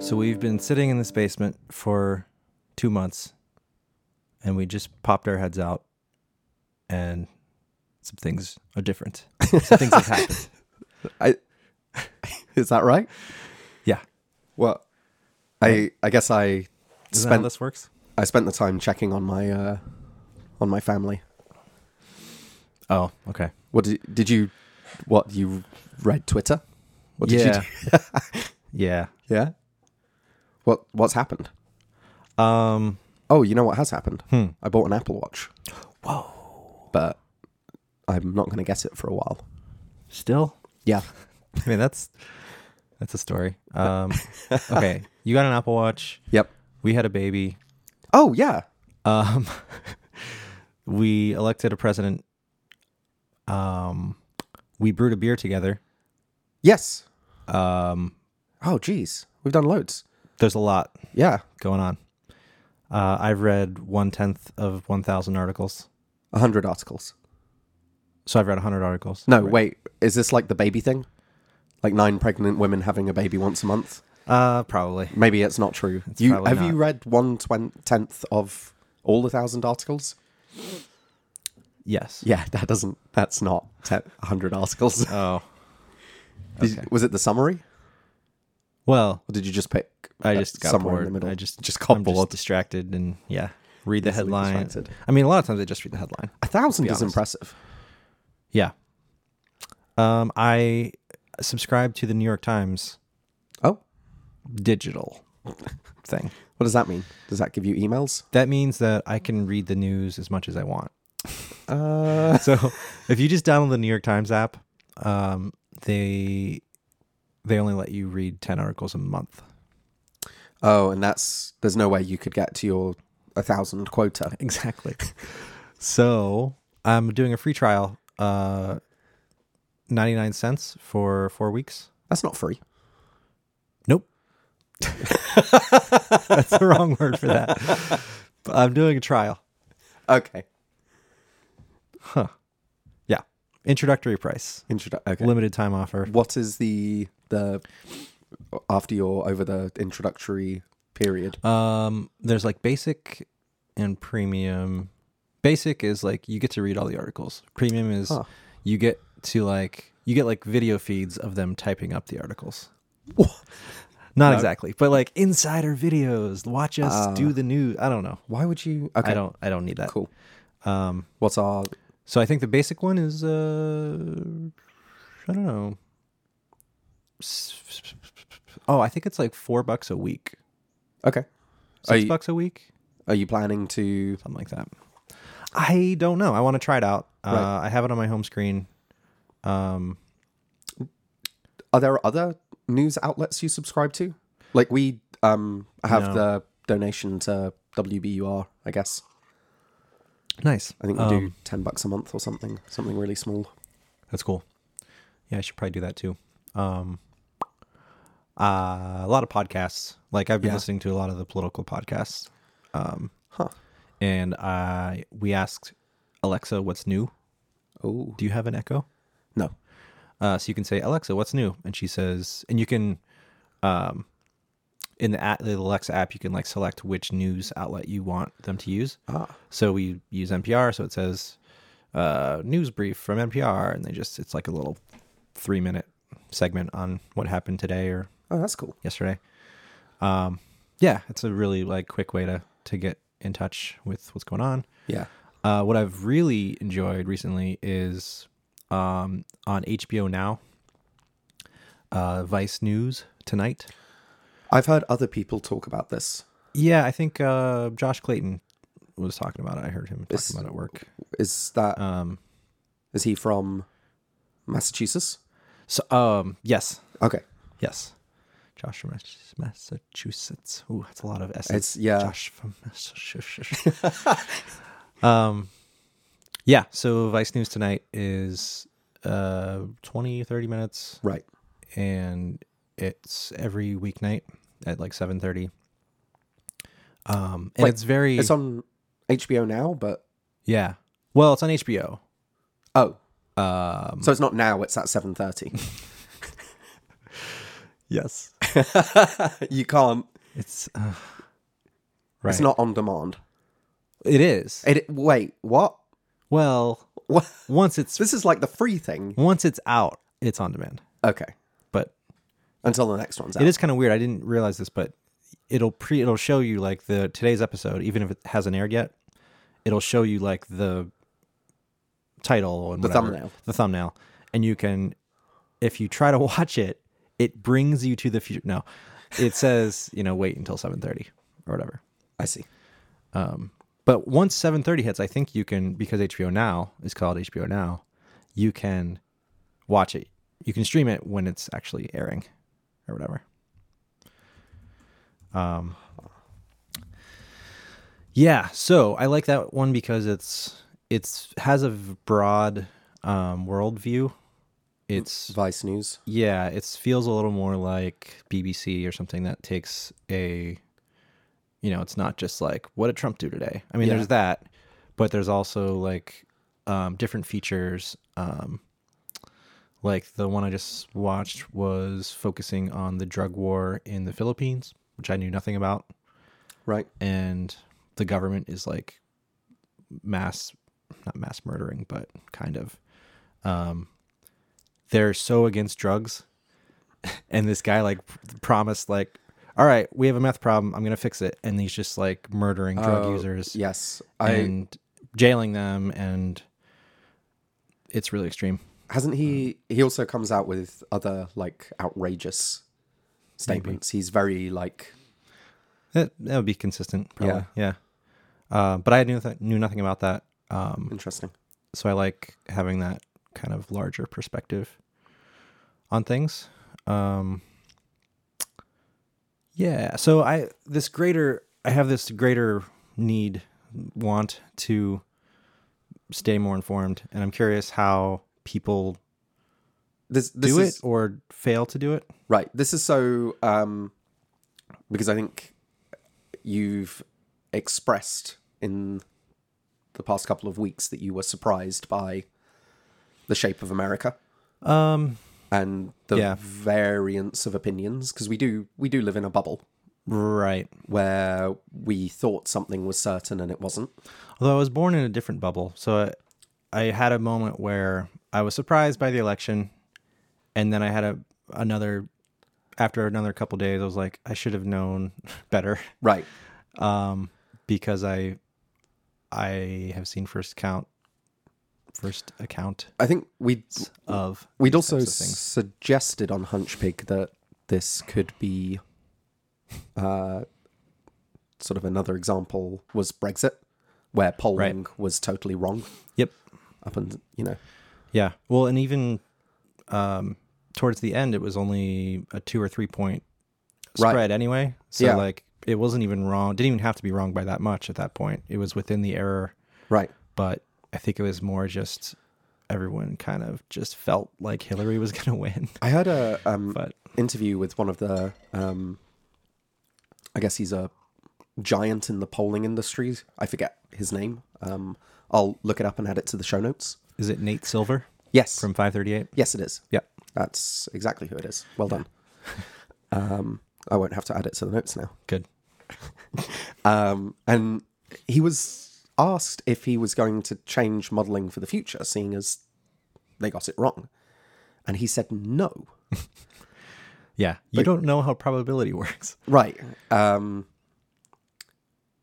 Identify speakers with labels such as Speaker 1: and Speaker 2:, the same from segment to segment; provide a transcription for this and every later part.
Speaker 1: So we've been sitting in this basement for two months, and we just popped our heads out, and some things are different. Some things have happened.
Speaker 2: I is that right?
Speaker 1: Yeah,
Speaker 2: Well, I I guess I
Speaker 1: is that how
Speaker 2: spent
Speaker 1: this works?
Speaker 2: I spent the time checking on my uh, on my family.
Speaker 1: Oh, okay.
Speaker 2: What did, did you? What you read Twitter? What did
Speaker 1: yeah,
Speaker 2: you
Speaker 1: yeah.
Speaker 2: do? Yeah. What what's happened?
Speaker 1: Um, hmm.
Speaker 2: Oh, you know what has happened? I bought an Apple Watch. Whoa! But I'm not going to get it for a while.
Speaker 1: still,
Speaker 2: Yeah.
Speaker 1: I mean that's that's a story. Um, okay, you got an Apple Watch.
Speaker 2: Yep.
Speaker 1: We had a baby.
Speaker 2: Oh yeah.
Speaker 1: Um, we elected a president. Um, we brewed a beer together.
Speaker 2: Yes.
Speaker 1: Um,
Speaker 2: Oh geez, we've done loads.
Speaker 1: there's a lot
Speaker 2: Yeah.
Speaker 1: going on. Uh, I've read one tenth of one thousand articles,
Speaker 2: A hundred articles.
Speaker 1: so I've read hundred articles.
Speaker 2: No, wait. Is this like the baby thing? Like nine pregnant women having a baby once a month?
Speaker 1: uh, probably.
Speaker 2: Maybe it's not true. you
Speaker 1: probably
Speaker 2: have
Speaker 1: not.
Speaker 2: you read one twen- tenth of all the thousand articles?
Speaker 1: Yes.
Speaker 2: Yeah, that doesn't. That's not te- hundred articles.
Speaker 1: Oh,
Speaker 2: Did you- was it the summary,
Speaker 1: well,
Speaker 2: or did you just pick?
Speaker 1: I
Speaker 2: uh,
Speaker 1: just got
Speaker 2: somewhere
Speaker 1: bored.
Speaker 2: in the middle.
Speaker 1: I just
Speaker 2: just got
Speaker 1: I'm
Speaker 2: bored.
Speaker 1: distracted, and yeah, read the
Speaker 2: Easily
Speaker 1: headline.
Speaker 2: distracted.
Speaker 1: I mean, a lot of times I just read the headline.
Speaker 2: a thousand
Speaker 1: be
Speaker 2: is
Speaker 1: honest.
Speaker 2: impressive.
Speaker 1: Yeah. Um, I subscribe to the New York Times
Speaker 2: Oh,
Speaker 1: digital thing.
Speaker 2: what does that mean? Does that give you emails?
Speaker 1: That means that I can read the news as much as I want.
Speaker 2: Uh,
Speaker 1: So if you just download the New York Times app, um, they they only let you read ten articles a month.
Speaker 2: oh, and that's there's no way you could get to your a thousand quota.
Speaker 1: Exactly. so I'm doing a free trial, uh, ninety nine cents for four weeks.
Speaker 2: That's not free.
Speaker 1: Nope. That's the wrong word for that. But I'm doing a trial.
Speaker 2: Okay.
Speaker 1: Yeah. Introductory price.
Speaker 2: Introdu- okay.
Speaker 1: Limited time offer.
Speaker 2: what is the the after your over the introductory period?
Speaker 1: Um, there's like basic and premium. Basic is like you get to read all the articles. Premium is
Speaker 2: Huh.
Speaker 1: you get to like you get like video feeds of them typing up the articles. Not exactly, but like insider videos. Watch us do the news. I don't know.
Speaker 2: Why would you? Uh, Okay,
Speaker 1: I don't. I don't need that.
Speaker 2: cool.
Speaker 1: Um.
Speaker 2: What's our?
Speaker 1: So I think the basic one is uh, I don't know. S- Oh, I think it's like four bucks a week,
Speaker 2: Okay, Are
Speaker 1: six
Speaker 2: you-
Speaker 1: bucks a week.
Speaker 2: are you planning to?
Speaker 1: something like that. I don't know. I want to try it out. Uh, I have it on my home screen. Um,
Speaker 2: Are there other news outlets you subscribe to? Like we um have
Speaker 1: No.
Speaker 2: the donation to WBUR, I guess.
Speaker 1: nice.
Speaker 2: I think we
Speaker 1: Um.
Speaker 2: do ten bucks a month or something, something really small.
Speaker 1: That's cool. Yeah, I should probably do that too. Um, uh, a lot of podcasts. Like I've been
Speaker 2: Yeah.
Speaker 1: listening to a lot of the political podcasts. Um, And I we asked Alexa, "What's new?
Speaker 2: Oh
Speaker 1: Do you have an Echo?"
Speaker 2: no,
Speaker 1: Uh, so you can say, Alexa, what's new? And she says, and you can, um, in the, at, the Alexa app, you can like select which news outlet you want them to use.
Speaker 2: Ah.
Speaker 1: So we use NPR. So it says, uh, news brief from NPR. And they just, it's like a little three minute segment on what happened today or
Speaker 2: oh that's cool.
Speaker 1: yesterday. Um, yeah, it's a really like quick way to, to get in touch with what's going on.
Speaker 2: Yeah.
Speaker 1: Uh, what I've really enjoyed recently is um, on HBO Now, uh, Vice News tonight.
Speaker 2: I've heard other people talk about this.
Speaker 1: Yeah, I think uh, Josh Clayton was talking about it. I heard him talking
Speaker 2: This-
Speaker 1: about it at work.
Speaker 2: Is that is
Speaker 1: Um,
Speaker 2: he from Massachusetts?
Speaker 1: so, um, yes,
Speaker 2: Okay.
Speaker 1: yes, Josh from Mas- Massachusetts. Ooh, that's a lot of S's.
Speaker 2: It's uh, yeah.
Speaker 1: Josh from Massachusetts. um, yeah. So Vice News tonight is uh 20 30 minutes
Speaker 2: Right.
Speaker 1: and it's every weeknight at like 7.30 um and
Speaker 2: Wait,
Speaker 1: it's very
Speaker 2: It's on HBO now, but
Speaker 1: yeah well it's on hbo
Speaker 2: oh,
Speaker 1: um
Speaker 2: so it's not now. It's at seven thirty.
Speaker 1: yes
Speaker 2: you can't.
Speaker 1: It's uh, right.
Speaker 2: It's not on demand.
Speaker 1: It is.
Speaker 2: It, wait, what?
Speaker 1: Well,
Speaker 2: what?
Speaker 1: once it's
Speaker 2: This is like the free thing.
Speaker 1: once it's out, it's on demand.
Speaker 2: Okay.
Speaker 1: But
Speaker 2: Until the next one's out.
Speaker 1: it is kind of weird. I didn't realize this, but it'll pre it'll show you like the today's episode, even if it hasn't aired yet. It'll show you like the title and the
Speaker 2: thumbnail.
Speaker 1: the thumbnail, and you can, if you try to watch it, it brings you to the future. No, it says you know wait until seven thirty or whatever.
Speaker 2: I see.
Speaker 1: But once 7:30 hits, I think you can because HBO Now is called HBO Now, you can watch it. You can stream it when it's actually airing or whatever. Um Yeah, so I like that one because it's it's has a v- broad um worldview. It's
Speaker 2: Vice News.
Speaker 1: yeah, it feels a little more like BBC or something that takes a, you know, it's not just like what did Trump do today. I mean,
Speaker 2: Yeah.
Speaker 1: there's that, but there's also like um, different features. Um, like the one I just watched was focusing on the drug war in the Philippines, which I knew nothing about,
Speaker 2: Right.
Speaker 1: and the government is like mass, not mass murdering, but kind of. Um, they're so against drugs and this guy like p- promised like all right we have a meth problem i'm gonna fix it and he's just like murdering drug
Speaker 2: Oh,
Speaker 1: users
Speaker 2: Yes. I
Speaker 1: and jailing them and it's really extreme
Speaker 2: hasn't he he also comes out with other like outrageous statements. He's very like
Speaker 1: that, that would be consistent probably yeah, Uh, but i knew, th- knew nothing about that um,
Speaker 2: interesting.
Speaker 1: so i like having that kind of larger perspective on things um, yeah so i this greater i have this greater need want to stay more informed and i'm curious how people
Speaker 2: This this
Speaker 1: do
Speaker 2: is
Speaker 1: it or fail to do it
Speaker 2: right. This is so um because I think you've expressed in the past couple of weeks that you were surprised by the shape of America.
Speaker 1: um
Speaker 2: and the
Speaker 1: Yeah.
Speaker 2: variance of opinions because we do we do live in a bubble
Speaker 1: right
Speaker 2: where we thought something was certain and it wasn't
Speaker 1: Although I was born in a different bubble, so I, I had a moment where I was surprised by the election, and then I had a another after another couple days, I was like, I should have known better
Speaker 2: right
Speaker 1: um, because I I have seen first count first account
Speaker 2: i think we
Speaker 1: of
Speaker 2: we'd also
Speaker 1: types of things.
Speaker 2: suggested on hunchpig that this could be uh sort of another example was brexit where polling was totally wrong
Speaker 1: yep
Speaker 2: up and you know
Speaker 1: yeah well and even um, towards the end it was only a two or three point
Speaker 2: Right.
Speaker 1: spread anyway. So
Speaker 2: Yeah.
Speaker 1: like it wasn't even wrong. Didn't even have to be wrong by that much at that point. It was within the error,
Speaker 2: right
Speaker 1: but I think it was more just everyone kind of just felt like Hillary was going to win.
Speaker 2: I heard a um,
Speaker 1: But-
Speaker 2: interview with one of the. Um, I guess he's a giant in the polling industry. I forget his name. Um, I'll look it up and add it to the show notes.
Speaker 1: Is it Nate Silver
Speaker 2: Yes,
Speaker 1: from 538?
Speaker 2: yes, it is.
Speaker 1: Yeah.
Speaker 2: That's exactly who it is. Well done. Um, I won't have to add it to the notes now.
Speaker 1: Good.
Speaker 2: Um, and he was asked if he was going to change modelling for the future, seeing as they got it wrong, and he said no.
Speaker 1: Yeah. You don't know how probability works.
Speaker 2: Right. Um,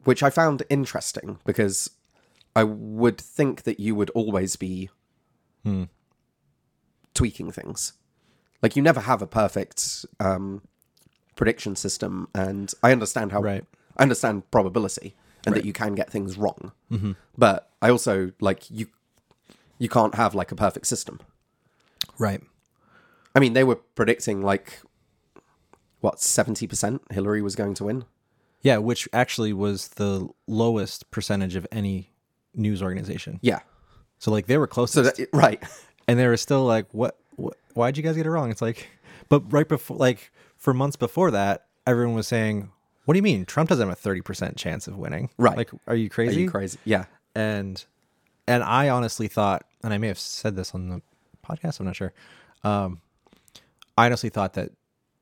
Speaker 2: which I found interesting because I would think that you would always be tweaking things. Like you never have a perfect um, prediction system, and I understand how
Speaker 1: Right.
Speaker 2: I understand probability and that you can get things wrong. But I also like you you can't have like a perfect system.
Speaker 1: Right.
Speaker 2: I mean, they were predicting like what seventy percent Hillary was going to win.
Speaker 1: Yeah, which actually was the lowest percentage of any news organization.
Speaker 2: Yeah.
Speaker 1: So like they were closest.
Speaker 2: So that, right.
Speaker 1: and they were still like, "What? what why'd you guys get it wrong?" It's like, but right before, like for months before that, everyone was saying, "What do you mean Trump doesn't have a thirty percent chance of winning?"
Speaker 2: Right.
Speaker 1: Like, are you crazy?
Speaker 2: Are you crazy? Yeah.
Speaker 1: and and I honestly thought, and I may have said this on the podcast, I'm not sure. Um, I honestly thought that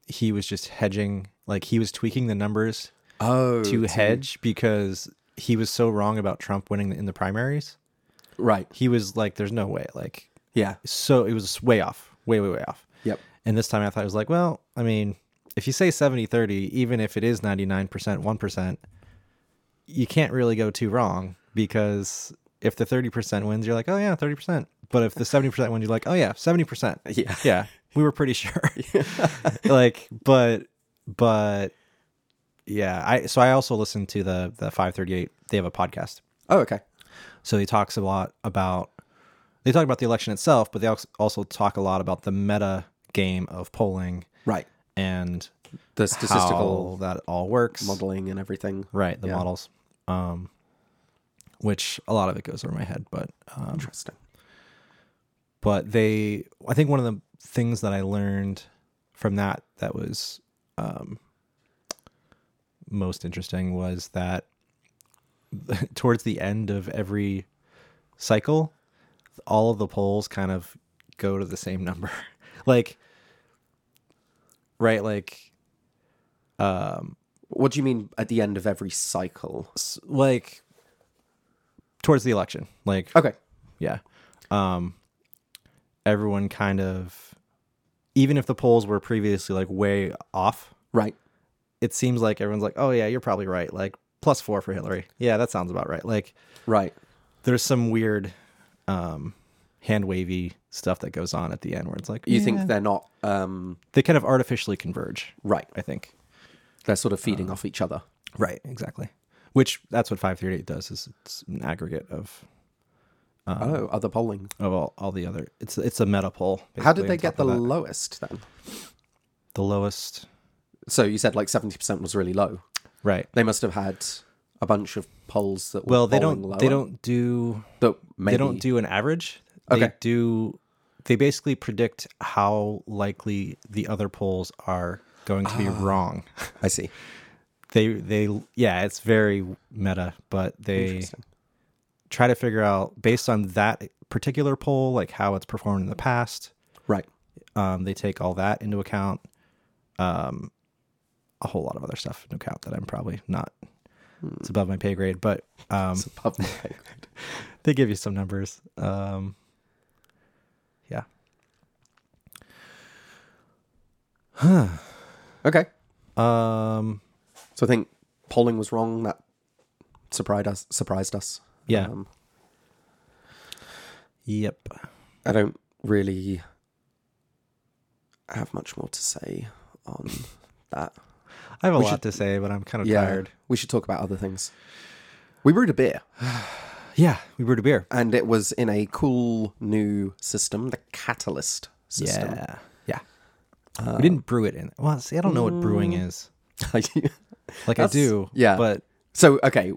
Speaker 1: he was just hedging, like he was tweaking the numbers
Speaker 2: Oh,
Speaker 1: to hedge because he was so wrong about Trump winning in the primaries.
Speaker 2: right.
Speaker 1: He was like, "There's no way." Like,
Speaker 2: Yeah.
Speaker 1: so it was way off, way, way, way off.
Speaker 2: Yep.
Speaker 1: And this time I thought I was like, well, I mean, if you say 70 30, even if it is 99%, 1%, you can't really go too wrong because if the 30% wins, you're like, oh yeah, 30%. But if the 70% wins, you're like, oh yeah, 70%.
Speaker 2: Yeah.
Speaker 1: Yeah. We were pretty sure. like, but, but yeah. I, so I also listened to the, the 538. They have a podcast.
Speaker 2: Oh, okay.
Speaker 1: So he talks a lot about they talk about the election itself, but they als- also talk a lot about the meta game of polling
Speaker 2: Right.
Speaker 1: and
Speaker 2: The statistical
Speaker 1: how that all works.
Speaker 2: modeling and everything.
Speaker 1: Right, the
Speaker 2: Yeah.
Speaker 1: models. Um which a lot of it goes over my head, but um
Speaker 2: Interesting.
Speaker 1: but they I think one of the things that I learned from that that was um most interesting was that towards the end of every cycle, all of the polls kind of go to the same number. like, right? Like,
Speaker 2: What do you mean at the end of every cycle?
Speaker 1: s- like towards the election. Like,
Speaker 2: Okay.
Speaker 1: yeah. Um, everyone kind of, even if the polls were previously like way off,
Speaker 2: Right.
Speaker 1: it seems like everyone's like, oh yeah, you're probably right. Like plus four for Hillary. Yeah, that sounds about right. Like,
Speaker 2: Right.
Speaker 1: there's some weird um hand wavy stuff that goes on at the end where it's like
Speaker 2: You
Speaker 1: "Yeah."
Speaker 2: think they're not um
Speaker 1: they kind of artificially converge
Speaker 2: right.
Speaker 1: i think
Speaker 2: They're sort of feeding off each other.
Speaker 1: right exactly which that's what 538 does is it's an aggregate of
Speaker 2: oh, other polling.
Speaker 1: of all, all the other it's it's a meta poll
Speaker 2: How
Speaker 1: basically,
Speaker 2: did they
Speaker 1: on top
Speaker 2: get the
Speaker 1: of that.
Speaker 2: lowest then?
Speaker 1: the lowest
Speaker 2: So you said like 70% was really low.
Speaker 1: right
Speaker 2: They must have had a bunch of polls that were
Speaker 1: well they
Speaker 2: polling
Speaker 1: don't
Speaker 2: lower
Speaker 1: they don't do
Speaker 2: that maybe
Speaker 1: they don't do an average they
Speaker 2: Okay.
Speaker 1: do they basically predict how likely the other polls are going to be
Speaker 2: Ah.
Speaker 1: wrong
Speaker 2: I see.
Speaker 1: they they yeah it's very meta but they
Speaker 2: Interesting.
Speaker 1: try to figure out based on that particular poll like how it's performed in the past
Speaker 2: Right.
Speaker 1: um, they take all that into account um, a whole lot of other stuff into account that i'm probably not
Speaker 2: Hmm.
Speaker 1: it's above my pay grade but um,
Speaker 2: It's above my pay grade.
Speaker 1: they give you some numbers um, yeah
Speaker 2: Okay.
Speaker 1: um,
Speaker 2: So I think polling was wrong. That surprised us. Surprised us.
Speaker 1: yeah
Speaker 2: Um,
Speaker 1: yep
Speaker 2: I don't really have much more to say on that.
Speaker 1: i have a
Speaker 2: we
Speaker 1: lot
Speaker 2: should-
Speaker 1: to say but i'm kind of tired
Speaker 2: We should talk about other things. We brewed a beer,
Speaker 1: yeah we brewed a beer
Speaker 2: and it was in a cool new system, the Catalyst system.
Speaker 1: Yeah. Uh, Yeah. we didn't brew it in. Well, see, I don't know what brewing is. Like I
Speaker 2: That's-
Speaker 1: do.
Speaker 2: yeah.
Speaker 1: But
Speaker 2: so okay,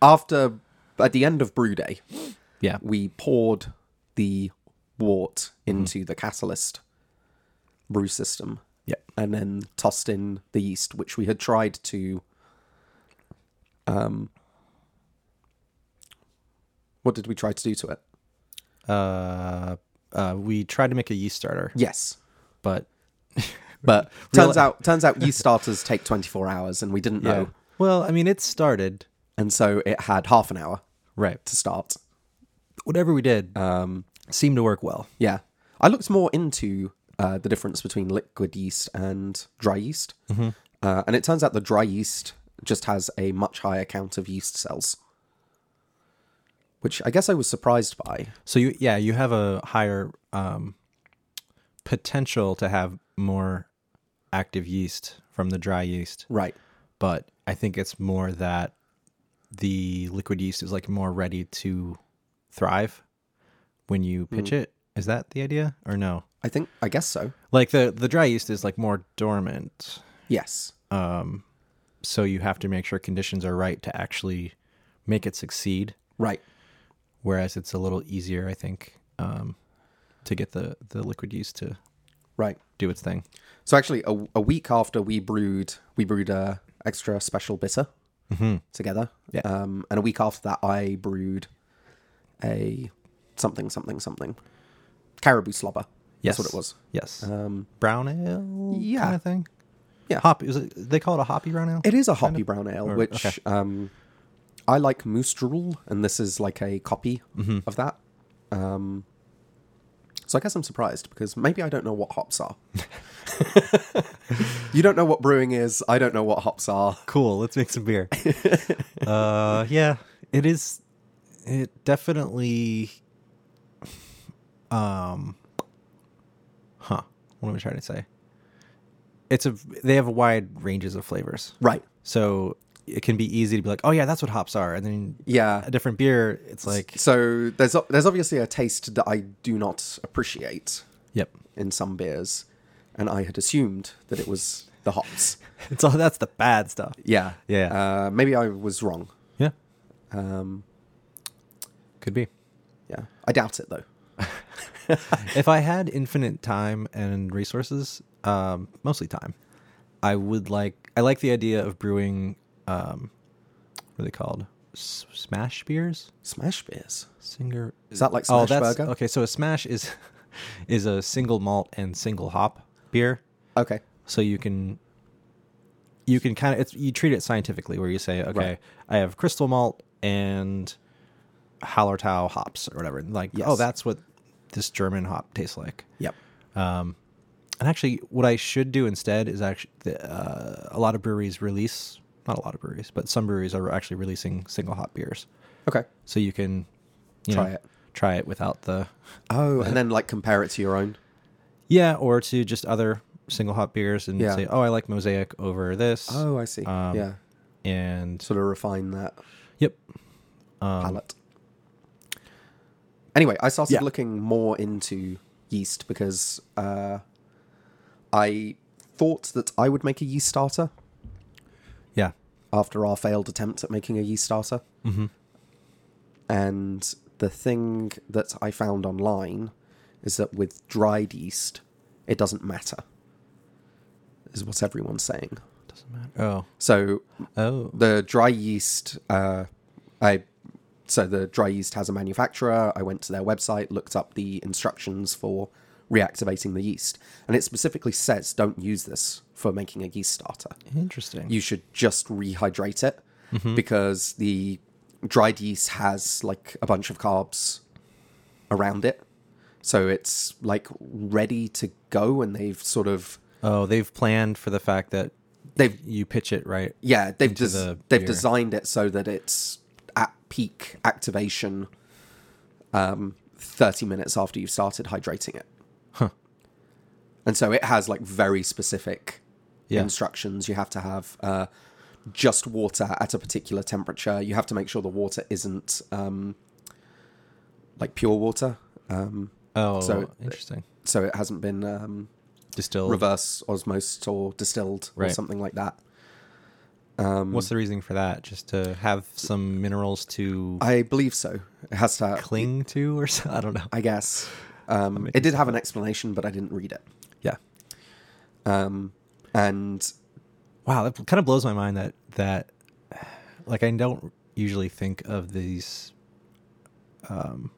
Speaker 2: after at the end of brew day,
Speaker 1: yeah.
Speaker 2: we poured the wort into the catalyst brew system
Speaker 1: Yeah.
Speaker 2: and then tossed in the yeast which we had tried to um what did we try to do to it
Speaker 1: Uh, uh, we tried to make a yeast starter,
Speaker 2: yes
Speaker 1: but
Speaker 2: but turns
Speaker 1: Real-
Speaker 2: out turns out yeast starters take 24 hours and we didn't know
Speaker 1: Well, I mean, it started
Speaker 2: and so it had half an hour
Speaker 1: right.
Speaker 2: to start
Speaker 1: Whatever we did um, seemed to work well.
Speaker 2: Yeah. I looked more into uh, the difference between liquid yeast and dry yeast. Uh, and it turns out the dry yeast just has a much higher count of yeast cells, which I guess I was surprised by.
Speaker 1: So you, yeah, you have a higher um, potential to have more active yeast from the dry yeast,
Speaker 2: Right.
Speaker 1: but I think it's more that the liquid yeast is like more ready to thrive when you pitch it. Is that the idea or no?
Speaker 2: I think, I guess so.
Speaker 1: Like the the dry yeast is like more dormant,
Speaker 2: Yes.
Speaker 1: so you have to make sure conditions are right to actually make it succeed.
Speaker 2: Right.
Speaker 1: Whereas it's a little easier, I think, um, to get the the liquid yeast to
Speaker 2: Right.
Speaker 1: do its thing.
Speaker 2: So actually, a, a week after we brewed, we brewed a extra special bitter together.
Speaker 1: Mm-hmm. Yeah.
Speaker 2: Um, and a week after that, I brewed a something, something, something, caribou slobber.
Speaker 1: Yes,
Speaker 2: That's what it was.
Speaker 1: Yes,
Speaker 2: Um,
Speaker 1: Uh-huh. brown ale,
Speaker 2: Yeah.
Speaker 1: kind of thing.
Speaker 2: Yeah.
Speaker 1: Hop is it, they call it a hoppy brown ale?
Speaker 2: It is a hoppy brown ale,
Speaker 1: Or-
Speaker 2: which
Speaker 1: okay.
Speaker 2: um, I like Moose Drool, and this is like a copy
Speaker 1: Mm-hmm.
Speaker 2: of that. Um, so I guess I'm surprised because maybe I don't know what hops are. you don't know what brewing is. I don't know what hops are.
Speaker 1: cool. Let's make some beer. uh, yeah, it is. It definitely. Um. Huh. What am I trying to say? It's a. They have wide ranges of flavors,
Speaker 2: Right.
Speaker 1: so it can be easy to be like, "Oh yeah, that's what hops are," and then
Speaker 2: Yeah.
Speaker 1: a different beer, it's like,
Speaker 2: So there's o- there's obviously a taste that I do not appreciate
Speaker 1: "Yep,
Speaker 2: in some beers, and I had assumed that it was the hops.
Speaker 1: it's all that's the bad stuff."
Speaker 2: Yeah.
Speaker 1: Yeah.
Speaker 2: Uh, maybe I was wrong.
Speaker 1: Yeah,
Speaker 2: Um,
Speaker 1: could be.
Speaker 2: yeah. I doubt it though.
Speaker 1: if I had infinite time and resources, um, mostly time, I would like. I like the idea of brewing. Um, what are they called? S- smash beers.
Speaker 2: Smash beers.
Speaker 1: Singer.
Speaker 2: Is that like
Speaker 1: oh,
Speaker 2: smash
Speaker 1: that's
Speaker 2: burger?
Speaker 1: okay. So a smash is is a single malt and single hop beer.
Speaker 2: Okay.
Speaker 1: So you can you can kind of it's you treat it scientifically where you say, okay,
Speaker 2: Right.
Speaker 1: I have crystal malt and Hallertau hops or whatever. And like, oh,
Speaker 2: Yes.
Speaker 1: that's what this German hop tastes like.
Speaker 2: Yep.
Speaker 1: Um, and actually, what I should do instead is actually the, uh, a lot of breweries release not a lot of breweries, but some breweries are actually releasing single hop beers,
Speaker 2: Okay.
Speaker 1: so you can you
Speaker 2: Try
Speaker 1: know,
Speaker 2: it.
Speaker 1: try it without the
Speaker 2: Oh, and then like compare it to your own.
Speaker 1: yeah, or to just other single hop beers and
Speaker 2: Yeah.
Speaker 1: say, oh, I like Mosaic over this,
Speaker 2: Oh, I see.
Speaker 1: Um,
Speaker 2: yeah.
Speaker 1: and
Speaker 2: Sort of refine that
Speaker 1: yep,
Speaker 2: palate. Anyway, I started
Speaker 1: yeah.
Speaker 2: looking more into yeast because uh, I thought that I would make a yeast starter
Speaker 1: yeah,
Speaker 2: after our failed attempt at making a yeast starter.
Speaker 1: mm-hmm.
Speaker 2: And the thing that I found online is that with dried yeast, it doesn't matter, is what everyone's saying.
Speaker 1: doesn't matter. Oh,
Speaker 2: So
Speaker 1: oh,
Speaker 2: the dry yeast uh i so the dry yeast has a manufacturer i went to their website looked up the instructions for reactivating the yeast and it specifically says don't use this for making a yeast starter
Speaker 1: interesting.
Speaker 2: you should just rehydrate it because the dried yeast has like a bunch of carbs around it so it's like ready to go and they've sort of
Speaker 1: oh, they've planned for the fact that
Speaker 2: they've
Speaker 1: you pitch it right.
Speaker 2: Yeah, they've des-
Speaker 1: the
Speaker 2: they've
Speaker 1: beer.
Speaker 2: designed it so that it's at peak activation um 30 minutes after you've started hydrating it.
Speaker 1: Huh.
Speaker 2: And so it has like very specific
Speaker 1: Yeah.
Speaker 2: instructions you have to have uh just water at a particular temperature. You have to make sure the water isn't um like pure water. Um
Speaker 1: Oh,
Speaker 2: So-
Speaker 1: interesting.
Speaker 2: so it hasn't been um
Speaker 1: Distilled.
Speaker 2: reverse osmosed or distilled or
Speaker 1: Right.
Speaker 2: something like that.
Speaker 1: What's the reasoning for that? Just to have some minerals to
Speaker 2: I believe so. It has to
Speaker 1: cling to, or so? I don't know.
Speaker 2: I guess. Um, it did have an explanation, but I didn't read it.
Speaker 1: yeah.
Speaker 2: Um, and
Speaker 1: Wow, that kind of blows my mind that that like I don't usually think of these. Um,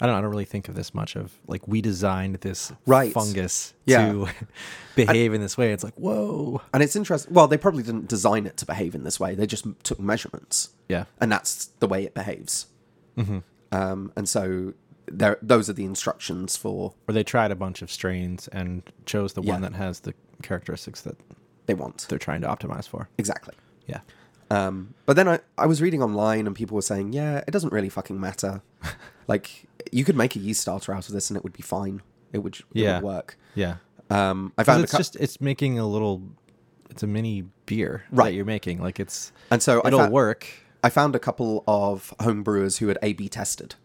Speaker 1: I don't. I don't really think of this much of like we designed this
Speaker 2: Right.
Speaker 1: fungus
Speaker 2: Yeah.
Speaker 1: to behave in this way. It's like whoa.
Speaker 2: and it's interesting. Well, they probably didn't design it to behave in this way. They just m- took measurements,
Speaker 1: Yeah.
Speaker 2: and that's the way it behaves.
Speaker 1: Mm-hmm.
Speaker 2: Um, and so there, those are the instructions for
Speaker 1: Or they tried a bunch of strains and chose the one
Speaker 2: Yeah.
Speaker 1: that has the characteristics that
Speaker 2: they want
Speaker 1: they're trying to optimize for.
Speaker 2: exactly.
Speaker 1: Yeah.
Speaker 2: Um, but then I, I was reading online, and people were saying, yeah, it doesn't really fucking matter. like you could make a yeast starter out of this, and it would be fine. It would, it
Speaker 1: Yeah.
Speaker 2: would work.
Speaker 1: Yeah.
Speaker 2: Um, I
Speaker 1: 'Cause
Speaker 2: found a
Speaker 1: it's
Speaker 2: cou-
Speaker 1: just it's making a little it's a mini beer that
Speaker 2: Right.
Speaker 1: you're making like it's
Speaker 2: and so I
Speaker 1: it'll
Speaker 2: found,
Speaker 1: work
Speaker 2: I found a couple of homebrewers who had A/B tested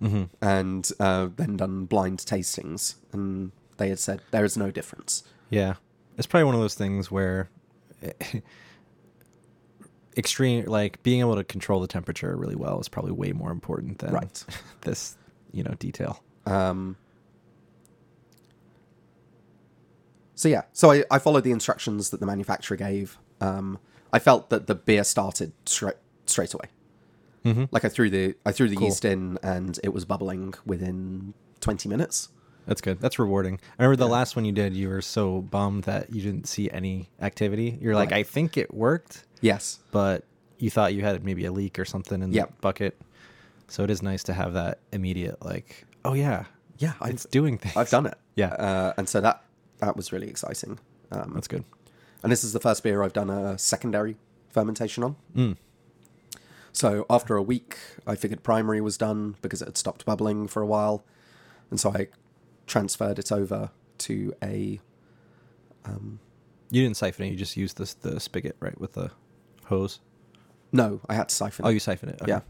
Speaker 2: and uh, then done blind tastings, and they had said there is no difference.
Speaker 1: yeah it's probably one of those things where extreme like being able to control the temperature really well is probably way more important than
Speaker 2: Right.
Speaker 1: this you know detail
Speaker 2: Um, so yeah, so I, I followed the instructions that the manufacturer gave. Um, I felt that the beer started straight straight away.
Speaker 1: Mhm.
Speaker 2: Like I threw the I threw the
Speaker 1: Cool.
Speaker 2: yeast in, and it was bubbling within twenty minutes.
Speaker 1: That's good. That's rewarding. I remember the last one you did, you were so bummed that you didn't see any activity. You're like, I think it worked,
Speaker 2: Yes.
Speaker 1: but you thought you had maybe a leak or something in the
Speaker 2: Yep.
Speaker 1: bucket. So it is nice to have that immediate, like, oh, yeah,
Speaker 2: Yeah, I've,
Speaker 1: it's doing things.
Speaker 2: I've done it.
Speaker 1: Yeah.
Speaker 2: Uh, and so that that was really exciting. Um,
Speaker 1: That's good.
Speaker 2: and this is the first beer I've done a secondary fermentation on.
Speaker 1: Mm.
Speaker 2: So after a week, I figured primary was done because it had stopped bubbling for a while, and so I transferred it over to a
Speaker 1: You didn't siphon it. You just used this, the spigot, right, with the hose.
Speaker 2: no. I had to siphon.
Speaker 1: Oh,
Speaker 2: it.
Speaker 1: you siphon it. Okay.
Speaker 2: yeah.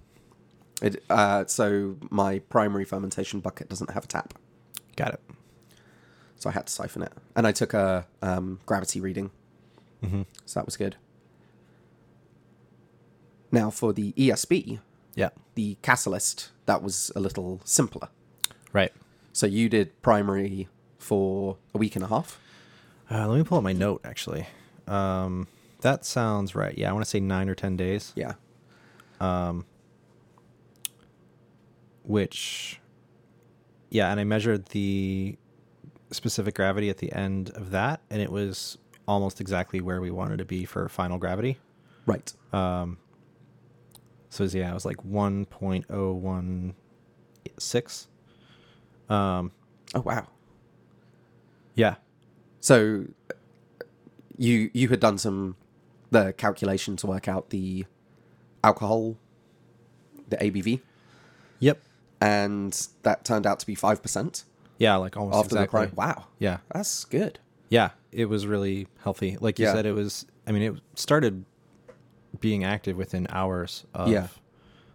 Speaker 2: It uh, so my primary fermentation bucket doesn't have a tap,
Speaker 1: Got it.
Speaker 2: so I had to siphon it, and I took a um, gravity reading, so that was good. Now for the ESB,
Speaker 1: Yeah.
Speaker 2: the catalyst that was a little simpler.
Speaker 1: Right.
Speaker 2: So you did primary for a week and a half.
Speaker 1: Uh, let me pull up my note, actually. Um, that sounds right. Yeah, I want to say nine or 10 days.
Speaker 2: Yeah.
Speaker 1: which yeah and i measured the specific gravity at the end of that and it was almost exactly where we wanted to be for final gravity
Speaker 2: Right.
Speaker 1: so it was- yeah it was like 1.016 um
Speaker 2: oh wow.
Speaker 1: yeah
Speaker 2: So uh, you you had done some the calculation to work out the alcohol, the ABV,
Speaker 1: yep
Speaker 2: and that turned out to be five percent
Speaker 1: yeah like almost
Speaker 2: after
Speaker 1: exactly
Speaker 2: the prime. Wow.
Speaker 1: yeah
Speaker 2: That's good.
Speaker 1: yeah it was really healthy like you
Speaker 2: Yeah.
Speaker 1: said it was i mean it started being active within hours of
Speaker 2: Yeah.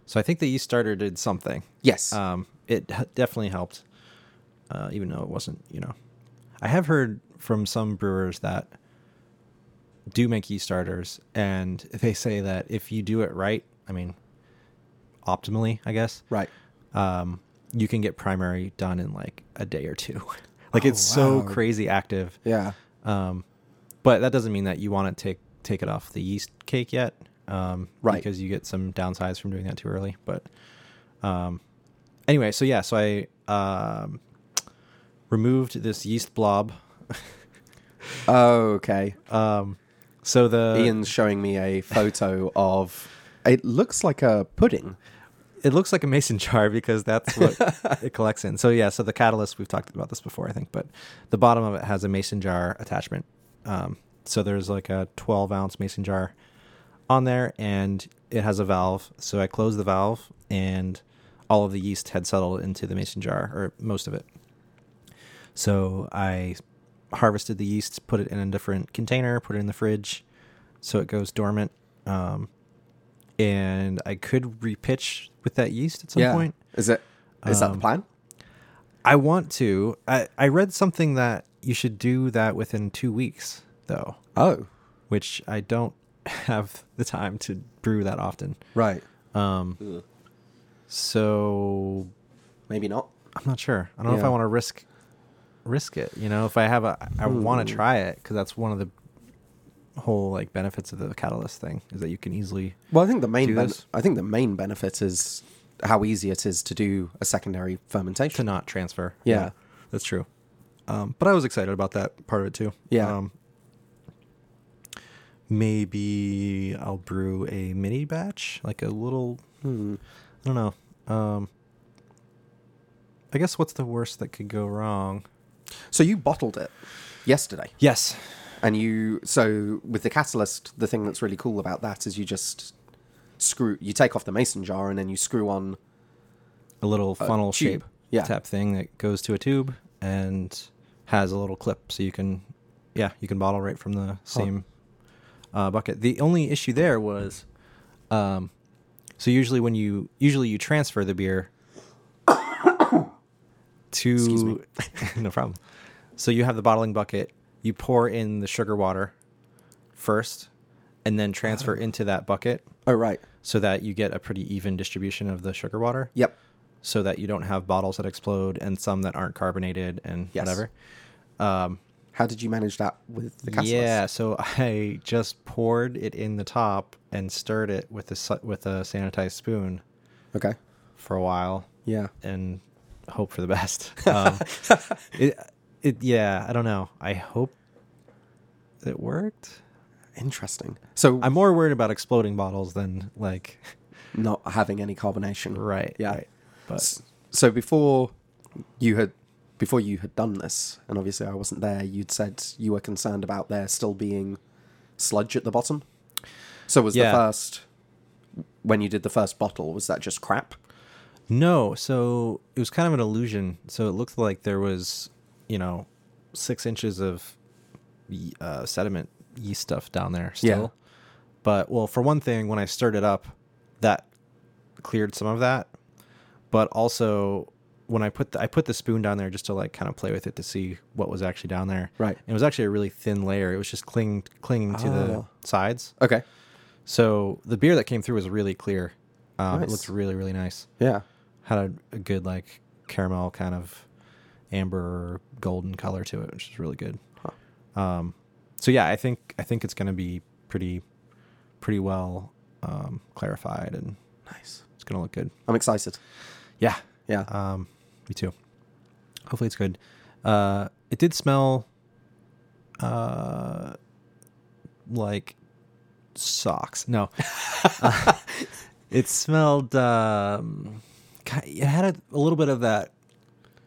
Speaker 1: so i think that you started did something
Speaker 2: Yes.
Speaker 1: um, it h- definitely helped, uh, even though it wasn't, you know. I have heard from some brewers that do make yeast starters, and they say that if you do it right, I mean, optimally, I guess,
Speaker 2: right.
Speaker 1: um, you can get primary done in like a day or two. like
Speaker 2: Oh,
Speaker 1: it's so
Speaker 2: wow.
Speaker 1: crazy active.
Speaker 2: Yeah.
Speaker 1: Um, but that doesn't mean that you want to take take it off the yeast cake yet, um,
Speaker 2: Right.
Speaker 1: Because you get some downsides from doing that too early. But um, anyway, so yeah, so I um, removed this yeast blob.
Speaker 2: Okay.
Speaker 1: um, so the
Speaker 2: Ian's showing me a photo of. It looks like a pudding.
Speaker 1: it looks like a mason jar because that's what it collects in. So yeah, so the catalyst we've talked about this before, I think, but the bottom of it has a mason jar attachment. Um, so there's like a 12 ounce mason jar on there, and it has a valve. So I closed the valve, and all of the yeast had settled into the mason jar, or most of it. So I harvested the yeast, put it in a different container, put it in the fridge, so it goes dormant. Um, and I could repitch with that yeast at some point.
Speaker 2: Is it? Is that the plan?
Speaker 1: I want to. I, I read something that you should do that within two weeks, though,
Speaker 2: Oh,
Speaker 1: which I don't have the time to brew that often. Um,
Speaker 2: right.
Speaker 1: So
Speaker 2: Maybe not.
Speaker 1: I'm not sure. I don't know if
Speaker 2: Yeah.
Speaker 1: I want to risk risk it. You know, if I have a, I
Speaker 2: Hmm.
Speaker 1: want to try it because that's one of the whole like benefits of the catalyst thing is that you can easily.
Speaker 2: Well, I think the main
Speaker 1: Do
Speaker 2: ben-
Speaker 1: this.
Speaker 2: I think the main benefit is how easy it is to do a secondary
Speaker 1: to
Speaker 2: fermentation.
Speaker 1: not transfer.
Speaker 2: Yeah.
Speaker 1: that's true. Um, but I was excited about that part of it too.
Speaker 2: Yeah.
Speaker 1: Um, maybe I'll brew a mini batch, like a little.
Speaker 2: Hmm.
Speaker 1: I don't know. Um, I guess what's the worst that could go wrong?
Speaker 2: So you bottled it yesterday,
Speaker 1: Yes.
Speaker 2: and you so with the catalyst, the thing that's really cool about that is you just screw you take off the mason jar and then you screw on.
Speaker 1: A little funnel
Speaker 2: tube.
Speaker 1: shape
Speaker 2: Yeah.
Speaker 1: tap thing that goes to a tube and has a little clip so you can, yeah, you can bottle right from the same uh, bucket. The only issue there was, um, so usually when you usually you transfer the beer to no problem. So you have the bottling bucket. You pour in the sugar water first, and then transfer into that bucket
Speaker 2: Oh right.
Speaker 1: so that you get a pretty even distribution of the sugar water
Speaker 2: Yep.
Speaker 1: so that you don't have bottles that explode and some that aren't carbonated and
Speaker 2: Yes.
Speaker 1: whatever.
Speaker 2: How did you manage that with the catalyst?
Speaker 1: Yeah, so I just poured it in the top and stirred it with a sa- with a sanitized spoon
Speaker 2: Okay.
Speaker 1: for a while,
Speaker 2: Yeah.
Speaker 1: and hope for the best. Um, it, it, yeah, I don't know. I hope it worked.
Speaker 2: Interesting. So
Speaker 1: I'm more worried about exploding bottles than like
Speaker 2: not having any carbonation.
Speaker 1: right.
Speaker 2: Yeah.
Speaker 1: right. But
Speaker 2: S- So before you had before you had done this, and obviously I wasn't there, you'd said you were concerned about there still being sludge at the bottom. So was
Speaker 1: Yeah.
Speaker 2: the first when you did the first bottle, was that just crap?
Speaker 1: No, so it was kind of an illusion. So it looked like there was, you know, six inches of ye- uh, sediment yeast stuff down there still. But well, for one thing, when I stirred it up, that cleared some of that. But also, when I put the, I put the spoon down there just to like kind of play with it to see what was actually down there.
Speaker 2: Right.
Speaker 1: It was actually a really thin layer. It was just clinging clinging to
Speaker 2: Oh.
Speaker 1: the sides.
Speaker 2: Okay.
Speaker 1: So the beer that came through was really clear. Um, It
Speaker 2: Nice.
Speaker 1: looked really really nice
Speaker 2: Yeah.
Speaker 1: had a, a good like caramel kind of amber golden color to it, which is really good. Um, so yeah, I think I think it's going to be pretty pretty well um, clarified and
Speaker 2: Nice.
Speaker 1: it's going to look good.
Speaker 2: I'm excited.
Speaker 1: Yeah,
Speaker 2: Yeah.
Speaker 1: um, me too. Hopefully it's good. Uh, it did smell uh, like socks. No, Uh, it smelled. Um, ki- it had a, a little bit of that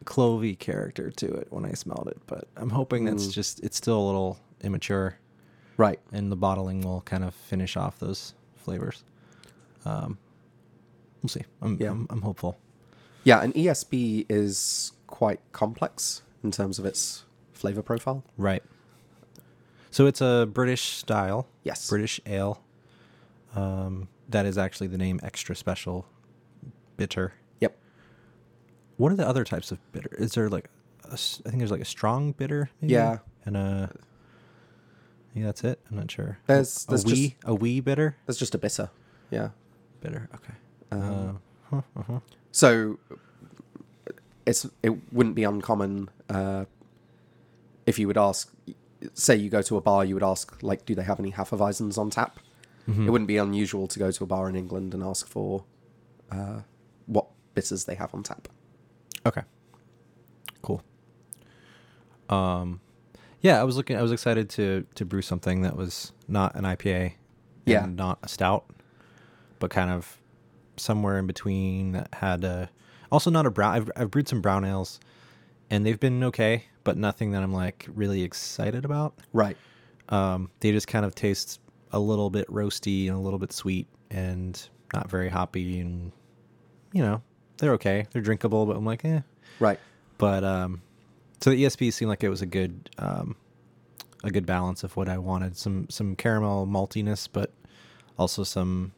Speaker 1: clovey character to it when I smelled it, but I'm hoping that's just it's still a little immature,
Speaker 2: right.
Speaker 1: and the bottling will kind of finish off those flavors. Um, we'll see. I'm,
Speaker 2: Yeah.
Speaker 1: I'm, I'm hopeful.
Speaker 2: Yeah, and ESB is quite complex in terms of its flavor profile.
Speaker 1: Right. So it's a British style.
Speaker 2: Yes.
Speaker 1: British ale. Um, that is actually the name extra special bitter.
Speaker 2: Yep.
Speaker 1: What are the other types of bitter? Is there like, a s I think there's like a strong bitter. Maybe?
Speaker 2: Yeah.
Speaker 1: And a, yeah, that's it. I'm not sure.
Speaker 2: There's- there's
Speaker 1: a wee,
Speaker 2: just-
Speaker 1: a wee bitter.
Speaker 2: That's just a bitter. Yeah.
Speaker 1: Bitter. Okay.
Speaker 2: Um,
Speaker 1: Uh, huh, uh-huh.
Speaker 2: So it's it wouldn't be uncommon uh, if you would ask, say you go to a bar, you would ask like, do they have any Hefeweizens on tap? It wouldn't be unusual to go to a bar in England and ask for uh, what bitters they have on tap.
Speaker 1: Okay. Cool. Um yeah, I was looking I was excited to to brew something that was not an IPA
Speaker 2: Yeah.
Speaker 1: and not a stout, but kind of somewhere in between that had a also not a brown I've I've brewed some brown ales and they've been okay, but nothing that I'm like really excited about.
Speaker 2: Right.
Speaker 1: Um they just kind of taste a little bit roasty and a little bit sweet and not very hoppy and you know, they're okay. They're drinkable, but I'm like, eh,
Speaker 2: Right.
Speaker 1: but um so the esp seemed like it was a good um a good balance of what i wanted some some caramel maltiness but also some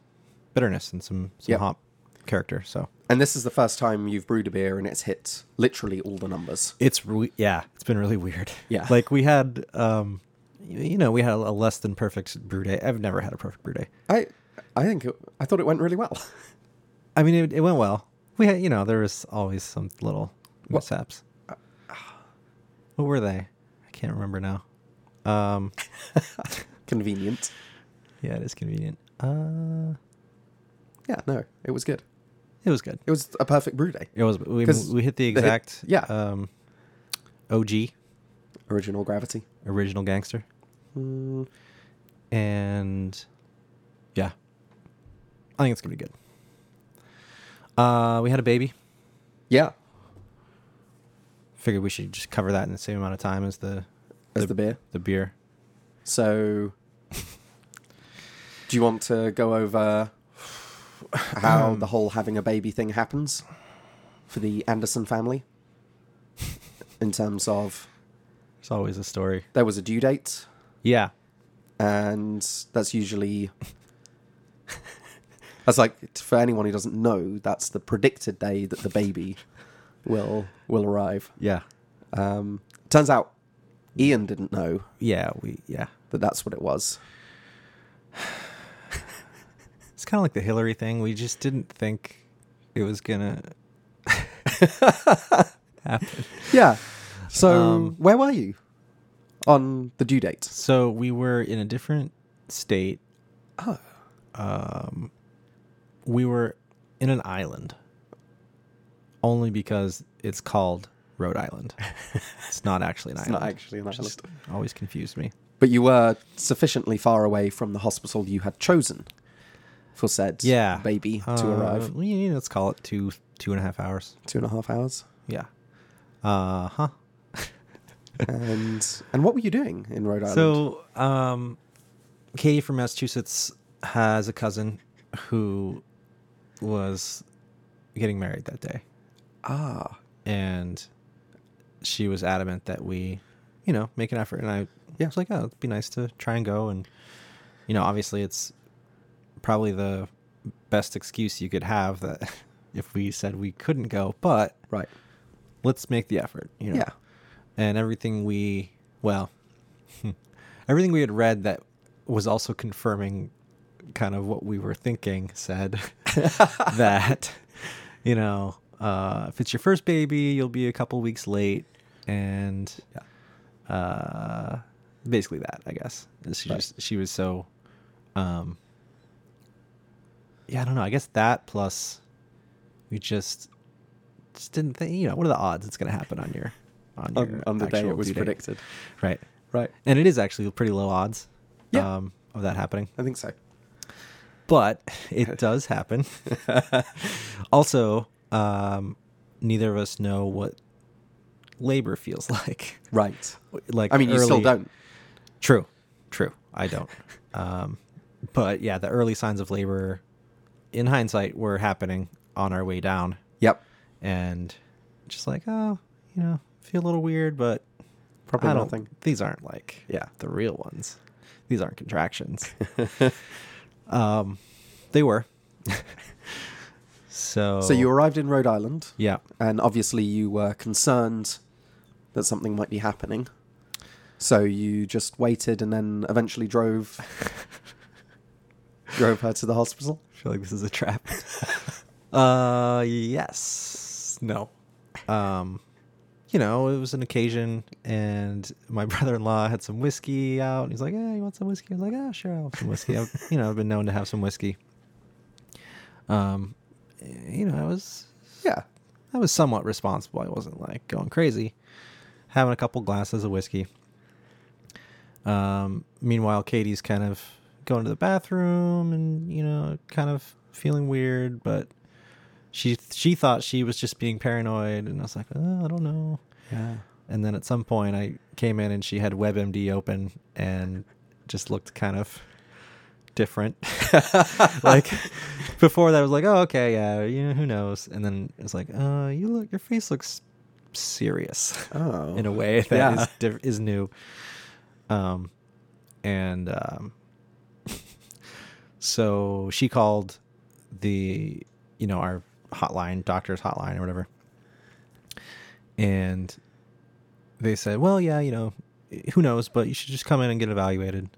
Speaker 1: bitterness and some some
Speaker 2: Yep.
Speaker 1: hop character so
Speaker 2: And this is the first time you've brewed a beer and it's hit literally all the numbers.
Speaker 1: it's re- yeah it's been really weird
Speaker 2: Yeah.
Speaker 1: like we had um y- you know we had a less than perfect brew day i've never had a perfect brew day
Speaker 2: I I think it, I thought it went really well.
Speaker 1: i mean it, it went well we had you know there was always some little
Speaker 2: Well-
Speaker 1: mishaps what were they i can't remember now um
Speaker 2: Convenient.
Speaker 1: Yeah, it is convenient. Uh,
Speaker 2: Yeah, no, it was good.
Speaker 1: it was good.
Speaker 2: It was a perfect brew day.
Speaker 1: It was. We,
Speaker 2: 'Cause
Speaker 1: we hit the
Speaker 2: the hit-
Speaker 1: exact.
Speaker 2: yeah.
Speaker 1: Um, OG,
Speaker 2: Original gravity.
Speaker 1: original gangster,
Speaker 2: Mm,
Speaker 1: and yeah, I think it's gonna be good. Uh, we had a baby.
Speaker 2: yeah,
Speaker 1: Figured we should just cover that in the same amount of time as the
Speaker 2: as
Speaker 1: the,
Speaker 2: the beer.
Speaker 1: the beer.
Speaker 2: So, do you want to go over how the whole having a baby thing happens for the Anderson family? In terms of
Speaker 1: It's always a story.
Speaker 2: there was a due date,
Speaker 1: Yeah.
Speaker 2: and that's usually that's like for anyone who doesn't know, that's the predicted day that the baby will will arrive.
Speaker 1: Yeah.
Speaker 2: Um, turns out Ian didn't know
Speaker 1: Yeah. We. Yeah.
Speaker 2: that that's what it was.
Speaker 1: It's kind of like the Hillary thing. We just didn't think it was gonna happen.
Speaker 2: Yeah. So
Speaker 1: Um,
Speaker 2: where were you on the due date?
Speaker 1: So we were in a different state.
Speaker 2: Oh.
Speaker 1: Um, we were in an island only because it's called Rhode Island. it's not actually an
Speaker 2: It's
Speaker 1: island.
Speaker 2: not actually an island.
Speaker 1: Just always confused me.
Speaker 2: But you were sufficiently far away from the hospital you had chosen for said
Speaker 1: Yeah.
Speaker 2: baby to
Speaker 1: Uh,
Speaker 2: arrive.
Speaker 1: well, yeah, let's call it two two and a half hours.
Speaker 2: Two and a half hours.
Speaker 1: Yeah. Uh huh.
Speaker 2: And and what were you doing in Rhode Island?
Speaker 1: So, um, Katie from Massachusetts has a cousin who was getting married that day,
Speaker 2: ah,
Speaker 1: and she was adamant that we, you know, make an effort. And I
Speaker 2: Yeah.
Speaker 1: was like, oh, it'd be nice to try and go. And you know, obviously, it's probably the best excuse you could have that if we said we couldn't go, but
Speaker 2: right.
Speaker 1: let's make the effort. You know,
Speaker 2: Yeah.
Speaker 1: and everything we well everything we had read that was also confirming kind of what we were thinking said that you know uh, if it's your first baby you'll be a couple weeks late and uh, basically that i guess And she
Speaker 2: Right.
Speaker 1: just she was so um yeah i don't know i guess that plus we just just didn't think you know what are the odds it's going to happen on your on your
Speaker 2: On, on the day
Speaker 1: actual
Speaker 2: it was
Speaker 1: due date?
Speaker 2: predicted.
Speaker 1: right
Speaker 2: Right.
Speaker 1: and it is actually pretty low odds
Speaker 2: Yeah.
Speaker 1: um, of that happening
Speaker 2: I think so.
Speaker 1: but it does happen also um, neither of us know what labor feels like
Speaker 2: Right.
Speaker 1: like
Speaker 2: I mean, you still
Speaker 1: early-
Speaker 2: don't.
Speaker 1: True, true. I don't. um, but yeah, the early signs of labor, in hindsight, were happening on our way down,
Speaker 2: Yep.
Speaker 1: and just like oh, you know, feel a little weird, but
Speaker 2: Probably
Speaker 1: I don't-
Speaker 2: nothing.
Speaker 1: These aren't like
Speaker 2: Yeah.
Speaker 1: the real ones. These aren't contractions. um, they were. so.
Speaker 2: So you arrived in Rhode Island,
Speaker 1: Yeah.
Speaker 2: and obviously you were concerned that something might be happening. So you just waited, and then eventually drove drove her to the hospital.
Speaker 1: I feel like this is a trap. uh yes. No. Um you know, it was an occasion and my brother-in-law had some whiskey out and he's like, "Hey, you want some whiskey?" I was like, "Ah, sure, I'll have some whiskey." I've, you know, I've been known to have some whiskey. Um you know, I was
Speaker 2: Yeah.
Speaker 1: I was somewhat responsible. I wasn't like going crazy. Having a couple glasses of whiskey. Um, meanwhile, Katie's kind of going to the bathroom and you know, kind of feeling weird, but she she thought she was just being paranoid, and I was like, oh, I don't know.
Speaker 2: Yeah.
Speaker 1: And then at some point, I came in and she had WebMD open and just looked kind of different. like before that, I was like, "Oh, okay, yeah, you know, who knows?" And then it was like, "Uh, you look, your face looks serious
Speaker 2: Oh.
Speaker 1: in a way that is
Speaker 2: Yeah.
Speaker 1: diff- is new." Um, and um, so she called the you know our hotline, doctor's hotline or whatever, and they said, "Well, yeah, you know, who knows, but you should just come in and get evaluated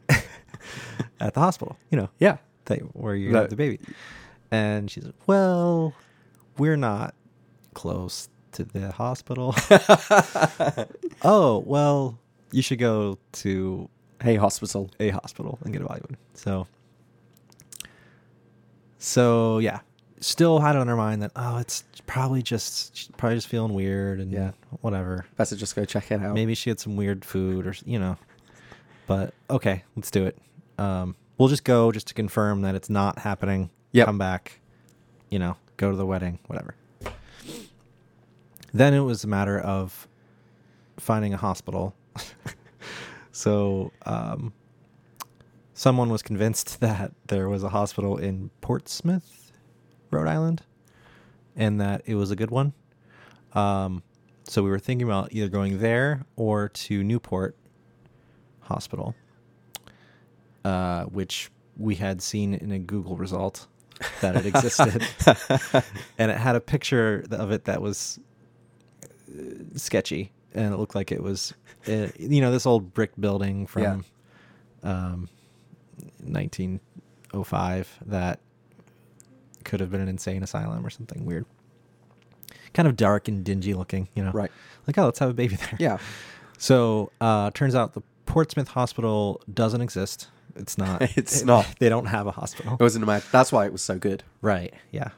Speaker 1: at the hospital, you know,
Speaker 2: Yeah.
Speaker 1: that, where you
Speaker 2: That-
Speaker 1: have the baby." And she's like, "Well, we're not close to the hospital." oh, well, you should go to
Speaker 2: Hey, hospital.
Speaker 1: a hospital and get evaluated. So, so yeah, still had it on her mind that oh, it's probably just she's probably just feeling weird and
Speaker 2: Yeah.
Speaker 1: whatever.
Speaker 2: Better just go check it out.
Speaker 1: Maybe she had some weird food or you know, but okay, let's do it. Um, we'll just go just to confirm that it's not happening.
Speaker 2: Yep.
Speaker 1: come back, you know, go to the wedding, whatever. Then it was a matter of finding a hospital. so um, someone was convinced that there was a hospital in Portsmouth, Rhode Island, and that it was a good one. Um, so we were thinking about either going there or to Newport Hospital, uh, which we had seen in a Google result that it existed, and it had a picture of it that was uh, sketchy, and it looked like it was, uh, you know, this old brick building from
Speaker 2: Yeah.
Speaker 1: um, 1905 that could have been an insane asylum or something weird. Kind of dark and dingy looking, you know.
Speaker 2: Right.
Speaker 1: Like, oh, let's have a baby there.
Speaker 2: Yeah.
Speaker 1: So, uh, turns out the Portsmouth Hospital doesn't exist. It's not.
Speaker 2: It's not.
Speaker 1: They don't have a hospital.
Speaker 2: It wasn't a match. That's why it was so good.
Speaker 1: Right. Yeah.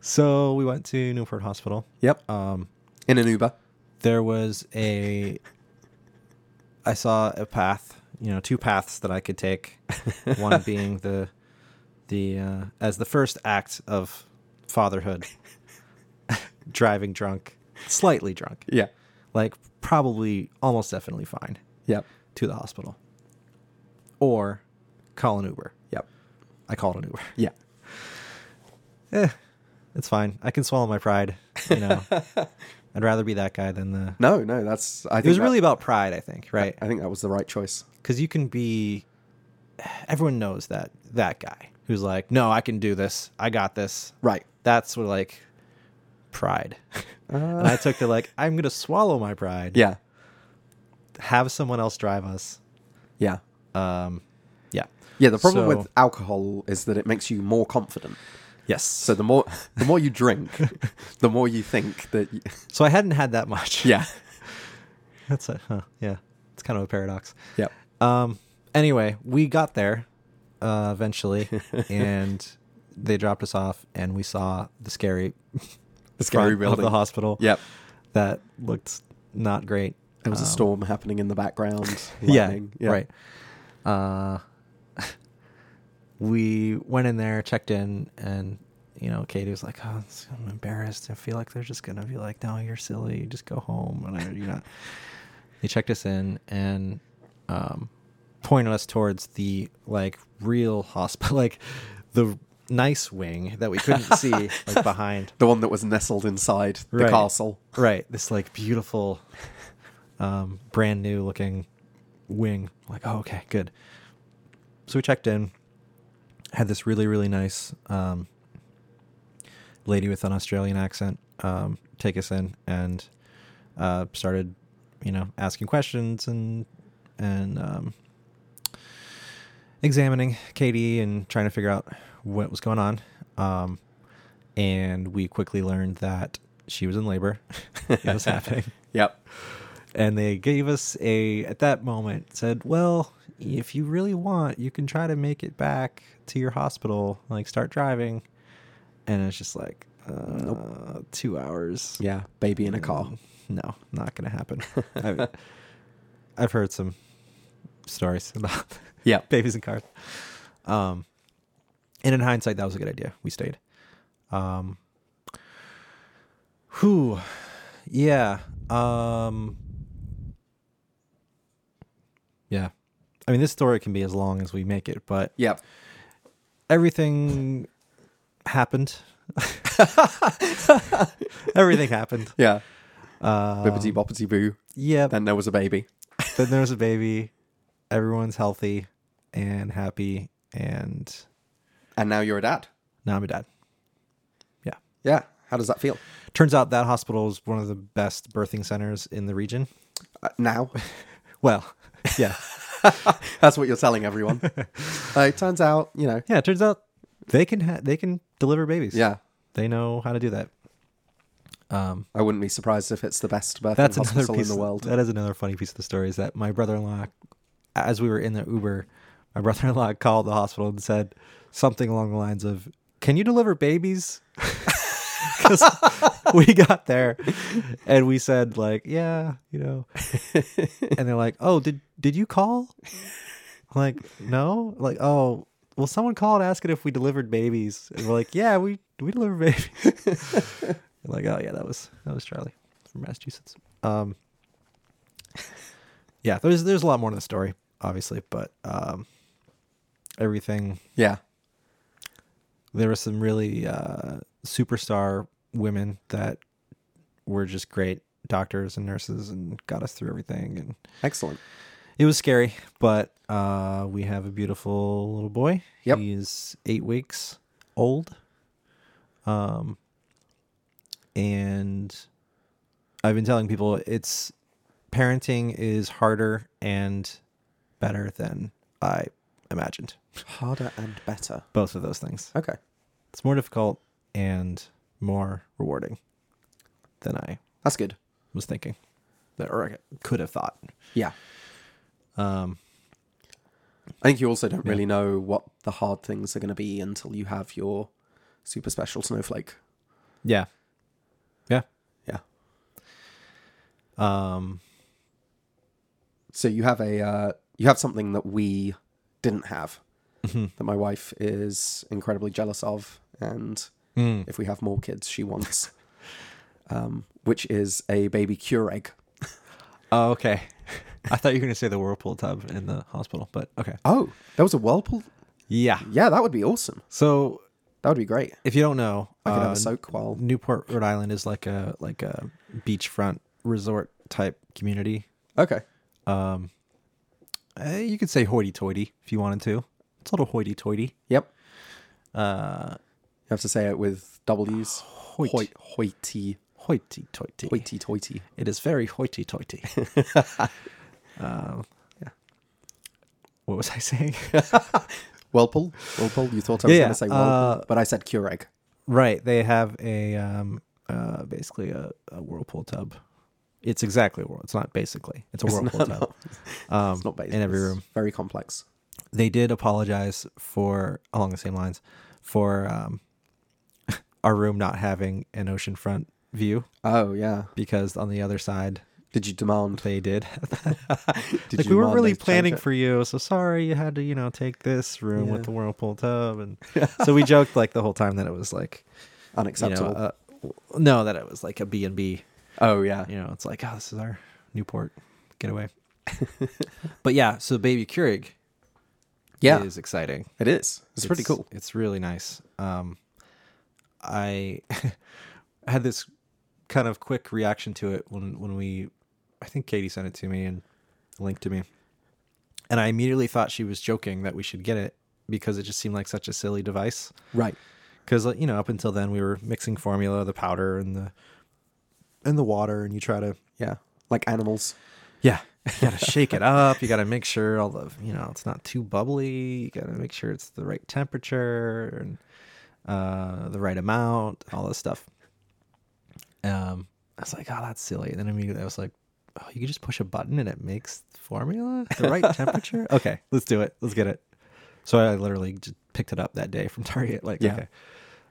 Speaker 1: So we went to Newport Hospital.
Speaker 2: Yep.
Speaker 1: Um,
Speaker 2: In an Uber.
Speaker 1: there was a. I saw a path, you know, two paths that I could take. One being the, the uh, as the first act of fatherhood, driving drunk, slightly drunk,
Speaker 2: Yeah.
Speaker 1: like probably almost definitely fine,
Speaker 2: Yep.
Speaker 1: to the hospital, or call an Uber.
Speaker 2: Yep.
Speaker 1: I called an Uber.
Speaker 2: Yeah.
Speaker 1: eh, it's fine. I can swallow my pride. You know, I'd rather be that guy than the.
Speaker 2: No, no, that's I think
Speaker 1: It was
Speaker 2: that-
Speaker 1: really about pride, I think, right?
Speaker 2: I think that was the right choice.
Speaker 1: Because you can be. Everyone knows that that guy who's like, no, I can do this. I got this.
Speaker 2: Right.
Speaker 1: That's what like pride. and I took the like, I'm gonna swallow my pride.
Speaker 2: Uh. Yeah.
Speaker 1: Have someone else drive us.
Speaker 2: Yeah.
Speaker 1: Um, yeah.
Speaker 2: Yeah, the problem
Speaker 1: So-
Speaker 2: with alcohol is that it makes you more confident.
Speaker 1: Yes.
Speaker 2: So
Speaker 1: So,
Speaker 2: the more the more you drink, the more you think that y
Speaker 1: so I hadn't had that much.
Speaker 2: yeah.
Speaker 1: That's a huh, yeah. It's kind of a paradox.
Speaker 2: Yep.
Speaker 1: Um. Anyway, we got there uh, eventually, and they dropped us off, and we saw the scary,
Speaker 2: The scary
Speaker 1: front of
Speaker 2: building.
Speaker 1: the hospital.
Speaker 2: Yep.
Speaker 1: that looked not great.
Speaker 2: There was a
Speaker 1: Um,
Speaker 2: storm happening in the background.
Speaker 1: Yeah,
Speaker 2: lightning.
Speaker 1: right. Uh, we went in there, checked in, and you know, Katie was like, "Oh, it's- I'm embarrassed. I feel like they're just gonna be like, no, you're silly. Just go home.'" And I, you know, they checked us in and um, pointed us towards the like real hospital, like the nice wing that we couldn't see like behind.
Speaker 2: The one that was nestled inside the
Speaker 1: Right.
Speaker 2: castle.
Speaker 1: Right. This like beautiful, um, brand new looking wing. Like, oh, okay, good. So we checked in, had this really, really nice um, lady with an Australian accent um, take us in and uh, started, you know, asking questions and, and, um, examining Katie and trying to figure out what was going on. Um, and we quickly learned that she was in labor. it was happening.
Speaker 2: Yep.
Speaker 1: And they gave us a, at that moment, said, well, if you really want, you can try to make it back to your hospital, like start driving. And it's just like, uh, two hours.
Speaker 2: Yeah. Baby in a car.
Speaker 1: No, not going to happen. I've, I've heard some stories about
Speaker 2: Yeah.
Speaker 1: babies in cars. Um, and in hindsight, that was a good idea. We stayed. Um, whew, yeah. Um, yeah. I mean, this story can be as long as we make it, but
Speaker 2: Yep.
Speaker 1: everything happened. everything happened.
Speaker 2: Yeah.
Speaker 1: Uh,
Speaker 2: Bibbity boppity boo.
Speaker 1: yeah.
Speaker 2: Then there was a baby.
Speaker 1: then there's a baby. Everyone's healthy and happy, and
Speaker 2: And now you're a dad.
Speaker 1: now I'm a dad. Yeah.
Speaker 2: Yeah. How does that feel?
Speaker 1: Turns out that hospital is one of the best birthing centers in the region.
Speaker 2: Uh, now.
Speaker 1: Well, yeah.
Speaker 2: That's what you're telling everyone. uh, it turns out, you know.
Speaker 1: yeah, it turns out they can ha- they can deliver babies.
Speaker 2: Yeah.
Speaker 1: They know how to do that. Um
Speaker 2: I wouldn't be surprised if it's the best birthing
Speaker 1: that's another
Speaker 2: hospital
Speaker 1: piece
Speaker 2: in the world.
Speaker 1: That is another funny piece of the story is that my brother-in-law as we were in the Uber, my brother-in-law called the hospital and said something along the lines of, "Can you deliver babies?" Cuz we got there and we said like, "Yeah, you know." and they're like, "Oh, did did you call?" I'm like, "No." Like, "Oh, well someone called asking if we delivered babies." And we're like, "Yeah, we we deliver babies." And like, oh yeah, that was that was Charlie from Massachusetts. Um, yeah, there's there's a lot more to the story, obviously, but um, everything
Speaker 2: Yeah.
Speaker 1: there were some really uh, superstar women that were just great doctors and nurses and got us through everything, and
Speaker 2: Excellent.
Speaker 1: it was scary, but uh, we have a beautiful little boy.
Speaker 2: Yep.
Speaker 1: He's eight weeks old. Um, and I've been telling people it's parenting is harder and better than I imagined.
Speaker 2: Harder and better.
Speaker 1: Both of those things.
Speaker 2: Okay.
Speaker 1: It's more difficult and more rewarding than I
Speaker 2: That's good.
Speaker 1: was thinking, or I could have thought.
Speaker 2: Yeah.
Speaker 1: Um,
Speaker 2: I think you also don't really know what the hard things are going to be until you have your super special snowflake.
Speaker 1: Yeah. Yeah.
Speaker 2: Yeah.
Speaker 1: Um
Speaker 2: So you have a uh, you have something that we didn't have that my wife is incredibly jealous of, and
Speaker 1: Hmm.
Speaker 2: if we have more kids, she wants, um, which is a baby cure egg. uh,
Speaker 1: oh, okay. I thought you were going to say the whirlpool tub in the hospital, but okay.
Speaker 2: Oh, that was a whirlpool.
Speaker 1: Yeah.
Speaker 2: Yeah, that would be awesome.
Speaker 1: So,
Speaker 2: That would be great.
Speaker 1: if you don't know,
Speaker 2: I could have
Speaker 1: uh,
Speaker 2: a soak while.
Speaker 1: Newport, Rhode Island is like a like a beachfront resort type community.
Speaker 2: Okay.
Speaker 1: Uh, you could say hoity-toity if you wanted to. It's a little hoity-toity. Uh,
Speaker 2: Yep. Uh, you have to say it with W's.
Speaker 1: Hoit.
Speaker 2: Hoit, hoity,
Speaker 1: Hoity-toity.
Speaker 2: hoity, toity.
Speaker 1: It is very hoity-toity. um, yeah. What was I saying?
Speaker 2: Whirlpool, whirlpool. You thought I was
Speaker 1: Yeah, Uh,
Speaker 2: going to say whirlpool, but I said cure egg.
Speaker 1: Right. They have a um uh basically a, a whirlpool tub. It's exactly a whirl. It's not basically. It's a whirlpool tub.
Speaker 2: it's not based
Speaker 1: in every
Speaker 2: it's
Speaker 1: room.
Speaker 2: Very complex.
Speaker 1: They did apologize for along the same lines for um our room not having an oceanfront view
Speaker 2: Oh yeah.
Speaker 1: because on the other side
Speaker 2: Did you demand?
Speaker 1: they did.
Speaker 2: Did
Speaker 1: like
Speaker 2: you
Speaker 1: we were
Speaker 2: demand
Speaker 1: really
Speaker 2: they change
Speaker 1: planning
Speaker 2: it?
Speaker 1: for you, so sorry you had to you know take this room
Speaker 2: Yeah.
Speaker 1: with the whirlpool tub, and so we joked like the whole time that it was like you know,
Speaker 2: unacceptable.
Speaker 1: uh, no that it was like a B and B
Speaker 2: oh yeah.
Speaker 1: you know, it's like, oh, this is our Newport getaway. but yeah, so Baby Keurig
Speaker 2: Yeah,
Speaker 1: is exciting.
Speaker 2: it is. It's, pretty cool.
Speaker 1: It's really nice. Um, I had this kind of quick reaction to it when when we, I think Katie sent it to me and linked to me, and I immediately thought she was joking that we should get it because it just seemed like such a silly device.
Speaker 2: Right.
Speaker 1: because you know up until then we were mixing formula, the powder, and the and the water, and you try to
Speaker 2: Yeah. Like animals.
Speaker 1: Yeah. You gotta shake it up. You gotta make sure all the you know, it's not too bubbly. You gotta make sure it's the right temperature and uh the right amount, all this stuff. Um I was like, oh that's silly. And then immediately I was like, Oh, you can just push a button and it makes the formula the right temperature? Okay, let's do it. Let's get it. So I literally just picked it up that day from Target. Like,
Speaker 2: Yeah.
Speaker 1: okay.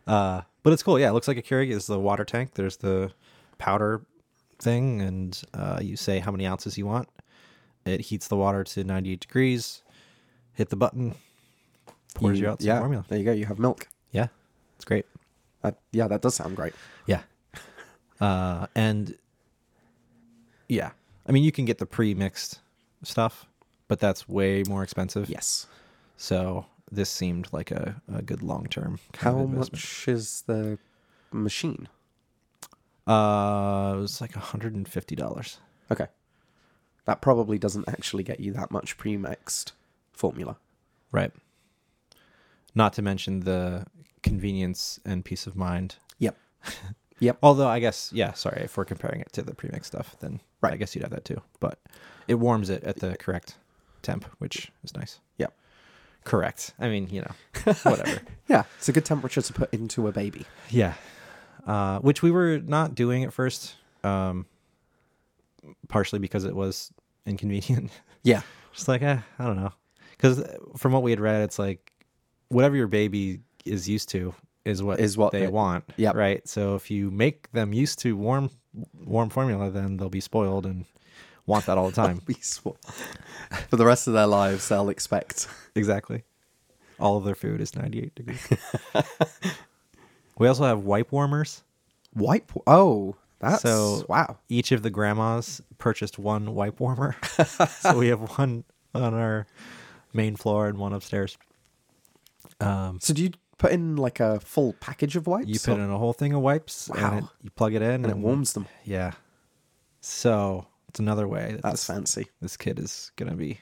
Speaker 1: Uh, but it's cool. Yeah, it looks like a Keurig is the water tank. There's the powder thing, and uh, you say how many ounces you want. It heats the water to 98 degrees. Hit the button, pours you, out some
Speaker 2: yeah.
Speaker 1: formula.
Speaker 2: There you go. You have milk.
Speaker 1: Yeah, it's great.
Speaker 2: That, yeah, that does sound great.
Speaker 1: Yeah. Uh, and yeah, I mean, you can get the pre mixed stuff, but that's way more expensive.
Speaker 2: Yes.
Speaker 1: So this seemed like a, a good long term.
Speaker 2: How much is the machine?
Speaker 1: Uh, it was like hundred and fifty dollars.
Speaker 2: Okay. That probably doesn't actually get you that much pre-mixed formula.
Speaker 1: Right. Not to mention the convenience and peace of mind.
Speaker 2: Yep.
Speaker 1: Although I guess, yeah, sorry, if we're comparing it to the premix stuff, then
Speaker 2: Right.
Speaker 1: I guess you'd have that too. But it warms it at the correct temp, which is nice.
Speaker 2: Yep.
Speaker 1: Correct. I mean, you know, whatever.
Speaker 2: Yeah, it's a good temperature to put into a baby.
Speaker 1: Yeah. Uh, which we were not doing at first, um, partially because it was inconvenient.
Speaker 2: Yeah.
Speaker 1: Just like, eh, I don't know. Because from what we had read, it's like whatever your baby is used to is what
Speaker 2: Is what
Speaker 1: they
Speaker 2: they-
Speaker 1: want.
Speaker 2: Yep.
Speaker 1: Right. So if you make them used to warm warm formula, then they'll be spoiled and want that all the time.
Speaker 2: Peaceful. For the rest of their lives, they'll expect.
Speaker 1: exactly. All of their food is 98 degrees. we also have wipe warmers.
Speaker 2: Wipe. Oh, that's.
Speaker 1: So-
Speaker 2: wow.
Speaker 1: each of the grandmas purchased one wipe warmer. so we have one on our main floor and one upstairs.
Speaker 2: So do you put in like a full package of wipes?
Speaker 1: You put
Speaker 2: or-
Speaker 1: in a whole thing of wipes
Speaker 2: Wow.
Speaker 1: and it, you plug it in
Speaker 2: and it warms them.
Speaker 1: Yeah. So it's another way that
Speaker 2: That's
Speaker 1: this,
Speaker 2: fancy.
Speaker 1: this kid is going to be,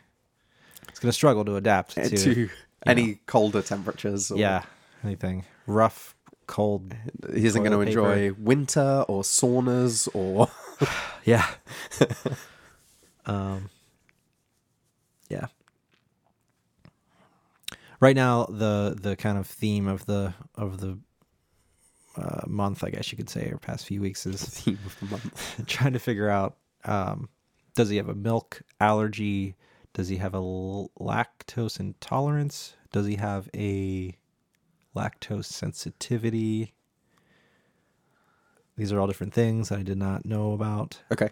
Speaker 1: it's going to struggle to adapt to,
Speaker 2: To, any colder temperatures. Or
Speaker 1: yeah, anything rough, cold.
Speaker 2: He isn't going to
Speaker 1: Toilet
Speaker 2: enjoy winter or saunas or.
Speaker 1: Yeah. um, yeah. Right now, the the kind of theme of the of the uh, month, I guess you could say, or past few weeks is
Speaker 2: theme of the month.
Speaker 1: trying to figure out: um, does he have a milk allergy? Does he have a l- lactose intolerance? Does he have a lactose sensitivity? These are all different things that I did not know about
Speaker 2: Okay.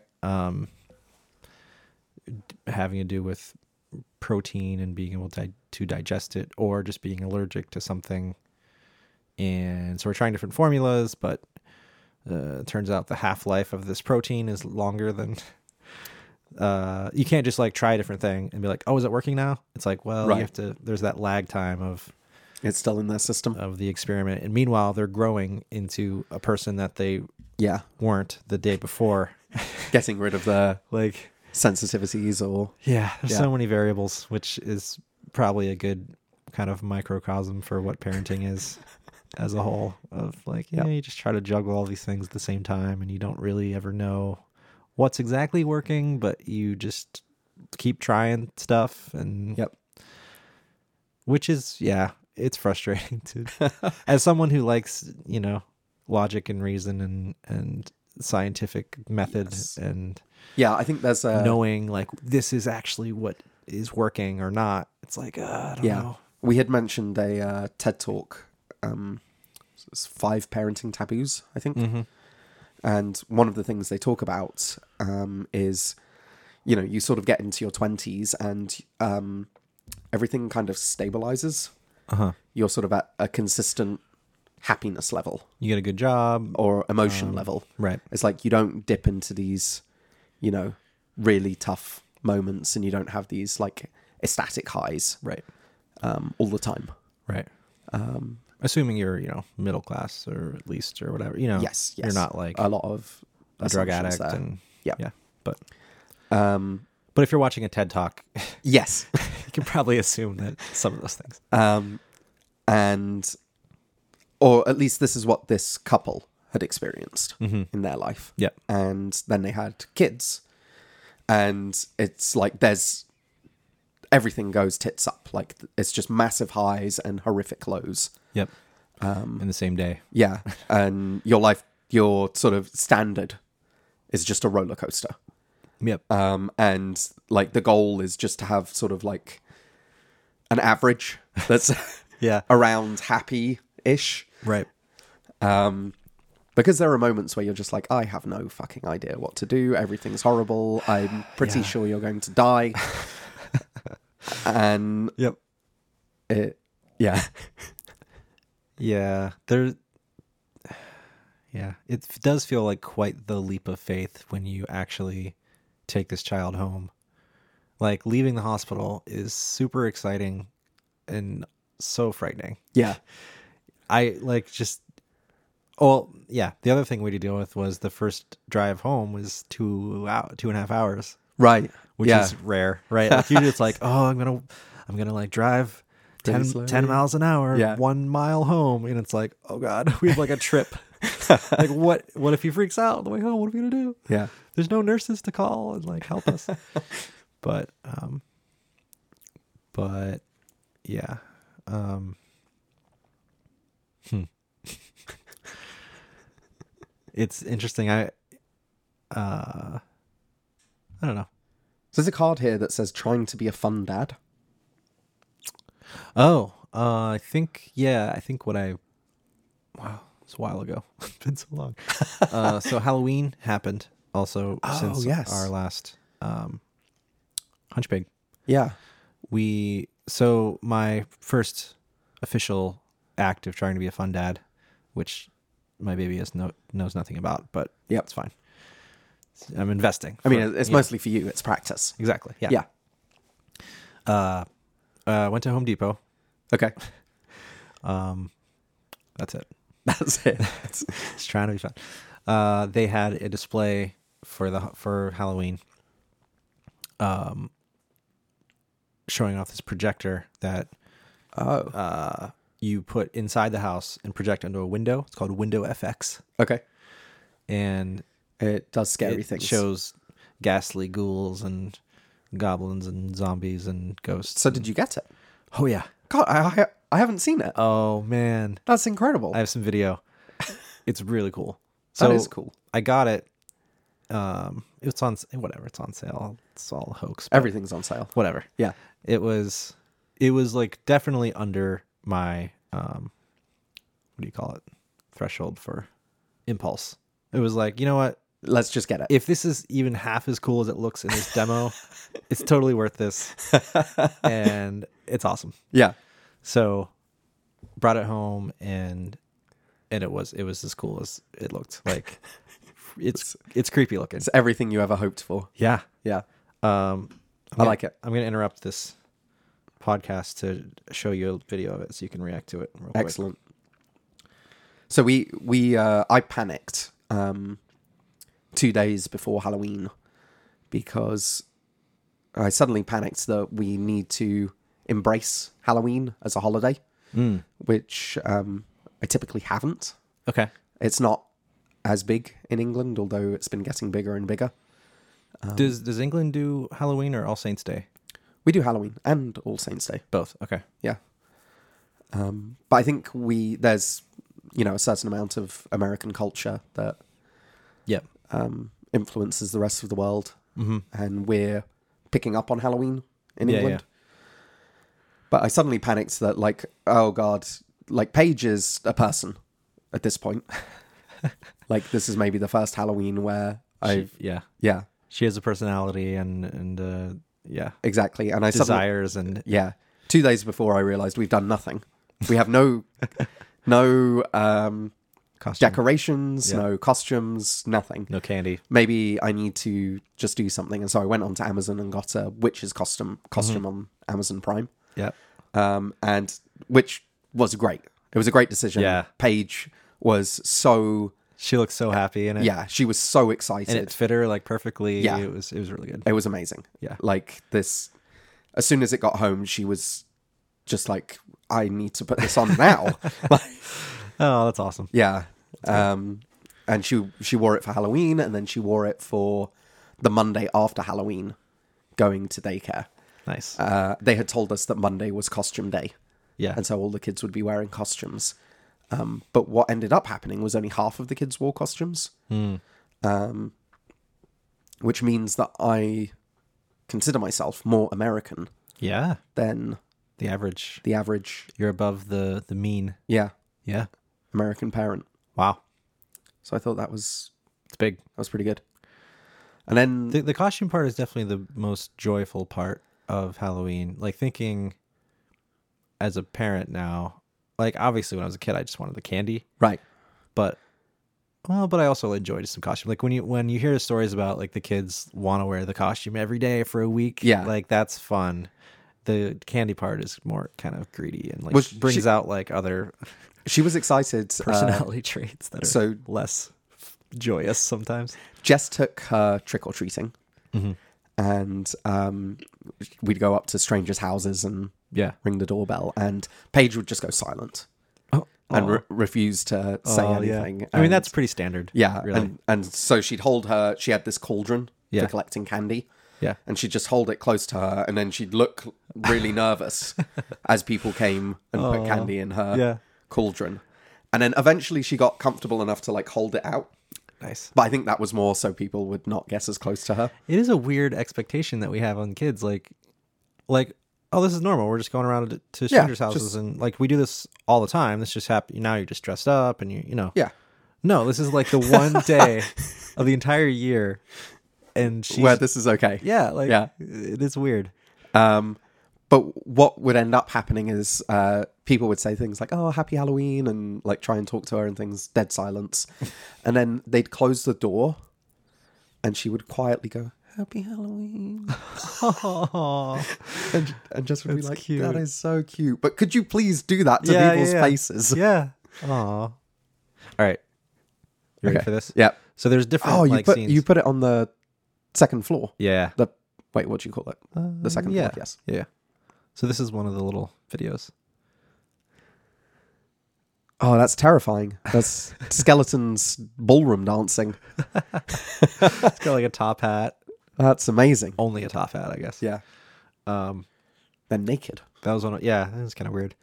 Speaker 1: having to do with protein and being able to, to digest it or just being allergic to something. And so we're trying different formulas, but uh, it turns out the half life of this protein is longer than. Uh, you can't just like try a different thing and be like, "Oh, is it working now?" It's like, well,
Speaker 2: Right.
Speaker 1: you have to. There's that lag time of
Speaker 2: It's still in their system.
Speaker 1: of the experiment, and meanwhile, they're growing into a person that they
Speaker 2: yeah.
Speaker 1: weren't the day before.
Speaker 2: Getting rid of their
Speaker 1: like,
Speaker 2: sensitivities or
Speaker 1: Yeah, there's
Speaker 2: Yeah.
Speaker 1: so many variables, which is probably a good kind of microcosm for what parenting is as a whole. Of like, yeah, you just try to juggle all these things at the same time, and you don't really ever know what's exactly working, but you just keep trying stuff, and
Speaker 2: Yep.
Speaker 1: which is yeah, it's frustrating to as someone who likes you know logic and reason and and scientific method
Speaker 2: Yes.
Speaker 1: and
Speaker 2: Yeah, I think there's a
Speaker 1: knowing like this is actually what is working or not. It's like uh, I don't
Speaker 2: yeah.
Speaker 1: know.
Speaker 2: We had mentioned a uh, TED talk, um, it's five parenting taboos, I think, and one of the things they talk about um, is, you know, you sort of get into your twenties and um, everything kind of stabilizes.
Speaker 1: Uh huh.
Speaker 2: You're sort of at a consistent happiness level
Speaker 1: You get a good job,
Speaker 2: or emotion level.
Speaker 1: right?
Speaker 2: It's like you don't dip into these, you know, really tough moments, and you don't have these like ecstatic highs
Speaker 1: Right.
Speaker 2: um, all the time. Um,
Speaker 1: Right. Assuming you're you know middle class or at least or whatever you know.
Speaker 2: Yes, yes.
Speaker 1: Oh, You're not like
Speaker 2: a
Speaker 1: a,
Speaker 2: lot of
Speaker 1: drug addict
Speaker 2: assumptions there.
Speaker 1: and
Speaker 2: yeah.
Speaker 1: Uh, yeah. But
Speaker 2: Um,
Speaker 1: but if you're watching a TED talk, you
Speaker 2: yes.
Speaker 1: can probably assume that some of those things.
Speaker 2: um, and or at least this is what this couple had experienced in their life.
Speaker 1: Yeah.
Speaker 2: And then they had kids, and it's like there's everything goes tits up. Like it's just massive highs and horrific lows.
Speaker 1: Yep. Um, In the same day.
Speaker 2: Yeah, and your life, your sort of standard, is just a roller coaster.
Speaker 1: Yep.
Speaker 2: um, and like the goal is just to have sort of like an average that's
Speaker 1: yeah.
Speaker 2: around happy ish
Speaker 1: Right.
Speaker 2: um, because there are moments where you're just like i have no fucking idea what to do everything's horrible i'm pretty
Speaker 1: Yeah.
Speaker 2: sure you're going to die and
Speaker 1: Yep.
Speaker 2: it yeah
Speaker 1: Yeah, there. Yeah, it f- does feel like quite the leap of faith when you actually take this child home. Like leaving the hospital is super exciting and so frightening.
Speaker 2: yeah
Speaker 1: I like just. Well, yeah. The other thing we had to deal with was the first drive home was two out two and a half hours
Speaker 2: right
Speaker 1: which
Speaker 2: yeah.
Speaker 1: is rare, right? Like usually it's like, oh, I'm gonna, I'm gonna like drive
Speaker 2: Pretty
Speaker 1: 10,
Speaker 2: slowly.
Speaker 1: 10 miles an hour,
Speaker 2: Yeah.
Speaker 1: one mile home, and it's like, oh god, we have like a trip. like what? What if he freaks out on the way home? What are we gonna do?
Speaker 2: yeah
Speaker 1: There's no nurses to call and like help us. but, um, but yeah, um, hmm. it's interesting. I, uh, I don't know.
Speaker 2: so there's a card here that says trying to be a fun dad
Speaker 1: Oh, uh, I think yeah, I think what I wow, it's a while ago. it's been so long. uh, so Halloween happened also since
Speaker 2: Oh, yes.
Speaker 1: our last um, Hunchpig.
Speaker 2: yeah
Speaker 1: We so my first official act of trying to be a fun dad, which my baby is no, knows nothing about, but yeah,
Speaker 2: Yep.
Speaker 1: it's fine. I'm investing.
Speaker 2: i mean
Speaker 1: for-
Speaker 2: it's
Speaker 1: yeah,
Speaker 2: mostly for you it's practice
Speaker 1: exactly yeah.
Speaker 2: yeah
Speaker 1: Uh, uh, went to Home Depot.
Speaker 2: okay
Speaker 1: Um, that's it.
Speaker 2: that's it
Speaker 1: It's trying to be fun. Uh, they had a display for the for Halloween, um, showing off this projector that
Speaker 2: oh
Speaker 1: uh, you put inside the house and project onto a window. It's called Window FX,
Speaker 2: okay
Speaker 1: and
Speaker 2: It does scary
Speaker 1: it
Speaker 2: things.
Speaker 1: shows ghastly ghouls and goblins and zombies and ghosts.
Speaker 2: So did you get it?
Speaker 1: oh yeah.
Speaker 2: God, I I, I haven't seen it.
Speaker 1: Oh man.
Speaker 2: That's incredible.
Speaker 1: I have some video. It's really cool. So
Speaker 2: That is cool.
Speaker 1: I got it. Um, it's on s- whatever. It's on sale. It's all a hoax. but
Speaker 2: Everything's on sale.
Speaker 1: whatever.
Speaker 2: Yeah.
Speaker 1: It was, it was like definitely under my um, what do you call it? Threshold for impulse It was like, you know what?
Speaker 2: Let's just get it.
Speaker 1: If this is even half as cool as it looks in this demo, it's totally worth this. And it's awesome.
Speaker 2: yeah.
Speaker 1: So brought it home and and it was it was as cool as it looked. Like it's it's creepy looking.
Speaker 2: It's everything you ever hoped for.
Speaker 1: Yeah.
Speaker 2: Yeah.
Speaker 1: Um I'm
Speaker 2: I
Speaker 1: gonna-
Speaker 2: like it.
Speaker 1: I'm gonna interrupt this podcast to show you a video of it so you can react to it real quick.
Speaker 2: Excellent. So we we uh, I panicked um, two days before Halloween because I suddenly panicked that we need to embrace Halloween as a holiday,
Speaker 1: Mm.
Speaker 2: which um, I typically haven't.
Speaker 1: Okay.
Speaker 2: It's not as big in England, although it's been getting bigger and bigger.
Speaker 1: does does England do Halloween or All Saints Day?
Speaker 2: We do Halloween and All Saints Day.
Speaker 1: Both. Okay.
Speaker 2: Yeah. Um, but I think we there's you know a certain amount of American culture that
Speaker 1: Yep.
Speaker 2: um, influences the rest of the world,
Speaker 1: Mm-hmm.
Speaker 2: and we're picking up on Halloween in
Speaker 1: Yeah,
Speaker 2: England.
Speaker 1: yeah.
Speaker 2: But I suddenly panicked that like oh god, like Paige is a person at this point. like this is maybe the first Halloween where I
Speaker 1: yeah.
Speaker 2: yeah
Speaker 1: She has a personality and and uh, yeah
Speaker 2: exactly, and I suddenly
Speaker 1: desires and
Speaker 2: Yeah. Two days before I realized we've done nothing. We have no no um
Speaker 1: costume.
Speaker 2: decorations,
Speaker 1: Yeah.
Speaker 2: no costumes, nothing.
Speaker 1: no candy.
Speaker 2: Maybe I need to just do something. And so I went onto Amazon and got a witch's costume costume
Speaker 1: Mm-hmm.
Speaker 2: on Amazon Prime.
Speaker 1: Yep.
Speaker 2: Um and which was great. It was a great decision.
Speaker 1: Yeah.
Speaker 2: Paige was so
Speaker 1: She looks so happy in it.
Speaker 2: yeah, she was so
Speaker 1: And
Speaker 2: excited.
Speaker 1: it fit her like perfectly.
Speaker 2: Yeah.
Speaker 1: It was it was really good.
Speaker 2: it was amazing.
Speaker 1: Yeah.
Speaker 2: Like this as soon as it got home, she was just like, I need to put this on now. like
Speaker 1: Oh, that's awesome.
Speaker 2: Yeah. Um, and she she wore it for Halloween, and then she wore it for the Monday after Halloween, going to daycare.
Speaker 1: Nice.
Speaker 2: Uh, they had told us that Monday was costume day,
Speaker 1: yeah.
Speaker 2: and so all the kids would be wearing costumes. Um, but what ended up happening was only half of the kids wore costumes,
Speaker 1: Hmm.
Speaker 2: um, which means that I consider myself more American
Speaker 1: yeah.
Speaker 2: than
Speaker 1: The average.
Speaker 2: the average,
Speaker 1: You're above the the mean.
Speaker 2: yeah,
Speaker 1: Yeah.
Speaker 2: American parent.
Speaker 1: Wow.
Speaker 2: So I thought that was
Speaker 1: It's big.
Speaker 2: that was pretty good. And then
Speaker 1: The the costume part is definitely the most joyful part of Halloween. Like thinking as a parent now, like obviously when I was a kid I just wanted the candy.
Speaker 2: right,
Speaker 1: but well, but I also enjoyed some costume. Like when you when you hear stories about like the kids want to wear the costume every day for a week,
Speaker 2: Yeah.
Speaker 1: like that's fun. The candy part is more kind of greedy and like
Speaker 2: Which
Speaker 1: brings
Speaker 2: she-
Speaker 1: out like other
Speaker 2: She was excited. Uh,
Speaker 1: personality traits that are
Speaker 2: so-
Speaker 1: less joyous sometimes.
Speaker 2: Jess took her trick or treating,
Speaker 1: Mm-hmm.
Speaker 2: and um, we'd go up to strangers' houses and
Speaker 1: Yeah,
Speaker 2: ring the doorbell, and Paige would just go silent and re- refuse to say anything.
Speaker 1: Oh, I mean
Speaker 2: and-
Speaker 1: that's pretty standard.
Speaker 2: yeah,
Speaker 1: really.
Speaker 2: and and so she'd hold her. She had this cauldron
Speaker 1: Yeah.
Speaker 2: for collecting candy.
Speaker 1: yeah,
Speaker 2: And she'd just hold it close to her, and then she'd look really nervous as people came and put candy in her
Speaker 1: Yeah.
Speaker 2: cauldron. And then eventually she got comfortable enough to like hold it out.
Speaker 1: nice.
Speaker 2: But I think that was more so people would not guess as close to her.
Speaker 1: It is a weird expectation that we have on kids, like, like, oh, this is normal. We're just going around to, to strangers' houses,
Speaker 2: just-
Speaker 1: and like we do this all the time. This just happened. Now you're just dressed up, and you, you know,
Speaker 2: Yeah.
Speaker 1: No, this is like the one day of the entire year, and she's,
Speaker 2: Where this is okay.
Speaker 1: yeah, like,
Speaker 2: Yeah.
Speaker 1: it is weird.
Speaker 2: Um, but what would end up happening is uh, people would say things like, oh, happy Halloween, and like try and talk to her and things, dead silence. and then they'd close the door and she would quietly go, happy Halloween.
Speaker 1: Oh,
Speaker 2: And, and just would be like,
Speaker 1: cute.
Speaker 2: that is so cute. But could you please do that to
Speaker 1: Yeah,
Speaker 2: people's
Speaker 1: yeah, yeah.
Speaker 2: faces?
Speaker 1: yeah. Aw. All right. You ready for this?
Speaker 2: Yeah.
Speaker 1: So there's different.
Speaker 2: Oh, you
Speaker 1: like,
Speaker 2: put
Speaker 1: scenes.
Speaker 2: you put it on the second floor.
Speaker 1: yeah.
Speaker 2: The wait, what do you call it? The second
Speaker 1: Um, yeah.
Speaker 2: floor. Yes.
Speaker 1: Yeah. So this is one of the little videos.
Speaker 2: Oh, that's terrifying. That's skeletons ballroom dancing.
Speaker 1: It's got like a top hat,
Speaker 2: That's amazing.
Speaker 1: only a top hat, I guess.
Speaker 2: Yeah.
Speaker 1: Um,
Speaker 2: They're naked.
Speaker 1: That was one. Of, yeah, that was kind of weird.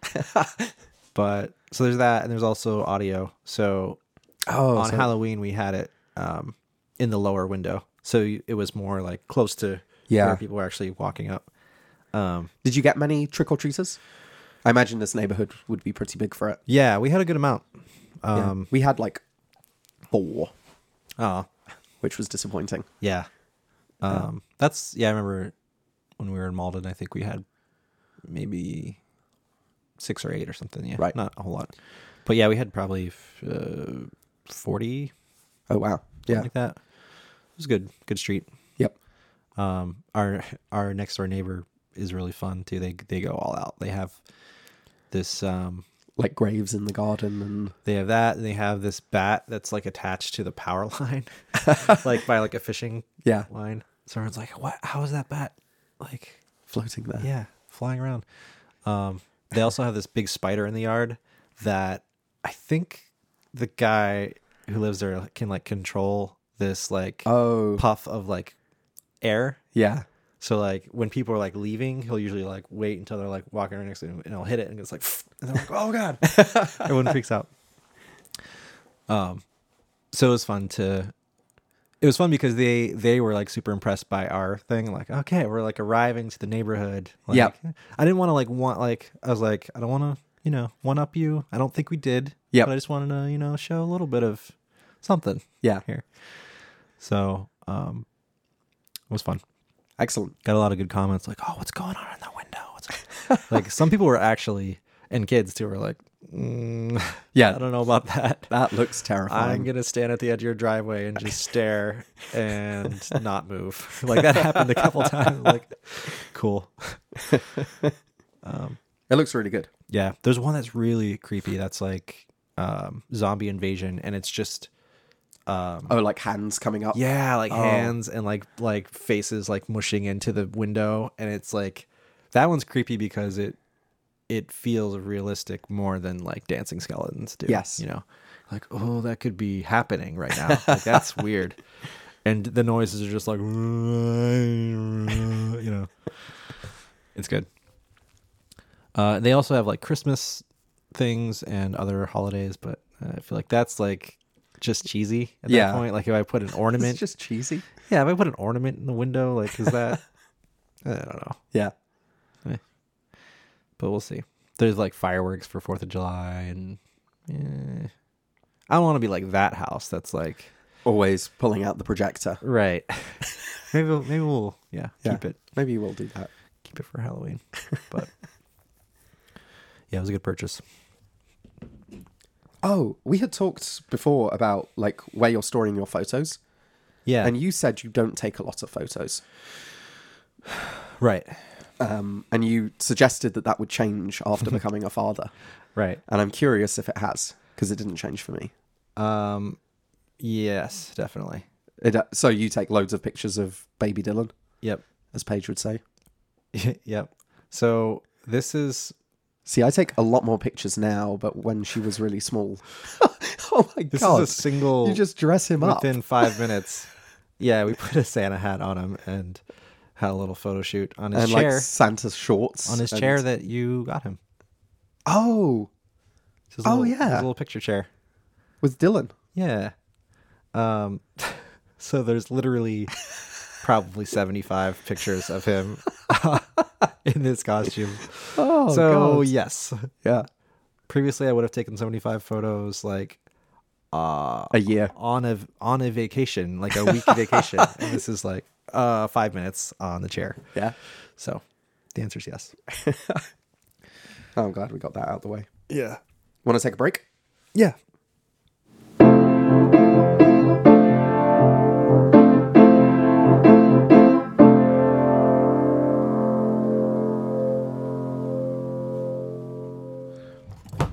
Speaker 1: but so there's that, and there's also audio. So
Speaker 2: Oh,
Speaker 1: on
Speaker 2: so-
Speaker 1: Halloween we had it um, in the lower window, so you- it was more like close to
Speaker 2: Yeah.
Speaker 1: where people were actually walking up. Um,
Speaker 2: did you get many trick or treaters? I imagine this neighborhood would be pretty big for it.
Speaker 1: yeah, we had a good amount.
Speaker 2: Yeah.
Speaker 1: Um,
Speaker 2: we had like four.
Speaker 1: Oh,
Speaker 2: which was disappointing.
Speaker 1: yeah. Um, that's yeah. I remember when we were in Malden. I think we had maybe six or eight or something. Yeah,
Speaker 2: Right.
Speaker 1: Not a whole lot, but yeah, we had probably f- uh, forty
Speaker 2: Oh wow.
Speaker 1: something
Speaker 2: Yeah.
Speaker 1: like that. It was good. Good street.
Speaker 2: Yep.
Speaker 1: Um, our our next door neighbor is really fun too. They they go all out. They have this um
Speaker 2: Like graves in the garden and
Speaker 1: They have that, and they have this bat that's like attached to the power line, like by like a fishing
Speaker 2: yeah,
Speaker 1: line. So everyone's like, "What? How is that bat? Like,
Speaker 2: floating there.
Speaker 1: yeah, flying around." Um, they also have this big spider in the yard that I think the guy who lives there can like control this like
Speaker 2: Oh
Speaker 1: puff of like air.
Speaker 2: yeah.
Speaker 1: So like when people are like leaving, he'll usually like wait until they're like walking right next to him, and I'll hit it, and it's like, and they're like, "Oh god!" Everyone freaks out. Um, so it was fun to. It was fun because they they were like super impressed by our thing. Like, okay, we're like arriving to the neighborhood. Like,
Speaker 2: Yep.
Speaker 1: I didn't want to like want like I was like I don't want to you know one up you. I don't think we did.
Speaker 2: Yep.
Speaker 1: But I just wanted to you know show a little bit of something
Speaker 2: Yeah.
Speaker 1: here. So um, it was fun
Speaker 2: Excellent.
Speaker 1: got a lot of good comments like oh what's going on in the window What's- like some people were actually and kids too were like mm,
Speaker 2: Yeah.
Speaker 1: i don't know about that
Speaker 2: That looks
Speaker 1: i'm
Speaker 2: terrifying.
Speaker 1: gonna stand at the edge of your driveway and just stare and not move like that happened a couple times like cool
Speaker 2: It looks really good.
Speaker 1: yeah there's one that's really creepy that's like um zombie invasion and it's just um,
Speaker 2: Oh, like hands coming up.
Speaker 1: Yeah, like hands and like like faces like mushing into the window, and it's like that one's creepy because it it feels realistic more than like dancing skeletons do.
Speaker 2: Yes.
Speaker 1: you know, like oh that could be happening right now. Like that's weird, and the noises are just like you know, it's good. Uh, they also have like Christmas things and other holidays, but uh, I feel like that's like just cheesy at
Speaker 2: Yeah.
Speaker 1: that point. Like if I put an ornament,
Speaker 2: It's just cheesy.
Speaker 1: yeah, if I put an ornament in the window, like is that? I don't know,
Speaker 2: Yeah.
Speaker 1: but we'll see. There's like fireworks for Fourth of July, and eh. I don't want to be like that house. That's like
Speaker 2: Always pulling out the projector.
Speaker 1: right. maybe we'll, maybe we'll yeah,
Speaker 2: Yeah.
Speaker 1: keep it
Speaker 2: Maybe you will do that.
Speaker 1: keep it for Halloween, but. Yeah, it was a good purchase.
Speaker 2: Oh, we had talked before about like where you're storing your photos,
Speaker 1: Yeah,
Speaker 2: and you said you don't take a lot of photos,
Speaker 1: right,
Speaker 2: um, and you suggested that that would change after becoming a father.
Speaker 1: right.
Speaker 2: And I'm curious if it has because it didn't change for me.
Speaker 1: Um, yes, definitely.
Speaker 2: It, uh, so you take loads of pictures of baby Dylan,
Speaker 1: Yep,
Speaker 2: as Paige would say.
Speaker 1: yep. So this is
Speaker 2: See, I take a lot more pictures now, but when she was really small. oh my
Speaker 1: this
Speaker 2: god!
Speaker 1: is a single
Speaker 2: you just dress him up.
Speaker 1: within five minutes. Yeah, we put a Santa hat on him and had a little photo shoot on his
Speaker 2: and
Speaker 1: chair.
Speaker 2: like Santa's shorts
Speaker 1: on his
Speaker 2: and-
Speaker 1: chair that you got him.
Speaker 2: Oh,
Speaker 1: It's his
Speaker 2: Oh,
Speaker 1: little-
Speaker 2: yeah.
Speaker 1: his little picture chair.
Speaker 2: with Dylan.
Speaker 1: Yeah. Um, so there's literally probably 75 pictures of him in this costume.
Speaker 2: Oh,
Speaker 1: so
Speaker 2: God.
Speaker 1: yes,
Speaker 2: yeah,
Speaker 1: previously I would have taken 75 photos like uh
Speaker 2: a year.
Speaker 1: on a on a vacation, like a week vacation. And this is like uh 5 minutes on the chair.
Speaker 2: Yeah.
Speaker 1: So the answer is yes.
Speaker 2: Oh, I'm glad we got that out of the way.
Speaker 1: Yeah.
Speaker 2: Want to take a break?
Speaker 1: Yeah.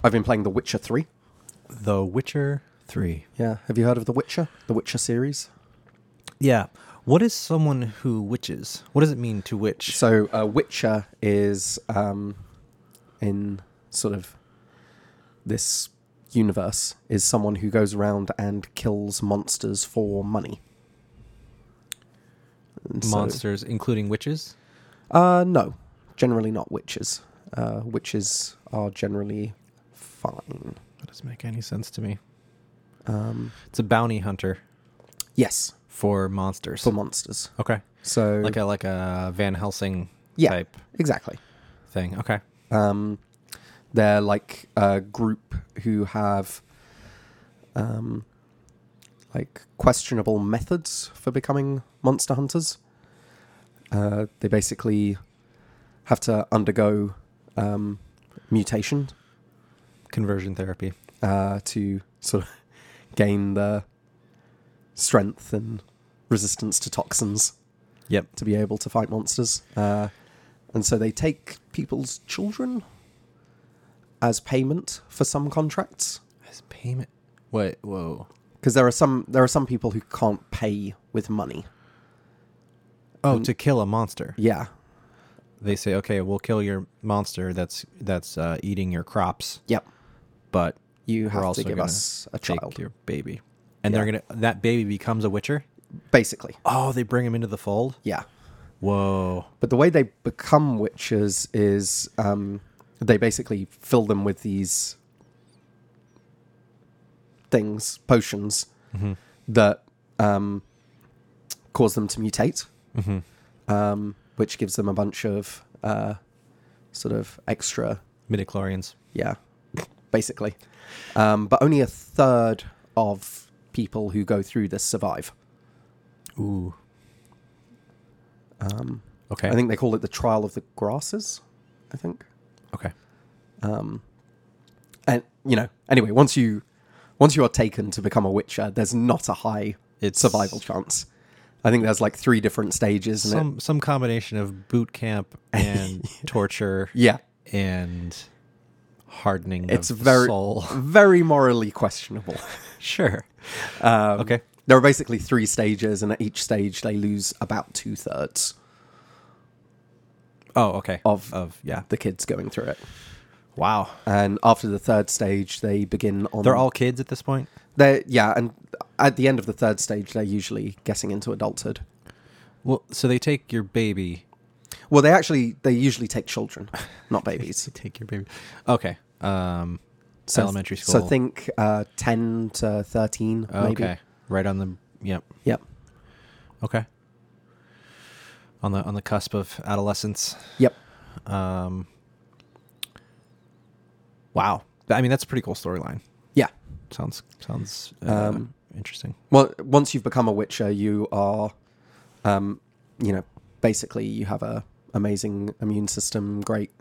Speaker 2: I've been playing The Witcher Three.
Speaker 1: The Witcher 3.
Speaker 2: Yeah, have you heard of The Witcher? The Witcher series.
Speaker 1: Yeah. What is someone who witches? What does it mean to witch?
Speaker 2: So, uh, Witcher is um, in sort of this universe is someone who goes around and kills monsters for money. And so-
Speaker 1: Monsters, including witches?
Speaker 2: Uh, no, generally not witches. Uh, witches are generally fine.
Speaker 1: That doesn't make any sense to me. Um, it's a bounty hunter
Speaker 2: Yes,
Speaker 1: for monsters.
Speaker 2: for monsters.
Speaker 1: okay.
Speaker 2: So,
Speaker 1: Like a like a Van Helsing
Speaker 2: yeah,
Speaker 1: type
Speaker 2: exactly.
Speaker 1: thing. Okay.
Speaker 2: Um, they're like a group who have um, like questionable methods for becoming monster hunters. Uh, they basically have to undergo um, mutation
Speaker 1: Conversion therapy.
Speaker 2: uh, to sort of gain the strength and resistance to toxins
Speaker 1: Yep.
Speaker 2: to be able to fight monsters. Uh, and so they take people's children as payment for some contracts
Speaker 1: As payment. What? Whoa.
Speaker 2: because there are some there are some people who can't pay with money.
Speaker 1: Oh, to kill a monster.
Speaker 2: Yeah,
Speaker 1: They say, okay, we'll kill your monster that's that's uh, eating your crops,
Speaker 2: yep.
Speaker 1: but
Speaker 2: You
Speaker 1: we're
Speaker 2: have
Speaker 1: also
Speaker 2: to give
Speaker 1: gonna
Speaker 2: us a
Speaker 1: take
Speaker 2: child,
Speaker 1: your baby, and
Speaker 2: Yeah.
Speaker 1: they're gonna that baby becomes a witcher.
Speaker 2: basically.
Speaker 1: Oh, they bring him into the fold.
Speaker 2: Yeah,
Speaker 1: Whoa.
Speaker 2: but the way they become witches is um, they basically fill them with these things, potions that um, cause them to mutate, um, which gives them a bunch of uh, sort of extra
Speaker 1: Midichlorians.
Speaker 2: Yeah, basically. Um, but only a third of people who go through this survive.
Speaker 1: Ooh.
Speaker 2: Um,
Speaker 1: Okay.
Speaker 2: I think they call it the trial of the grasses. I think.
Speaker 1: Okay.
Speaker 2: Um, and you know, anyway, once you once you are taken to become a witcher, there's not a high
Speaker 1: It's-
Speaker 2: survival chance. I think there's like three different stages. And
Speaker 1: Some some combination of boot camp and torture
Speaker 2: yeah,
Speaker 1: and hardening.
Speaker 2: it's
Speaker 1: of
Speaker 2: very
Speaker 1: soul.
Speaker 2: very morally questionable.
Speaker 1: sure.
Speaker 2: Um,
Speaker 1: Okay.
Speaker 2: There are basically three stages, and at each stage, they lose about two thirds
Speaker 1: Oh, okay.
Speaker 2: of
Speaker 1: of yeah.
Speaker 2: the kids going through it.
Speaker 1: Wow.
Speaker 2: and after the third stage they begin on
Speaker 1: They're all kids at this point.
Speaker 2: they yeah and at the end of the third stage they're usually getting into adulthood
Speaker 1: Well, so they take your baby.
Speaker 2: well they actually they usually take children not babies
Speaker 1: Take your baby. Okay. Um, elementary school.
Speaker 2: so think uh 10 to 13 maybe
Speaker 1: Okay. Right on the yep.
Speaker 2: yep
Speaker 1: Okay. On the on the cusp of adolescence.
Speaker 2: yep
Speaker 1: Um. Wow. I mean, that's a pretty cool storyline.
Speaker 2: yeah
Speaker 1: Sounds sounds uh,
Speaker 2: Um,
Speaker 1: interesting.
Speaker 2: well once you've become a witcher you are um you know basically you have a amazing immune system great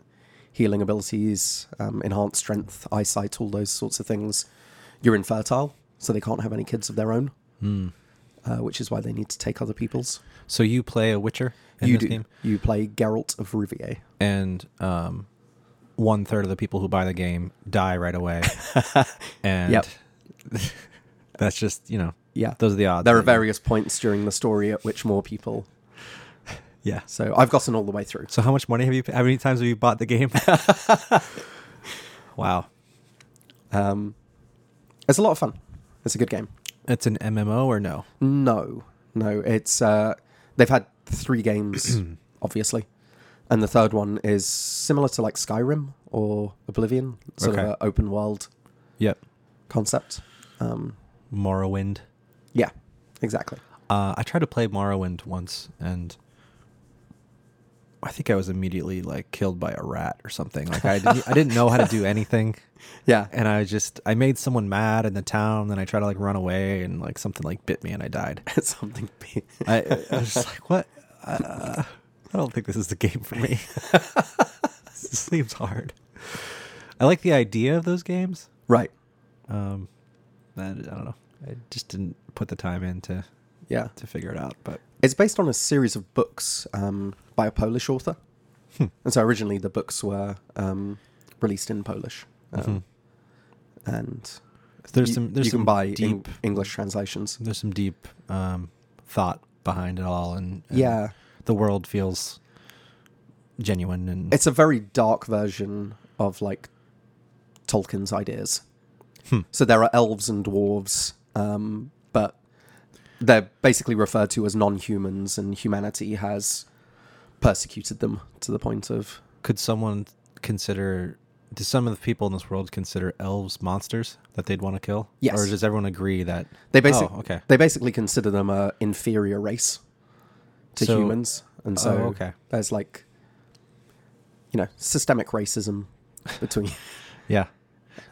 Speaker 2: healing abilities um, enhanced strength eyesight all those sorts of things you're infertile so they can't have any kids of their own uh, which is why they need to take other people's
Speaker 1: So you play a Witcher in
Speaker 2: you
Speaker 1: this
Speaker 2: do
Speaker 1: game,
Speaker 2: you play Geralt of Rivier
Speaker 1: and um, one third of the people who buy the game die right away, and
Speaker 2: Yep.
Speaker 1: that's just you know
Speaker 2: yeah
Speaker 1: those are the odds.
Speaker 2: there are
Speaker 1: that you-
Speaker 2: various points during the story at which more people
Speaker 1: yeah.
Speaker 2: so I've gotten all the way through
Speaker 1: So how much money have you? How many times have you bought the game? wow,
Speaker 2: um, it's a lot of fun it's a good game
Speaker 1: it's an MMO or no?
Speaker 2: No, no. It's uh, they've had three games, obviously, and the third one is similar to like Skyrim or Oblivion, sort of
Speaker 1: Okay.
Speaker 2: an open world
Speaker 1: Yep,
Speaker 2: concept. Um,
Speaker 1: Morrowind.
Speaker 2: yeah, exactly.
Speaker 1: Uh, I tried to play Morrowind once, and I think I was immediately like killed by a rat or something. Like I didn't, I didn't know how to do anything,
Speaker 2: Yeah,
Speaker 1: and I just I made someone mad in the town. Then I tried to like run away, and like something like bit me, and I died.
Speaker 2: something. big.
Speaker 1: I, I was just like, what? Uh, I don't think this is the game for me. this seems hard. I like the idea of those games.
Speaker 2: right.
Speaker 1: Um, I, I don't know. I just didn't put the time in to
Speaker 2: Yeah,
Speaker 1: to figure it out, but.
Speaker 2: it's based on a series of books um, by a Polish author,
Speaker 1: Hmm.
Speaker 2: and so originally the books were um, released in Polish, um, and
Speaker 1: Mm-hmm. There's
Speaker 2: you,
Speaker 1: some. There's
Speaker 2: you can
Speaker 1: some
Speaker 2: buy
Speaker 1: deep.
Speaker 2: deep English translations.
Speaker 1: there's some deep um, thought behind it all, and, and
Speaker 2: Yeah.
Speaker 1: the world feels genuine and
Speaker 2: it's a very dark version of like Tolkien's ideas.
Speaker 1: Hmm.
Speaker 2: So there are elves and dwarves, um, but they're basically referred to as non-humans, and humanity has persecuted them to the point of
Speaker 1: could someone consider? Do some of the people in this world consider elves monsters that they'd want to kill?
Speaker 2: Yes.
Speaker 1: Or does everyone agree that
Speaker 2: they basically
Speaker 1: Oh, okay.
Speaker 2: they basically consider them a inferior race to
Speaker 1: So-
Speaker 2: humans, and so
Speaker 1: Oh, okay.
Speaker 2: there's like you know systemic racism between
Speaker 1: Yeah.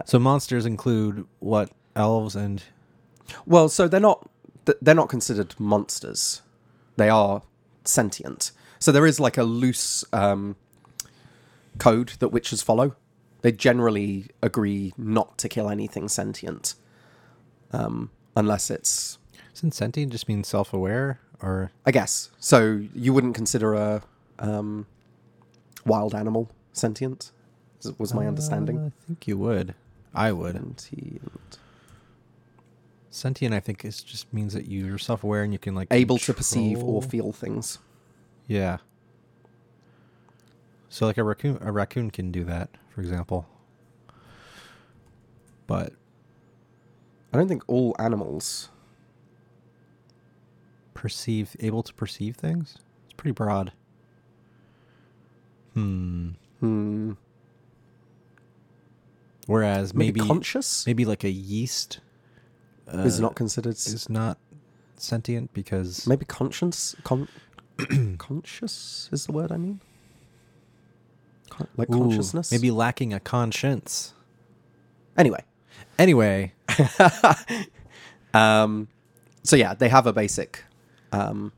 Speaker 1: So monsters include what elves and
Speaker 2: Well, so they're not th- they're not considered monsters. They are sentient. So there is like a loose um, code that witches follow. They generally agree not to kill anything sentient, um, unless it's
Speaker 1: Doesn't sentient just mean self-aware, or
Speaker 2: I guess. So you wouldn't consider a um, wild animal sentient. is- Was my
Speaker 1: Uh,
Speaker 2: understanding
Speaker 1: I think you would. I would.
Speaker 2: sentient?
Speaker 1: Sentient, I think, is just means that you're self-aware and you can like
Speaker 2: Able to perceive
Speaker 1: control-
Speaker 2: or feel things.
Speaker 1: Yeah. So like a raccoon a raccoon can do that, for example. But
Speaker 2: I don't think all animals
Speaker 1: perceive able to perceive things? It's pretty broad. Hmm.
Speaker 2: Hmm.
Speaker 1: Whereas
Speaker 2: Maybe,
Speaker 1: maybe
Speaker 2: conscious
Speaker 1: maybe like a yeast uh,
Speaker 2: is not considered. s-
Speaker 1: is not sentient because
Speaker 2: maybe conscience. Con- conscious is the word I mean. Con- like
Speaker 1: Ooh,
Speaker 2: consciousness.
Speaker 1: maybe lacking a conscience.
Speaker 2: Anyway.
Speaker 1: Anyway,
Speaker 2: Um. So yeah, they have a basic. Um.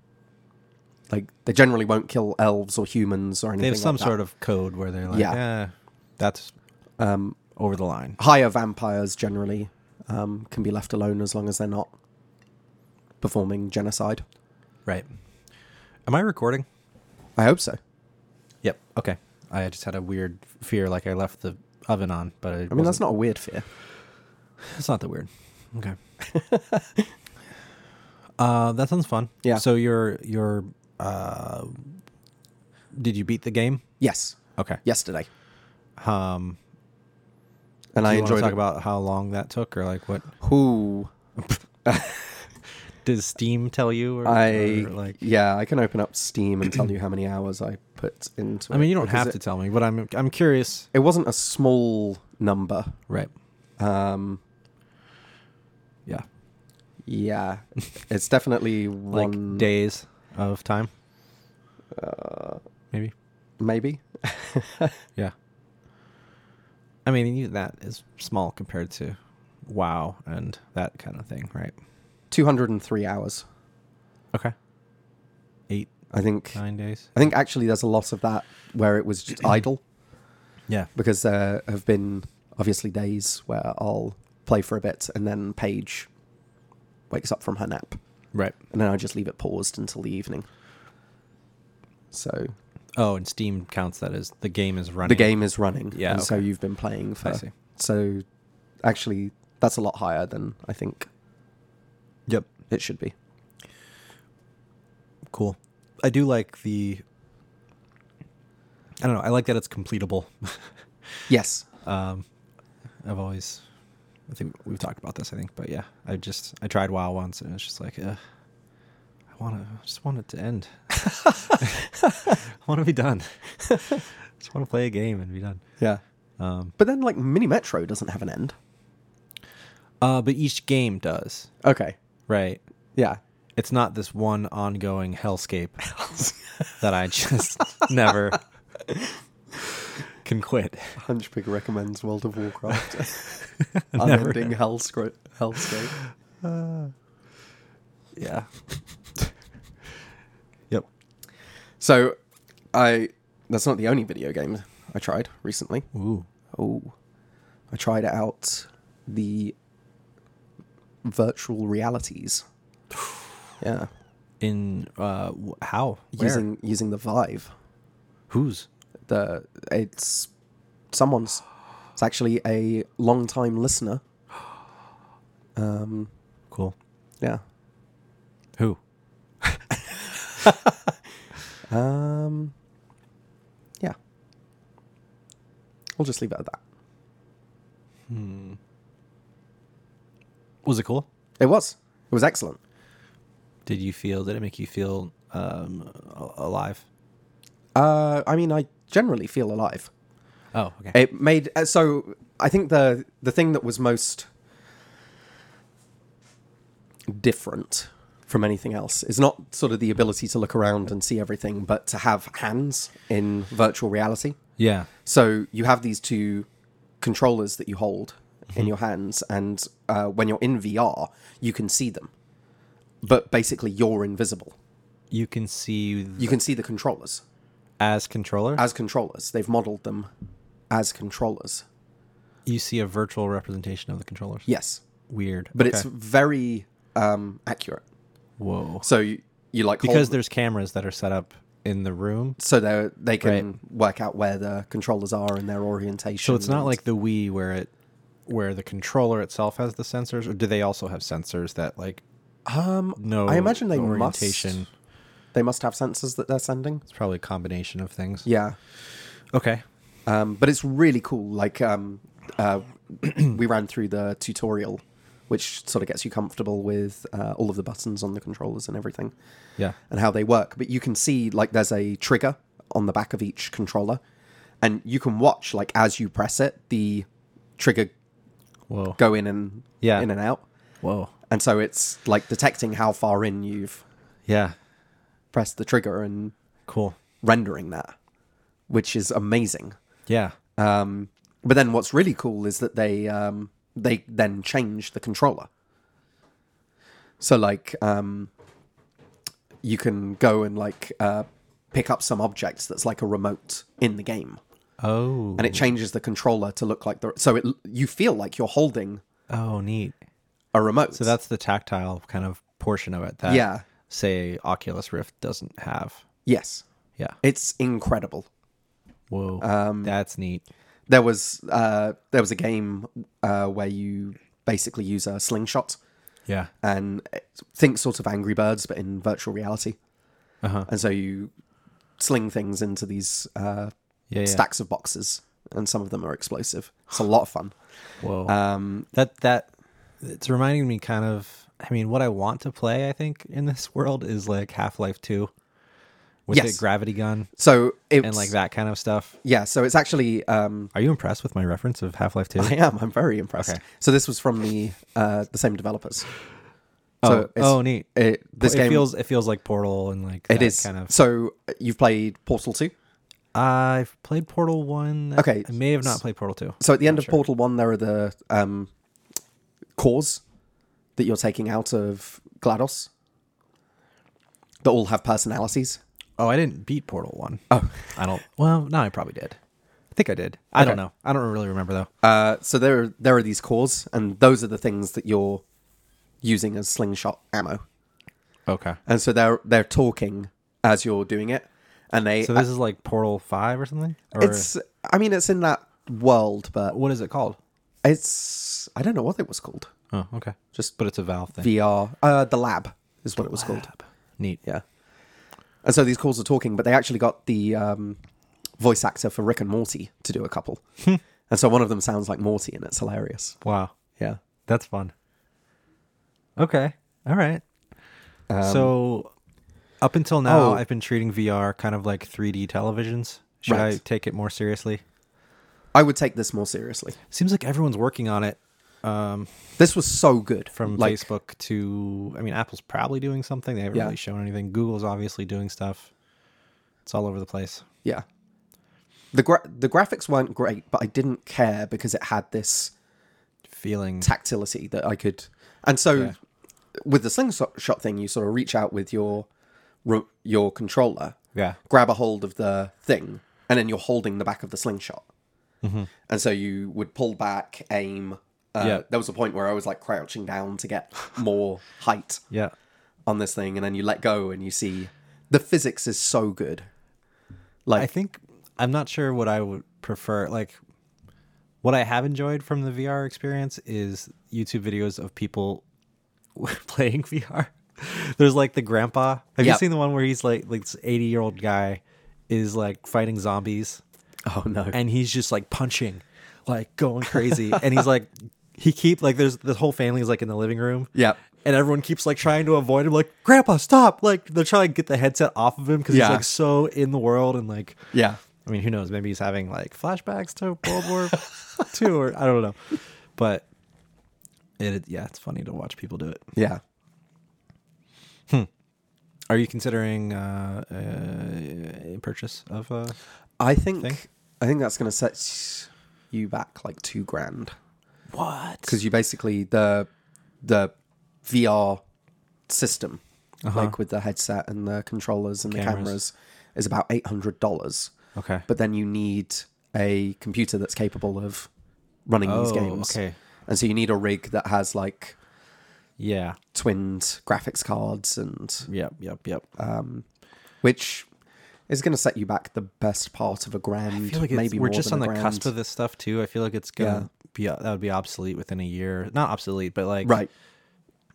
Speaker 2: Like they generally won't kill elves or humans or anything.
Speaker 1: they have some
Speaker 2: like
Speaker 1: sort of code where they're like, yeah,
Speaker 2: Yeah.
Speaker 1: that's
Speaker 2: of um,
Speaker 1: over the line.
Speaker 2: higher vampires generally um, can be left alone as long as they're not performing genocide.
Speaker 1: Right. Am I recording?
Speaker 2: I hope so.
Speaker 1: Yep. Okay. I just had a weird fear, like I left the oven on, but I
Speaker 2: I mean, that's not a weird fear.
Speaker 1: It's not that weird. Okay. uh, that sounds fun.
Speaker 2: Yeah.
Speaker 1: So you're you're uh, did you beat the game?
Speaker 2: Yes,
Speaker 1: Okay.
Speaker 2: yesterday,
Speaker 1: Um, do
Speaker 2: and I
Speaker 1: you wanna
Speaker 2: enjoyed
Speaker 1: talk
Speaker 2: it.
Speaker 1: about how long that took, or like what
Speaker 2: Who
Speaker 1: does Steam tell you? Or,
Speaker 2: I
Speaker 1: or, like.
Speaker 2: yeah, I can open up Steam and tell you how many hours I put into.
Speaker 1: I mean,
Speaker 2: it,
Speaker 1: you don't
Speaker 2: because
Speaker 1: have
Speaker 2: it,
Speaker 1: to tell me, but I'm I'm curious.
Speaker 2: It wasn't a small number.
Speaker 1: Right.
Speaker 2: Um,
Speaker 1: Yeah.
Speaker 2: yeah, it's definitely
Speaker 1: Like
Speaker 2: one
Speaker 1: days of time.
Speaker 2: Uh,
Speaker 1: Maybe.
Speaker 2: maybe.
Speaker 1: Yeah. I mean, even that is small compared to WoW and that kind of thing, right?
Speaker 2: Two hundred and three hours.
Speaker 1: Okay. Eight,
Speaker 2: I think.
Speaker 1: nine days.
Speaker 2: I think actually there's a lot of that where it was just idle
Speaker 1: Yeah.
Speaker 2: because there have been obviously days where I'll play for a bit and then Paige wakes up from her nap
Speaker 1: Right.
Speaker 2: and then I just leave it paused until the evening. So
Speaker 1: Oh, and Steam counts that as the game is running.
Speaker 2: the game is running,
Speaker 1: Yeah,
Speaker 2: and so
Speaker 1: okay.
Speaker 2: you've been playing for.
Speaker 1: I see.
Speaker 2: So actually, that's a lot higher than I think
Speaker 1: Yep.
Speaker 2: it should be.
Speaker 1: Cool. I do like the. I don't know. I like that it's completable.
Speaker 2: Yes,
Speaker 1: um, I've always. I think we've talked about this. I think, but yeah, I just I tried WoW once and it's just like, uh, I want to I just want it to end. I want to be done. just want to play a game and be done.
Speaker 2: yeah.
Speaker 1: Um,
Speaker 2: But then, like Mini Metro doesn't have an end.
Speaker 1: uh, but each game does,
Speaker 2: Okay.
Speaker 1: right?
Speaker 2: Yeah.
Speaker 1: It's not this one ongoing hellscape that I just never can quit.
Speaker 2: Hunchpig recommends World of Warcraft.
Speaker 1: Never.
Speaker 2: Unending hellscro- hellscape.
Speaker 1: Yeah. yep.
Speaker 2: So, I. That's not the only video game I tried recently.
Speaker 1: Ooh.
Speaker 2: Oh, I tried out the virtual realities. Yeah,
Speaker 1: In uh, w- how? Where?
Speaker 2: using using the Vive.
Speaker 1: whose?
Speaker 2: The it's someone's. It's actually a long time listener. Um.
Speaker 1: Cool.
Speaker 2: Yeah.
Speaker 1: Who?
Speaker 2: Um. Yeah. We'll just leave it at that.
Speaker 1: Was it cool?
Speaker 2: It was. It was excellent.
Speaker 1: Did you feel? Did it make you feel um, a- alive?
Speaker 2: Uh, I mean, I generally feel alive.
Speaker 1: Oh, okay.
Speaker 2: It made uh, so. I think the the thing that was most different from anything else is not sort of the ability to look around and see everything, but to have hands in virtual reality.
Speaker 1: yeah.
Speaker 2: So you have these two controllers that you hold, in your hands, and uh, when you're in VR, you can see them. But basically, you're invisible.
Speaker 1: You Uh, can see th-
Speaker 2: You can see the controllers
Speaker 1: as controller.
Speaker 2: as controllers. They've modeled them as controllers.
Speaker 1: you see a virtual representation of the controllers.
Speaker 2: Yes,
Speaker 1: Weird.
Speaker 2: but
Speaker 1: Okay.
Speaker 2: it's very um, accurate.
Speaker 1: whoa.
Speaker 2: So you, you like hold
Speaker 1: Because there's cameras that are set up in the room.
Speaker 2: so they they can work out where the controllers are and their orientation.
Speaker 1: So it's not
Speaker 2: and-
Speaker 1: like the Wii where it where the controller itself has the sensors, or do they also have sensors that like
Speaker 2: um.
Speaker 1: no
Speaker 2: I imagine they
Speaker 1: orientation?
Speaker 2: must. They must have sensors that they're sending.
Speaker 1: It's probably a combination of things.
Speaker 2: Yeah.
Speaker 1: Okay.
Speaker 2: Um, but it's really cool. Like um, uh, we ran through the tutorial, which sort of gets you comfortable with uh, all of the buttons on the controllers and everything,
Speaker 1: Yeah.
Speaker 2: and how they work. But you can see like there's a trigger on the back of each controller, and you can watch like as you press it, the trigger
Speaker 1: Whoa.
Speaker 2: go in and
Speaker 1: Yeah.
Speaker 2: in and out,
Speaker 1: Whoa.
Speaker 2: and so it's like detecting how far in you've
Speaker 1: Yeah.
Speaker 2: pressed the trigger and
Speaker 1: Cool.
Speaker 2: rendering that, which is amazing.
Speaker 1: Yeah.
Speaker 2: Um, but then what's really cool is that they um, they then change the controller. So like um, you can go and like uh, pick up some object that's like a remote in the game,
Speaker 1: Oh.
Speaker 2: and it changes the controller to look like the so it you feel like you're holding
Speaker 1: oh, neat.
Speaker 2: a remote.
Speaker 1: So that's the tactile kind of portion of it that
Speaker 2: Yeah.
Speaker 1: say Oculus Rift doesn't have.
Speaker 2: yes,
Speaker 1: Yeah. Um,
Speaker 2: it's incredible.
Speaker 1: Whoa. That's neat.
Speaker 2: There was uh, there was a game uh, where you basically use a slingshot.
Speaker 1: Yeah.
Speaker 2: and think sort of Angry Birds, but in virtual reality.
Speaker 1: Uh-huh.
Speaker 2: And so you sling things into these uh,
Speaker 1: Yeah. yeah.
Speaker 2: stacks of boxes, and some of them are explosive. It's a lot of fun.
Speaker 1: Whoa.
Speaker 2: Um,
Speaker 1: that that it's reminding me kind of i mean what i want to play i think in this world is like half-life 2 with
Speaker 2: Yes.
Speaker 1: the gravity gun
Speaker 2: so it's
Speaker 1: and like that kind of stuff
Speaker 2: Yeah, so it's actually um,
Speaker 1: are you impressed with my reference of half-life 2
Speaker 2: I am. I'm very impressed.
Speaker 1: Okay.
Speaker 2: So this was from the uh, the same developers.
Speaker 1: oh,
Speaker 2: So it's-
Speaker 1: oh neat
Speaker 2: It, this
Speaker 1: it
Speaker 2: game
Speaker 1: feels it feels like portal and like
Speaker 2: it
Speaker 1: that
Speaker 2: is
Speaker 1: kind of
Speaker 2: so you've played Portal Two.
Speaker 1: i've played portal 1
Speaker 2: Okay.
Speaker 1: i may have not played portal 2
Speaker 2: So at the end of Portal One, there are the um, cores that you're taking out of Glados that all have personalities.
Speaker 1: oh i didn't beat portal 1 oh i don't well no i probably did i think i did i don't
Speaker 2: Okay.
Speaker 1: know i don't really remember though
Speaker 2: Uh, so there, are, there are these cores, and those are the things that you're using as slingshot ammo.
Speaker 1: okay
Speaker 2: And so they're they're talking as you're doing it, and they.
Speaker 1: so this is like portal 5 or something or
Speaker 2: it's. I mean, it's in that world, but
Speaker 1: what is it called
Speaker 2: it's. I don't know what it was called.
Speaker 1: oh okay
Speaker 2: Just
Speaker 1: but it's a valve thing
Speaker 2: VR. Uh, the lab is what it was called.
Speaker 1: Neat.
Speaker 2: Yeah. And so these calls are talking, but they actually got the um, voice actor for Rick and Morty to do a couple. and so one of them sounds like Morty, and it's hilarious.
Speaker 1: Wow.
Speaker 2: Yeah.
Speaker 1: That's fun. Okay. All right. so up until now
Speaker 2: Um, oh.
Speaker 1: I've been treating VR kind of like 3D televisions. Should I
Speaker 2: Right.
Speaker 1: take it more seriously?
Speaker 2: I would take this more seriously.
Speaker 1: Seems like everyone's working on it um,
Speaker 2: This was so good.
Speaker 1: from
Speaker 2: like,
Speaker 1: Facebook to I mean Apple's probably doing something. They haven't
Speaker 2: Yeah.
Speaker 1: really shown anything. Google's obviously doing stuff. It's all over the place.
Speaker 2: Yeah. The gra- the graphics weren't great, but I didn't care because it had this
Speaker 1: Feeling
Speaker 2: tactility that I could. And so, with the slingshot shot thing, you sort of reach out with your ro- your controller,
Speaker 1: Yeah.
Speaker 2: grab a hold of the thing, and then you're holding the back of the slingshot. And so you would pull back, aim. Uh,
Speaker 1: Yeah.
Speaker 2: There was a point where I was like crouching down to get more height
Speaker 1: Yeah.
Speaker 2: on this thing, and then you let go, and you see the physics is so good. Like,
Speaker 1: I think I'm not sure what I would prefer. Like, what I have enjoyed from the VR experience is YouTube videos of people playing VR. There's like the grandpa. Have
Speaker 2: Yeah.
Speaker 1: you seen the one where he's like, like this 80 year old guy is like fighting zombies
Speaker 2: oh no,
Speaker 1: and he's just like punching, like going crazy. and he's like, he keep like there's the whole family's like in the living room.
Speaker 2: Yeah.
Speaker 1: And everyone keeps like trying to avoid him, like Grandpa, stop! Like they're trying to get the headset off of him because
Speaker 2: Yeah.
Speaker 1: he's like so in the world and like
Speaker 2: yeah,
Speaker 1: I mean, who knows? Maybe he's having like flashbacks to World War Two, or I don't know. But it, yeah, it's funny to watch people do it.
Speaker 2: yeah.
Speaker 1: Are you considering uh, uh, a purchase of? Uh,
Speaker 2: I think I think that's going to set you back like two grand.
Speaker 1: What?
Speaker 2: because you basically the the VR system, like with the headset and the controllers and the
Speaker 1: Uh-huh. Cameras.
Speaker 2: cameras, is about eight hundred dollars.
Speaker 1: Okay.
Speaker 2: But then you need a computer that's capable of running these
Speaker 1: Oh,
Speaker 2: games.
Speaker 1: okay.
Speaker 2: And so you need a rig that has like
Speaker 1: Yeah.
Speaker 2: twinned graphics cards and
Speaker 1: Yep. Yep. Yep.
Speaker 2: which is going to set you back the best part of a grand.
Speaker 1: I feel like it's-
Speaker 2: maybe
Speaker 1: we're
Speaker 2: more
Speaker 1: just
Speaker 2: than
Speaker 1: on
Speaker 2: a
Speaker 1: the
Speaker 2: grand.
Speaker 1: cusp of this stuff too. I feel like it's gonna be uh, that would be obsolete within a year. Not obsolete, but like
Speaker 2: right.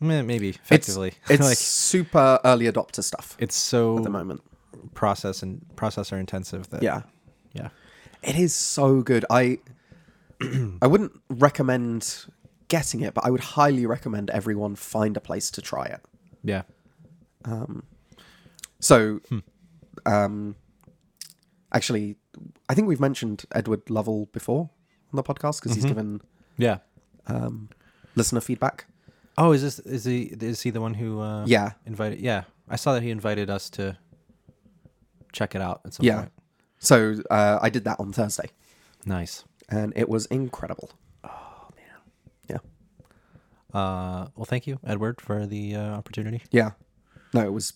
Speaker 1: meh, maybe
Speaker 2: It's
Speaker 1: effectively.
Speaker 2: it's
Speaker 1: like
Speaker 2: super early adopter stuff
Speaker 1: it's so
Speaker 2: at the moment.
Speaker 1: process and processor intensive that
Speaker 2: Yeah.
Speaker 1: yeah
Speaker 2: It is so good. I I wouldn't recommend getting it, but I would highly recommend everyone find a place to try it.
Speaker 1: yeah
Speaker 2: So, um, actually, I think we've mentioned Edward Lovell before on the podcast because he's given
Speaker 1: yeah.
Speaker 2: um, listener feedback.
Speaker 1: Oh, is this is he is he the one who uh,
Speaker 2: Yeah,
Speaker 1: invited? Yeah, I saw that he invited us to check it out at some
Speaker 2: yeah.
Speaker 1: point.
Speaker 2: So uh, I did that on Thursday,
Speaker 1: Nice.
Speaker 2: and it was incredible. Oh man,
Speaker 1: Uh, well, thank you, Edward, for the uh, opportunity.
Speaker 2: yeah, yeah. No, it was.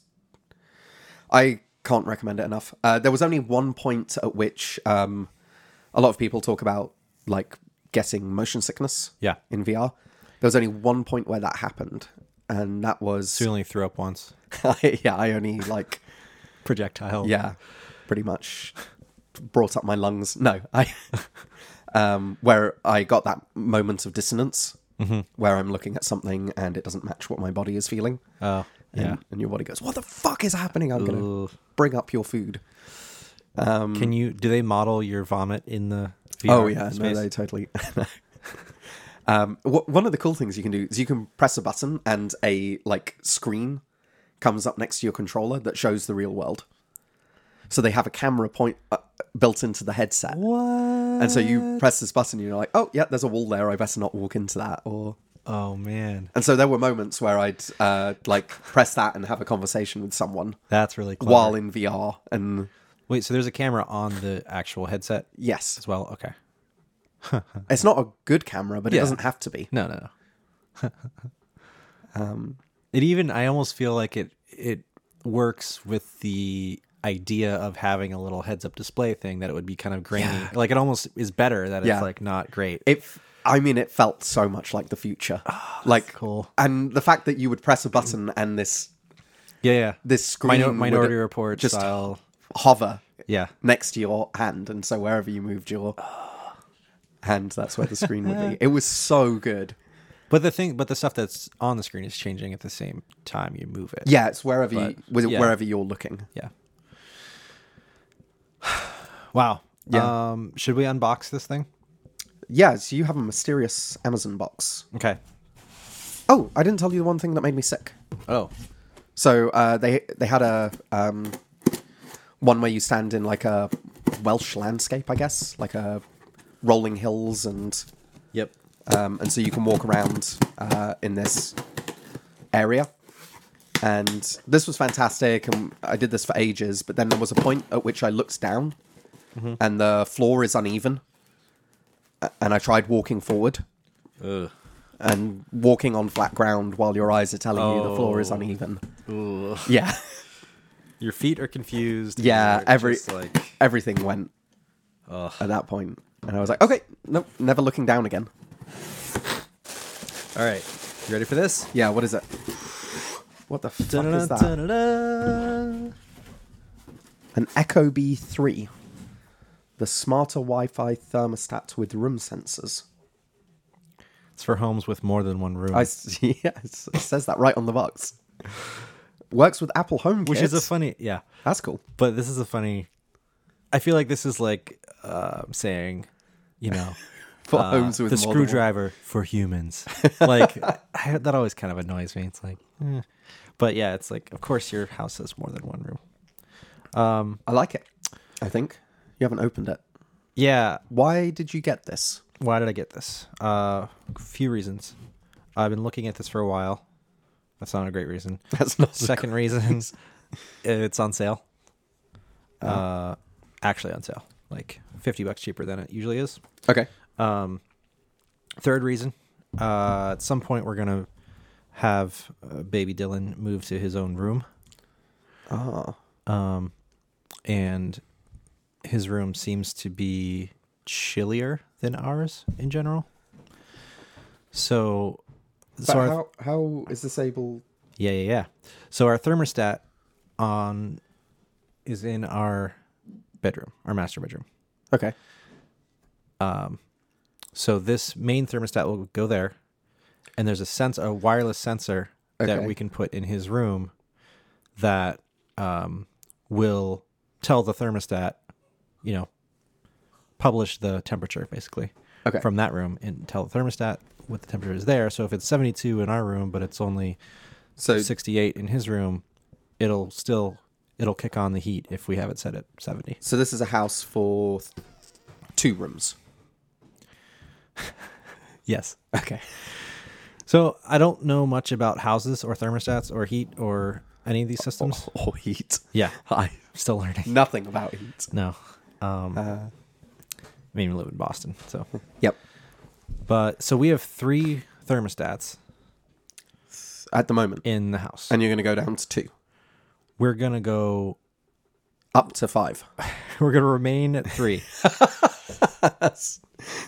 Speaker 2: I can't recommend it enough. Uh, there was only one point at which um, a lot of people talk about like getting motion sickness.
Speaker 1: Yeah,
Speaker 2: in VR. There was only one point where that happened, and that was
Speaker 1: so you only threw up once.
Speaker 2: yeah, I only like
Speaker 1: Projectile.
Speaker 2: yeah, pretty much brought up my lungs. No, I um, where I got that moment of dissonance where I'm looking at something and it doesn't match what my body is feeling.
Speaker 1: Oh, yeah.
Speaker 2: And, and your body goes, "What the fuck is happening?" I'm gonna
Speaker 1: Ugh.
Speaker 2: bring up your food.
Speaker 1: Can you? Do they model your vomit in the? VR
Speaker 2: Um, Oh yeah, no,
Speaker 1: space?
Speaker 2: they totally. um, wha- one of the cool things you can do is you can press a button and a like screen comes up next to your controller that shows the real world. So they have a camera point uh, built into the headset,
Speaker 1: What?
Speaker 2: and so you press this button, and you're like, oh yeah, there's a wall there. I better not walk into that. Or
Speaker 1: Oh man,
Speaker 2: and so there were moments where I'd uh, like press that and have a conversation with someone
Speaker 1: that's really clever.
Speaker 2: while in VR, and
Speaker 1: Wait, so there's a camera on the actual headset
Speaker 2: yes,
Speaker 1: as well? Okay.
Speaker 2: it's not a good camera, but it
Speaker 1: Yeah.
Speaker 2: doesn't have to be.
Speaker 1: No, no, no. um, it even I almost feel like it it works with the idea of having a little heads up display thing that it would be kind of grainy.
Speaker 2: Yeah.
Speaker 1: Like it almost is better that it's
Speaker 2: Yeah.
Speaker 1: like not great.
Speaker 2: it f- i mean it felt so much like the future like
Speaker 1: Ah, cool.
Speaker 2: and the fact that you would press a button and this
Speaker 1: yeah, yeah.
Speaker 2: this
Speaker 1: Minor-
Speaker 2: screen would
Speaker 1: Minority Report
Speaker 2: just
Speaker 1: style.
Speaker 2: hover
Speaker 1: Yeah.
Speaker 2: next to your hand and so wherever you moved your
Speaker 1: Ah.
Speaker 2: hand that's where the screen would be it was so good
Speaker 1: But the thing, but the stuff that's on the screen is changing at the same time you move it.
Speaker 2: yeah it's wherever you
Speaker 1: But,
Speaker 2: with-
Speaker 1: yeah.
Speaker 2: wherever you're looking
Speaker 1: Yeah. wow.
Speaker 2: Yeah.
Speaker 1: Um, should we unbox this thing?
Speaker 2: yeah so you have a mysterious amazon box
Speaker 1: Okay.
Speaker 2: oh i didn't tell you the one thing that made me sick
Speaker 1: Oh.
Speaker 2: So uh, they they had a um, one where you stand in like a Welsh landscape, I guess, like a rolling hills, and
Speaker 1: Yep.
Speaker 2: um, and so you can walk around uh, in this area. And this was fantastic, and I did this for ages. But then there was a point at which I looked down,
Speaker 1: Mm-hmm.
Speaker 2: and the floor is uneven. A- And I tried walking forward
Speaker 1: Ugh.
Speaker 2: and walking on flat ground while your eyes are telling you the floor is
Speaker 1: Oh.
Speaker 2: uneven.
Speaker 1: Ugh.
Speaker 2: Yeah.
Speaker 1: Your feet are confused.
Speaker 2: Yeah,
Speaker 1: You're
Speaker 2: every-
Speaker 1: just like
Speaker 2: everything went at that point, and I was like, okay, nope, never looking down again.
Speaker 1: all right. You ready for this?
Speaker 2: Yeah, what is it? What the fuck is that?
Speaker 1: Dun-dun-dun-dun-dun.
Speaker 2: An Echo B3, the smarter Wi-Fi thermostat with room sensors.
Speaker 1: It's for homes with more than one room,
Speaker 2: I s- yeah, it s- it says that right on the box. Works with Apple Home,
Speaker 1: which is a funny. Yeah,
Speaker 2: that's cool.
Speaker 1: but this is a funny. I feel like this is like uh, saying, you know,
Speaker 2: For
Speaker 1: uh,
Speaker 2: homes with
Speaker 1: the
Speaker 2: more than one-
Speaker 1: screwdriver for humans. like I, that always kind of annoys me. It's like, eh. but yeah, it's like of course your house has more than one room.
Speaker 2: I like it. I think you haven't opened it.
Speaker 1: Yeah,
Speaker 2: Why did you get this?
Speaker 1: why did I get this? A uh, few reasons. I've been looking at this for a while. That's not a great reason.
Speaker 2: That's not
Speaker 1: Second reason, it's on sale. Uh, actually on sale, like fifty bucks cheaper than it usually is.
Speaker 2: okay.
Speaker 1: Um, Third reason, uh, at some point we're gonna have uh, baby Dylan move to his own room,
Speaker 2: Ah.
Speaker 1: Um, and his room seems to be chillier than ours in general. So,
Speaker 2: But
Speaker 1: so our,
Speaker 2: how, how is this able?
Speaker 1: yeah, yeah, yeah. So our thermostat on is in our bedroom, our master bedroom.
Speaker 2: Okay.
Speaker 1: So this main thermostat will go there, and there's a sense, a wireless sensor that
Speaker 2: Okay.
Speaker 1: we can put in his room that um, will tell the thermostat, you know, publish the temperature basically
Speaker 2: Okay.
Speaker 1: from that room and tell the thermostat what the temperature is there. So if it's 72 in our room, but it's only
Speaker 2: So
Speaker 1: 68 in his room, it'll still it'll kick on the heat if we have it set at 70.
Speaker 2: so this is a house for th- two rooms.
Speaker 1: Yes.
Speaker 2: Okay.
Speaker 1: So I don't know much about houses or thermostats or heat or any of these systems.
Speaker 2: Or Oh, heat.
Speaker 1: Yeah,
Speaker 2: I
Speaker 1: still learning.
Speaker 2: nothing about heat.
Speaker 1: No, um, I
Speaker 2: Uh,
Speaker 1: mean, we live in Boston, so.
Speaker 2: yep.
Speaker 1: But so we have three thermostats
Speaker 2: At the moment,
Speaker 1: in the house.
Speaker 2: and you're going to go down to two,
Speaker 1: we're gonna go.
Speaker 2: up to five.
Speaker 1: We're gonna remain at three.
Speaker 2: That's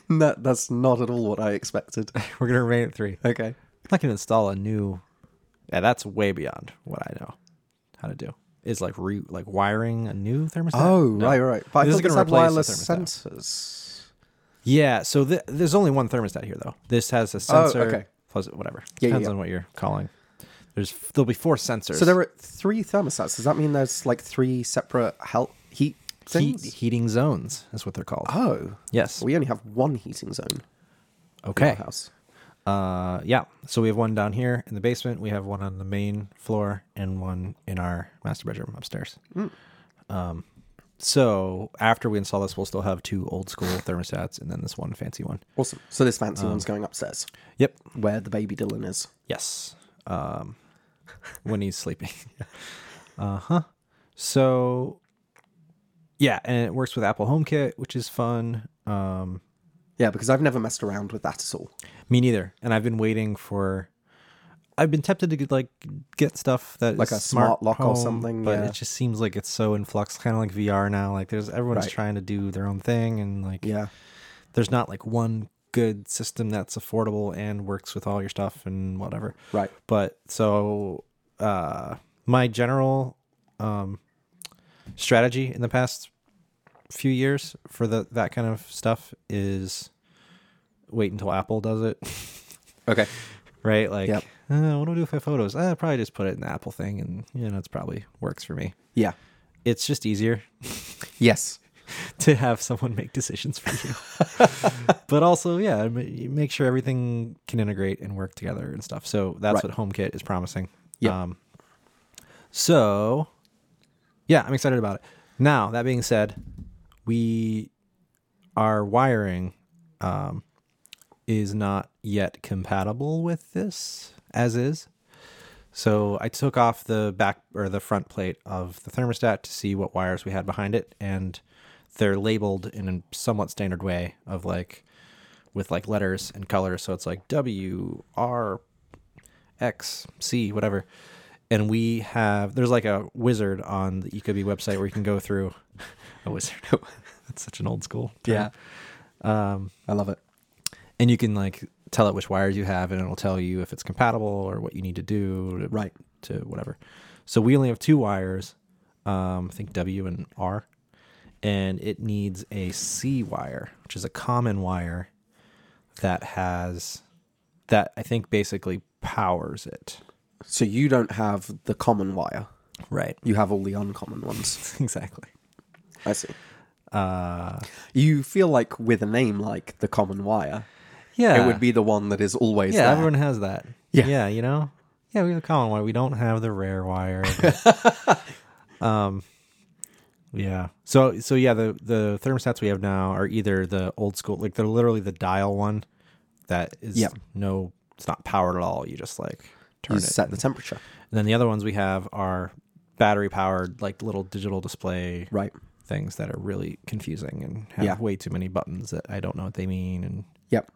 Speaker 2: no, that's not at all what I expected.
Speaker 1: we're gonna remain at three.
Speaker 2: Okay.
Speaker 1: I'm not gonna install a new. Yeah, that's way beyond what I know how to do. Is like re like wiring a new thermostat.
Speaker 2: Oh,
Speaker 1: No.
Speaker 2: right, right. But I
Speaker 1: This is
Speaker 2: thought this
Speaker 1: gonna
Speaker 2: had wireless
Speaker 1: replace the
Speaker 2: sensors.
Speaker 1: Yeah, so th- there's only one thermostat here though. This has a sensor
Speaker 2: Oh, okay.
Speaker 1: plus whatever.
Speaker 2: Yeah, yeah,
Speaker 1: Depends
Speaker 2: yeah.
Speaker 1: on what you're calling. There's there'll be four sensors.
Speaker 2: So there were three thermostats. Does that mean there's like three separate hel- heat
Speaker 1: heat,
Speaker 2: things?
Speaker 1: heating zones is what they're called.
Speaker 2: Oh,
Speaker 1: yes.
Speaker 2: we only have one heating zone in
Speaker 1: okay.
Speaker 2: our house.
Speaker 1: Uh yeah. So we have one down here in the basement, we have one on the main floor and one in our master bedroom upstairs.
Speaker 2: Hmm.
Speaker 1: Um so after we install this we'll still have two old school thermostats and then this one fancy one.
Speaker 2: Awesome. So this fancy one's going upstairs,
Speaker 1: Yep.
Speaker 2: where the baby Dylan is.
Speaker 1: Yes. Um, when he's sleeping. Uh huh. So, yeah, and it works with Apple HomeKit, which is fun. Um,
Speaker 2: Yeah, because I've never messed around with that at all.
Speaker 1: me neither. And I've been waiting for. I've been tempted to get, like get stuff that
Speaker 2: Like
Speaker 1: is
Speaker 2: a smart lock or
Speaker 1: home,
Speaker 2: something,
Speaker 1: but
Speaker 2: yeah.
Speaker 1: it just seems like it's so in flux, kind of like VR now. Like there's everyone's
Speaker 2: Right.
Speaker 1: trying to do their own thing, and like
Speaker 2: Yeah.
Speaker 1: there's not like one good system that's affordable and works with all your stuff and whatever.
Speaker 2: Right.
Speaker 1: but so uh my general um strategy in the past few years for the that kind of stuff is wait until apple does it
Speaker 2: Okay.
Speaker 1: right like
Speaker 2: Yep.
Speaker 1: uh, what do i do with my photos uh, probably just put it in the apple thing and you know it's probably works for me
Speaker 2: Yeah.
Speaker 1: it's just easier
Speaker 2: Yes.
Speaker 1: to have someone make decisions for you but also yeah ma- make sure everything can integrate and work together and stuff so that's
Speaker 2: Right.
Speaker 1: what homekit is promising
Speaker 2: Yep.
Speaker 1: um So, yeah, I'm excited about it. Now, that being said, we our wiring um, is not yet compatible with this as is. So I took off the back or the front plate of the thermostat to see what wires we had behind it, and they're labeled in a somewhat standard way of like with like letters and colors. So it's like W R X, C, whatever. And we have there's like a wizard on the E Ecobee website where you can go through a wizard. That's such an old school. term.
Speaker 2: Um, I love it.
Speaker 1: And you can like tell it which wires you have and it'll tell you if it's compatible or what you need to do to,
Speaker 2: Right.
Speaker 1: to whatever. So we only have two wires, um, I think W and R. And it needs a C wire, which is a common wire that has that I think basically powers it.
Speaker 2: So you don't have the common wire.
Speaker 1: Right.
Speaker 2: You have all the uncommon ones.
Speaker 1: exactly.
Speaker 2: I see.
Speaker 1: Uh,
Speaker 2: You feel like with a name like the common wire,
Speaker 1: yeah,
Speaker 2: it would be the one that is always
Speaker 1: Yeah,
Speaker 2: there.
Speaker 1: everyone has that.
Speaker 2: Yeah.
Speaker 1: yeah, you know. Yeah, we have the common wire. We don't have the rare wire. but- um, yeah. So so yeah, the the thermostats we have now are either the old school, like they're literally the dial one that is
Speaker 2: Yeah.
Speaker 1: no, it's not powered at all. You just like turn
Speaker 2: You
Speaker 1: it.
Speaker 2: set the temperature.
Speaker 1: And then the other ones we have are battery powered, like little digital display
Speaker 2: Right.
Speaker 1: things that are really confusing and have
Speaker 2: Yeah.
Speaker 1: way too many buttons that I don't know what they mean and
Speaker 2: Yep.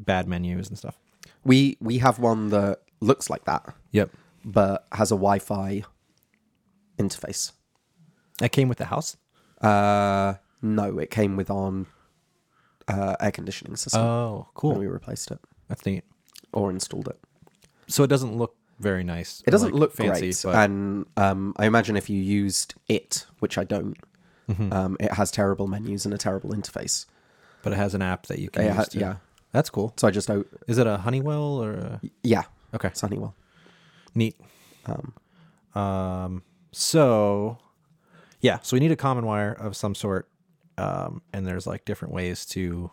Speaker 1: bad menus and stuff.
Speaker 2: We we have one that looks like that,
Speaker 1: Yep.
Speaker 2: but has a Wi-Fi interface.
Speaker 1: That came with the house.
Speaker 2: Uh, no, it came with on uh, air conditioning system
Speaker 1: Oh,
Speaker 2: when
Speaker 1: cool.
Speaker 2: we replaced it
Speaker 1: That's neat.
Speaker 2: or installed it.
Speaker 1: So it doesn't look very nice.
Speaker 2: It doesn't look great, and um, I imagine if you used it, which I don't, um, it has terrible menus and a terrible interface.
Speaker 1: but it has an app that you can
Speaker 2: It
Speaker 1: use.
Speaker 2: ha-
Speaker 1: to-
Speaker 2: yeah.
Speaker 1: that's cool.
Speaker 2: So I just o-
Speaker 1: Is it a Honeywell or a...
Speaker 2: yeah,
Speaker 1: okay?
Speaker 2: it's Honeywell.
Speaker 1: Neat. Um, so yeah, so we need a common wire of some sort, um, and there's like different ways to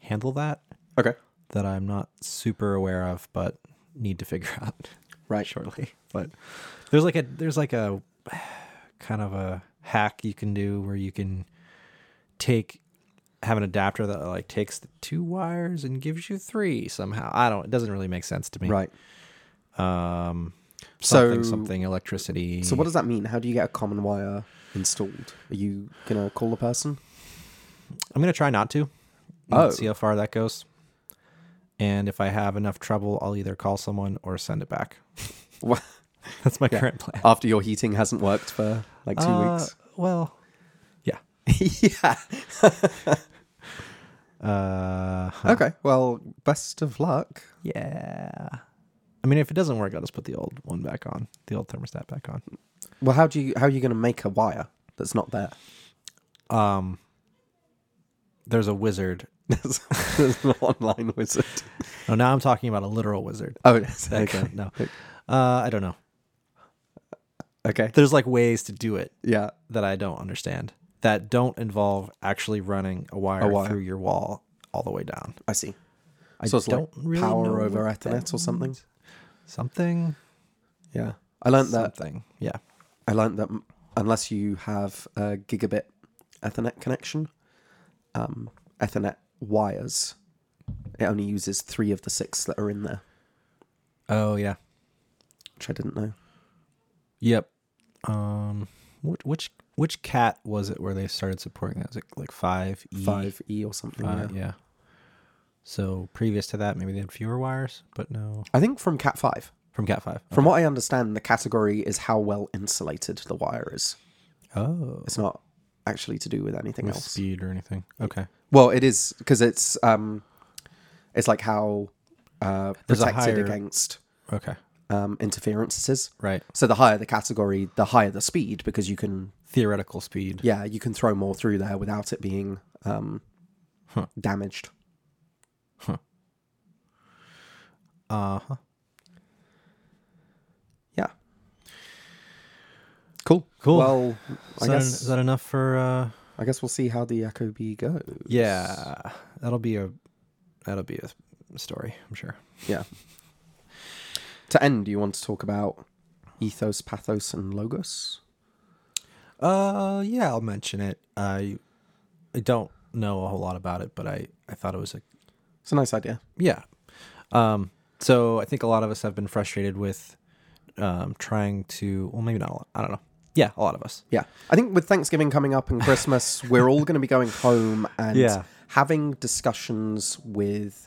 Speaker 1: handle that
Speaker 2: Okay,
Speaker 1: that I'm not super aware of, but need to figure out
Speaker 2: right,
Speaker 1: shortly. But there's like a there's like a kind of a hack you can do where you can take have an adapter that like takes the two wires and gives you three somehow. I don't. It doesn't really make sense to me.
Speaker 2: right.
Speaker 1: Um.
Speaker 2: So-
Speaker 1: Something, something electricity.
Speaker 2: So what does that mean? How do you get a common wire installed? Are you gonna call the person?
Speaker 1: I'm gonna try not to.
Speaker 2: Oh.
Speaker 1: Oh. See how far that goes. And if I have enough trouble, I'll either call someone or send it back.
Speaker 2: Wha-
Speaker 1: That's my current plan.
Speaker 2: After your heating hasn't worked for like two
Speaker 1: Uh, Well, yeah.
Speaker 2: weeks. yeah.
Speaker 1: Uh,
Speaker 2: Okay. Well, best of luck.
Speaker 1: yeah. I mean, if it doesn't work, I'll just put the old one back on, the old thermostat back on.
Speaker 2: Well, how do you how are you gonna make a wire that's not there?
Speaker 1: Um, there's a wizard.
Speaker 2: There's, there's an online wizard.
Speaker 1: Oh, now I'm talking about a literal wizard.
Speaker 2: Oh, it is.
Speaker 1: That
Speaker 2: okay.
Speaker 1: kind- no, uh, I don't know.
Speaker 2: Okay.
Speaker 1: There's like ways to do it
Speaker 2: Yeah.
Speaker 1: that I don't understand that don't involve actually running a wire,
Speaker 2: A wire.
Speaker 1: through your wall all the way down.
Speaker 2: I see.
Speaker 1: I
Speaker 2: so it's like
Speaker 1: don't really
Speaker 2: power
Speaker 1: know
Speaker 2: over
Speaker 1: what that
Speaker 2: Ethernet or something.
Speaker 1: means. Something.
Speaker 2: Yeah. I learned that.
Speaker 1: Something. Yeah.
Speaker 2: I learned that m- unless you have a gigabit Ethernet connection, um, Ethernet wires, it only uses three of the six that are in there,
Speaker 1: Oh yeah.
Speaker 2: which I didn't know.
Speaker 1: Yep. Um. Which which which cat was it where they started supporting that? Was it like five? E?
Speaker 2: Five E or something.
Speaker 1: Uh,
Speaker 2: yeah.
Speaker 1: yeah. So previous to that, maybe they had fewer wires, but no.
Speaker 2: I think from Cat five.
Speaker 1: From Cat Five.
Speaker 2: From what I understand, the category is how well insulated the wire is.
Speaker 1: Oh.
Speaker 2: It's not actually to do with anything
Speaker 1: With
Speaker 2: else.
Speaker 1: speed or anything. Okay.
Speaker 2: Well, it is because it's um, it's like how uh,
Speaker 1: There's a
Speaker 2: protected
Speaker 1: higher-
Speaker 2: against
Speaker 1: Okay.
Speaker 2: um, interference it is.
Speaker 1: Right.
Speaker 2: So the higher the category, the higher the speed because you can
Speaker 1: Theoretical speed.
Speaker 2: yeah you can throw more through there without it being um,
Speaker 1: Huh.
Speaker 2: damaged.
Speaker 1: Uh huh.
Speaker 2: Yeah. Cool.
Speaker 1: Cool.
Speaker 2: Well, I
Speaker 1: Is, that en-
Speaker 2: guess
Speaker 1: is that enough for? uh
Speaker 2: I guess we'll see how the Echo Bee goes.
Speaker 1: Yeah. That'll be a. That'll be a story. I'm sure.
Speaker 2: Yeah. To end, you want to talk about ethos, pathos, and logos?
Speaker 1: Uh, yeah, I'll mention it. I I don't know a whole lot about it, but I I thought it was a
Speaker 2: It's a nice idea.
Speaker 1: yeah. Um, so I think a lot of us have been frustrated with um trying to well maybe not a lot, I don't know. Yeah, a lot of us.
Speaker 2: Yeah. I think with Thanksgiving coming up and Christmas, we're all going to be going home and
Speaker 1: Yeah.
Speaker 2: having discussions with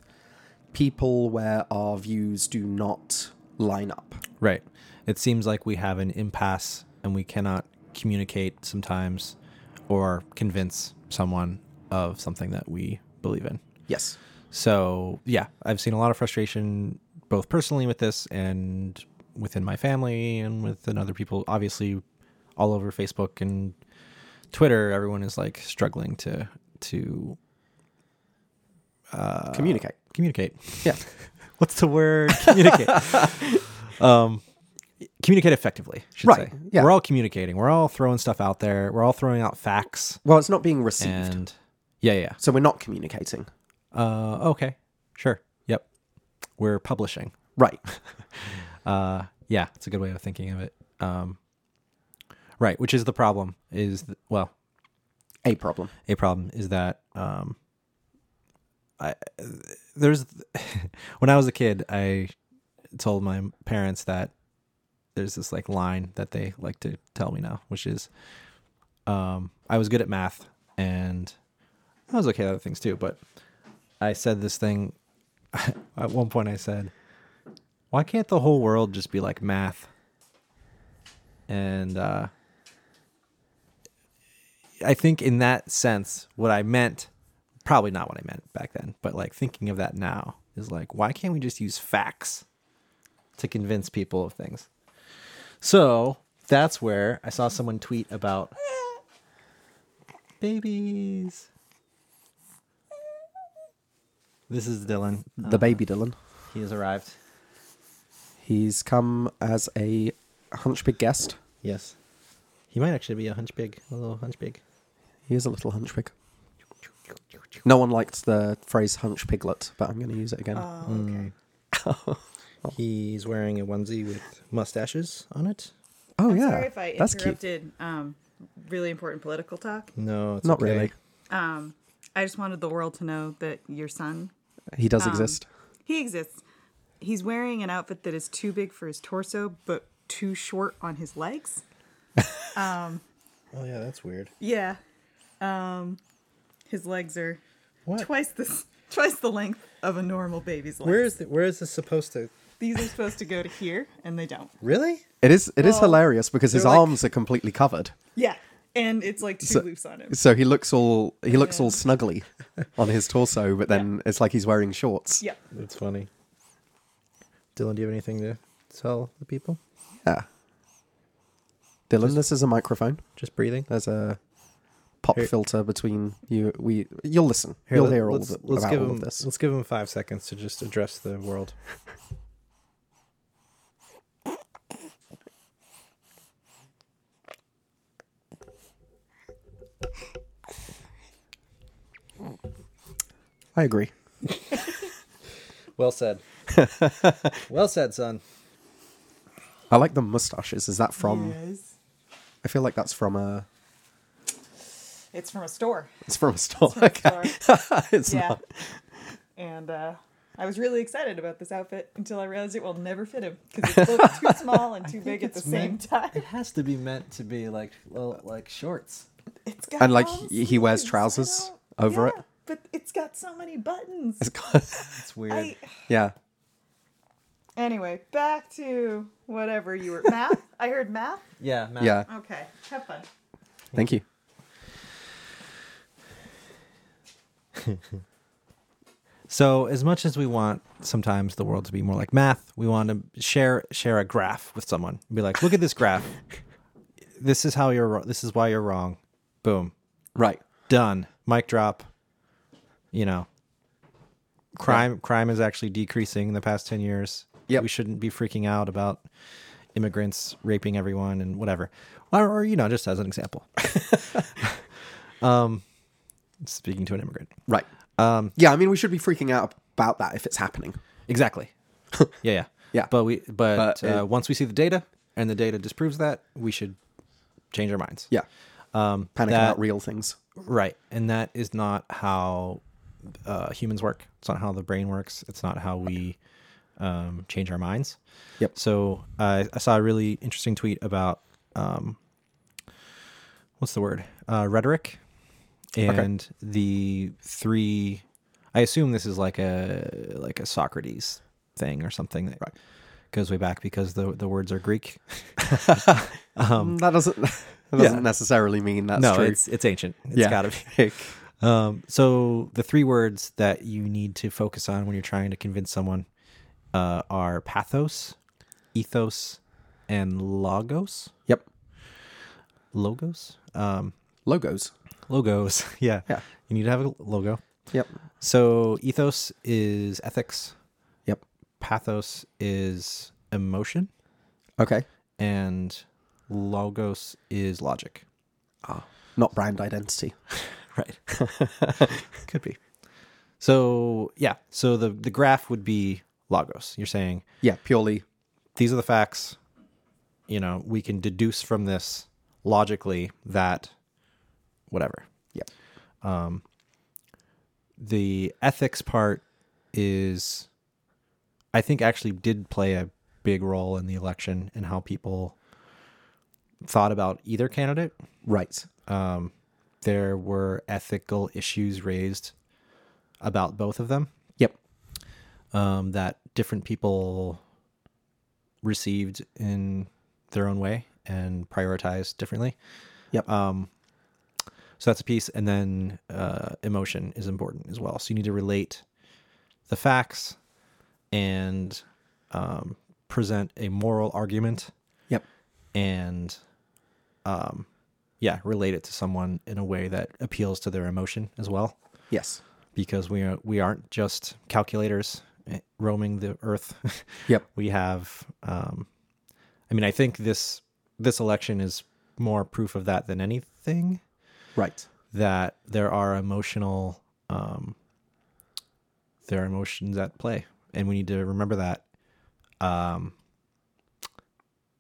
Speaker 2: people where our views do not line up.
Speaker 1: Right. It seems like we have an impasse and we cannot communicate sometimes or convince someone of something that we believe in.
Speaker 2: Yes.
Speaker 1: So yeah, I've seen a lot of frustration both personally with this and within my family and within other people. Obviously, all over Facebook and Twitter, everyone is like struggling to to uh,
Speaker 2: Communicate.
Speaker 1: communicate.
Speaker 2: Yeah.
Speaker 1: What's the word? Communicate. um, communicate effectively. Should
Speaker 2: Right,
Speaker 1: Say.
Speaker 2: yeah.
Speaker 1: We're all communicating. We're all throwing stuff out there. We're all throwing out facts.
Speaker 2: Well, it's not being received.
Speaker 1: And yeah, yeah.
Speaker 2: so we're not communicating.
Speaker 1: Uh, okay. Sure. Yep. We're publishing.
Speaker 2: Right.
Speaker 1: uh yeah it's a good way of thinking of it um right which is the problem is th- well
Speaker 2: A problem.
Speaker 1: a problem is that um i there's when i was a kid i told my parents that there's this like line that they like to tell me now which is um i was good at math and i was okay at other things too but i said this thing at one point I said, why can't the whole world just be like math? And uh, I think in that sense, what I meant, probably not what I meant back then, but like thinking of that now is like, why can't we just use facts to convince people of things? So that's where I saw someone tweet about babies. This is Dylan.
Speaker 2: the baby Dylan.
Speaker 1: He has arrived.
Speaker 2: He's come as a hunchback guest.
Speaker 1: Yes. He might actually be a hunchback, a little hunchback.
Speaker 2: He is a little hunchback. No one liked the phrase hunch piglet, but I'm going to use it again.
Speaker 3: okay.
Speaker 1: He's wearing a onesie with mustaches on it.
Speaker 2: oh
Speaker 3: I'm
Speaker 2: yeah,
Speaker 3: sorry if I
Speaker 2: that's cute.
Speaker 3: interrupted um, really important political talk.
Speaker 1: No, it's
Speaker 2: Not
Speaker 1: okay.
Speaker 2: really.
Speaker 3: Um, I just wanted the world to know that your son,
Speaker 2: He
Speaker 3: Um,
Speaker 2: does exist.
Speaker 3: he exists. He's wearing an outfit that is too big for his torso, but too short on his legs.
Speaker 1: Oh yeah, that's weird.
Speaker 3: Yeah. Um, his legs are
Speaker 1: What?
Speaker 3: twice this twice the length of a normal baby's legs.
Speaker 1: Where is the, where is this supposed to?
Speaker 3: These are supposed to go to here, and they don't.
Speaker 1: Really?
Speaker 2: It is. It is hilarious because his
Speaker 1: they're like-
Speaker 2: arms are completely covered,
Speaker 3: Yeah, and it's like two loops on him.
Speaker 2: so he looks all he looks all snuggly on his torso, but then it's like he's wearing shorts.
Speaker 3: Yeah.
Speaker 1: That's funny. Dylan, do you have anything to tell the people?
Speaker 2: Yeah. Dylan, this is a microphone.
Speaker 1: Just breathing.
Speaker 2: There's a pop filter between you. We you'll listen.
Speaker 1: Here,
Speaker 2: you'll
Speaker 1: let-
Speaker 2: hear all
Speaker 1: let's-
Speaker 2: of, it-
Speaker 1: let's
Speaker 2: about
Speaker 1: give
Speaker 2: all
Speaker 1: him,
Speaker 2: of this.
Speaker 1: Let's give him five seconds to just address the world.
Speaker 2: I agree.
Speaker 1: Well said. well said, son.
Speaker 2: I like the mustaches. Is that from?
Speaker 3: Yes.
Speaker 2: I feel like that's from a.
Speaker 3: It's from a store.
Speaker 2: It's from a store.
Speaker 3: Store.
Speaker 2: it's
Speaker 3: yeah.
Speaker 2: not.
Speaker 3: And uh, I was really excited about this outfit until I realized it will never fit him because it's both too small and too big at the same time.
Speaker 1: It has to be meant to be like well, like shorts.
Speaker 3: It's got
Speaker 2: And like
Speaker 3: all
Speaker 2: he he wears
Speaker 3: sleeves. I
Speaker 2: trousers
Speaker 3: don't-
Speaker 2: over
Speaker 3: Yeah, But it's got so many buttons.
Speaker 2: it. It's-
Speaker 1: It's weird.
Speaker 3: I,
Speaker 2: yeah.
Speaker 3: anyway, back to whatever you were math. I heard math.
Speaker 1: Yeah. Matt.
Speaker 2: Yeah.
Speaker 3: Okay, have fun.
Speaker 2: Thank you.
Speaker 1: So as much as we want sometimes the world to be more like math, we want to share share a graph with someone. Be like, look at this graph. This is how you're. wro- This is why you're wrong. Boom.
Speaker 2: Right.
Speaker 1: Done. Mic drop. You know, crime crime is actually decreasing in the past ten years.
Speaker 2: Yep.
Speaker 1: we shouldn't be freaking out about immigrants raping everyone and whatever, or, or you know, just as an example. um, speaking to an immigrant.
Speaker 2: Right. Um. Yeah. I mean, we should be freaking out about that if it's happening.
Speaker 1: Exactly. yeah, yeah,
Speaker 2: Yeah.
Speaker 1: But we, but,
Speaker 2: But
Speaker 1: uh,
Speaker 2: it-
Speaker 1: once we see the data and the data disproves that, we should change our minds.
Speaker 2: Yeah. Um. Panic
Speaker 1: that-
Speaker 2: about real things.
Speaker 1: Right, and that is not how uh, humans work. It's not how the brain works. It's not how we um, change our minds.
Speaker 2: Yep.
Speaker 1: So uh, I saw a really interesting tweet about um, what's the word uh, rhetoric, and the three. I assume this is like a like a Socrates thing or something that goes way back because the the words are Greek.
Speaker 2: Um. That doesn't. that doesn't necessarily mean that's
Speaker 1: no,
Speaker 2: true.
Speaker 1: it's it's ancient. It's
Speaker 2: yeah.
Speaker 1: gotta be.
Speaker 2: be.
Speaker 1: Um, so the three words that you need to focus on when you're trying to convince someone uh, are pathos, ethos, and logos.
Speaker 2: yep.
Speaker 1: Logos. Um,
Speaker 2: Logos.
Speaker 1: logos. yeah.
Speaker 2: Yeah.
Speaker 1: You need to have a logo.
Speaker 2: Yep.
Speaker 1: So ethos is ethics.
Speaker 2: Yep.
Speaker 1: Pathos is emotion,
Speaker 2: Okay.
Speaker 1: and logos is logic.
Speaker 2: Not brand identity.
Speaker 1: Right. Could be. So yeah. So the the graph would be logos. You're saying
Speaker 2: Yeah. Purely.
Speaker 1: these are the facts. You know, we can deduce from this logically that whatever. Um,
Speaker 2: Yeah.
Speaker 1: The ethics part is, I think, actually did play a big role in the election and how people thought about either candidate.
Speaker 2: Right.
Speaker 1: There were ethical issues raised about both of them.
Speaker 2: Yep.
Speaker 1: um, that different people received in their own way and prioritized differently.
Speaker 2: Yep.
Speaker 1: Um, so that's a piece, and then uh, emotion is important as well. So you need to relate the facts and um, present a moral argument
Speaker 2: Yep.
Speaker 1: and um yeah relate it to someone in a way that appeals to their emotion as well
Speaker 2: Yes.
Speaker 1: because we are we aren't just calculators eh, roaming the earth
Speaker 2: Yep.
Speaker 1: we have um i mean i think this this election is more proof of that than anything
Speaker 2: Right.
Speaker 1: that there are emotional um there are emotions at play and we need to remember that um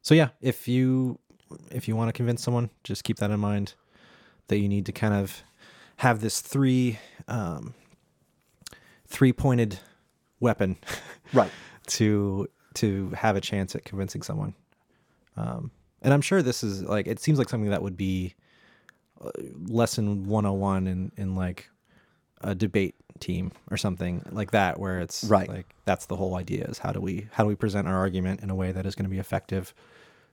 Speaker 1: so yeah if you if you want to convince someone just keep that in mind that you need to kind of have this three um three pointed weapon
Speaker 2: Right.
Speaker 1: to to have a chance at convincing someone. Um, and I'm sure this is like it seems like something that would be uh, lesson 101 in in like a debate team or something like that where it's
Speaker 2: Right.
Speaker 1: like that's the whole idea is how do we how do we present our argument in a way that is going to be effective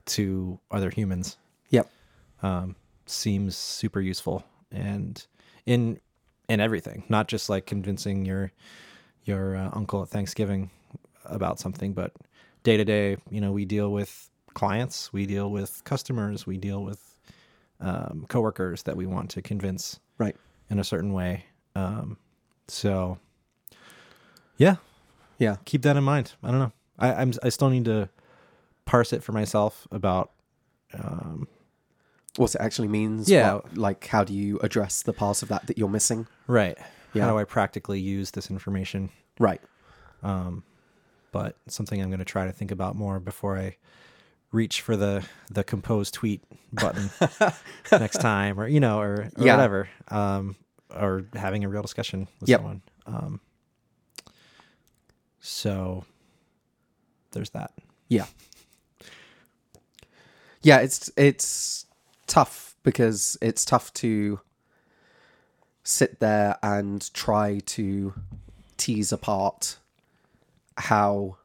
Speaker 1: to other humans
Speaker 2: Yep.
Speaker 1: um, seems super useful and in in everything, not just like convincing your your uh, uncle at Thanksgiving about something, but day to day, you know, we deal with clients, we deal with customers, we deal with um, coworkers that we want to convince
Speaker 2: Right.
Speaker 1: in a certain way. Um, so, yeah,
Speaker 2: Yeah.
Speaker 1: keep that in mind. I don't know. I, I'm I still need to parse it for myself about
Speaker 2: What it actually means.
Speaker 1: Yeah.
Speaker 2: what- like, how do you address the part of that that you're missing?
Speaker 1: right.
Speaker 2: Yeah.
Speaker 1: How do I practically use this information?
Speaker 2: Right.
Speaker 1: but it's something I'm going to try to think about more before I reach for the the compose tweet button next time, or you know, or, or
Speaker 2: Yeah.
Speaker 1: whatever, um, or having a real discussion with
Speaker 2: Yep.
Speaker 1: someone. Um, so there's that.
Speaker 2: Yeah. Yeah, it's it's tough because it's tough to sit there and try to tease apart how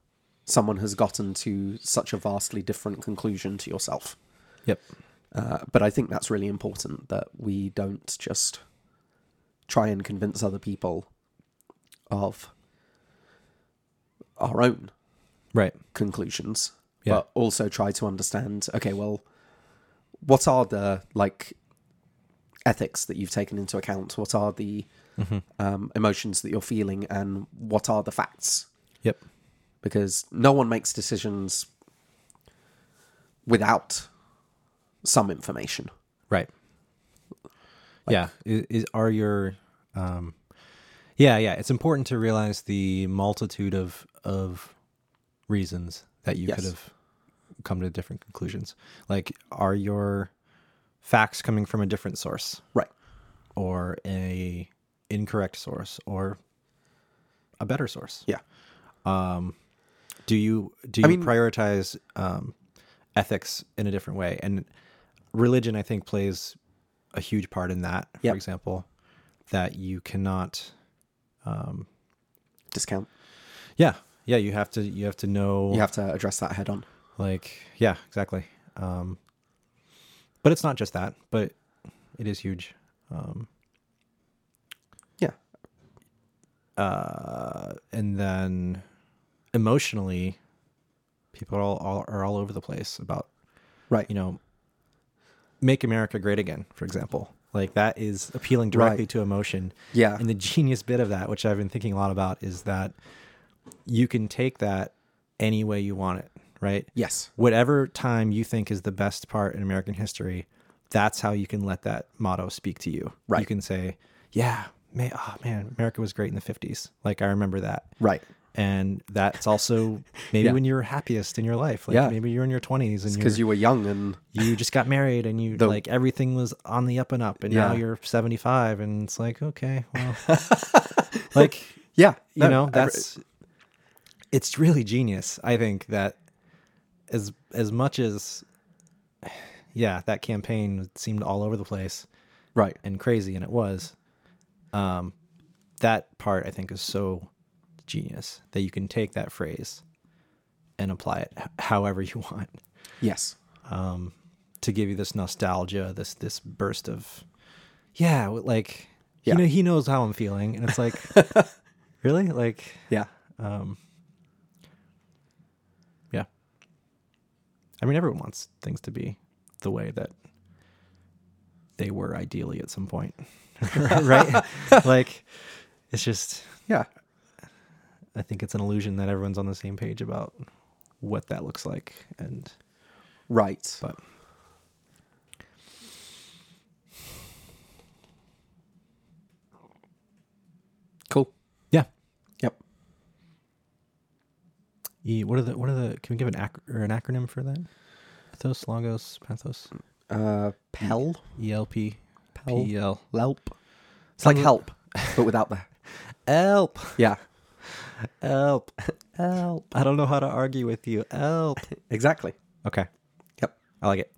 Speaker 2: someone has gotten to such a vastly different conclusion to yourself.
Speaker 1: Yep.
Speaker 2: Uh, but I think that's really important that we don't just try and convince other people of our own
Speaker 1: Right.
Speaker 2: conclusions,
Speaker 1: Yeah.
Speaker 2: but also try to understand okay, well, what are the like ethics that you've taken into account? What are the um, emotions that you're feeling, and what are the facts?
Speaker 1: Yep.
Speaker 2: Because no one makes decisions without some information.
Speaker 1: Right. yeah. Is, is are your um yeah, yeah. It's important to realize the multitude of of reasons that you could
Speaker 2: Yes.
Speaker 1: have come to different conclusions. Like are your facts coming from a different source
Speaker 2: Right.
Speaker 1: or a incorrect source or a better source?
Speaker 2: Yeah.
Speaker 1: do you do you prioritize um, ethics in a different way and religion i think plays a huge part in that
Speaker 2: Yep.
Speaker 1: for example that you cannot
Speaker 2: Discount.
Speaker 1: yeah yeah you have to you have to know
Speaker 2: You have to address that head on.
Speaker 1: like yeah exactly um but it's not just that but it is huge
Speaker 2: Yeah.
Speaker 1: uh and then emotionally people are all, all are all over the place about
Speaker 2: Right.
Speaker 1: you know, make America great again, for example. Like that is appealing directly
Speaker 2: Right.
Speaker 1: to emotion.
Speaker 2: Yeah.
Speaker 1: And the genius bit of that, which I've been thinking a lot about, is that you can take that any way you want it, right?
Speaker 2: yes.
Speaker 1: Whatever time you think is the best part in American history, that's how you can let that motto speak to you.
Speaker 2: Right.
Speaker 1: You can say, yeah, man, oh man, America was great in the 50s. Like I remember that
Speaker 2: Right.
Speaker 1: and that's also maybe
Speaker 2: Yeah.
Speaker 1: when you were happiest in your life. Like
Speaker 2: Yeah.
Speaker 1: maybe you're in your 20s and
Speaker 2: Because
Speaker 1: you
Speaker 2: you were young and
Speaker 1: you just got married and you
Speaker 2: The-
Speaker 1: like everything was on the up and up, and now
Speaker 2: Yeah.
Speaker 1: you're 75 and it's like okay, well, like
Speaker 2: yeah,
Speaker 1: you
Speaker 2: no,
Speaker 1: know
Speaker 2: every-
Speaker 1: that's it's really genius. I think that as as much as yeah, that campaign seemed all over the place
Speaker 2: right.
Speaker 1: and crazy, and it was. Um, that part I think is so genius that you can take that phrase and apply it h- however you want
Speaker 2: Yes.
Speaker 1: to give you this nostalgia, this this burst of, yeah, w- like
Speaker 2: Yeah.
Speaker 1: you know he knows how I'm feeling, and it's like, really, like
Speaker 2: Yeah.
Speaker 1: yeah. I mean, everyone wants things to be the way that they were ideally at some point, right? like it's just,
Speaker 2: Yeah.
Speaker 1: I think it's an illusion that everyone's on the same page about what that looks like, and
Speaker 2: Right.
Speaker 1: but
Speaker 2: Cool.
Speaker 1: yeah.
Speaker 2: Yep.
Speaker 1: E, what are the what are the can we give an ac- or an acronym for that? Ethos, logos, pathos,
Speaker 2: Uh, Pel.
Speaker 1: ELP,
Speaker 2: Pel.
Speaker 1: PEL,
Speaker 2: Lelp. It's like
Speaker 1: Some-
Speaker 2: help, but without the.
Speaker 1: Um, help,
Speaker 2: Yeah.
Speaker 1: help, help. I don't know how to argue with you. Help.
Speaker 2: Exactly.
Speaker 1: Okay,
Speaker 2: Yep.
Speaker 1: I like it.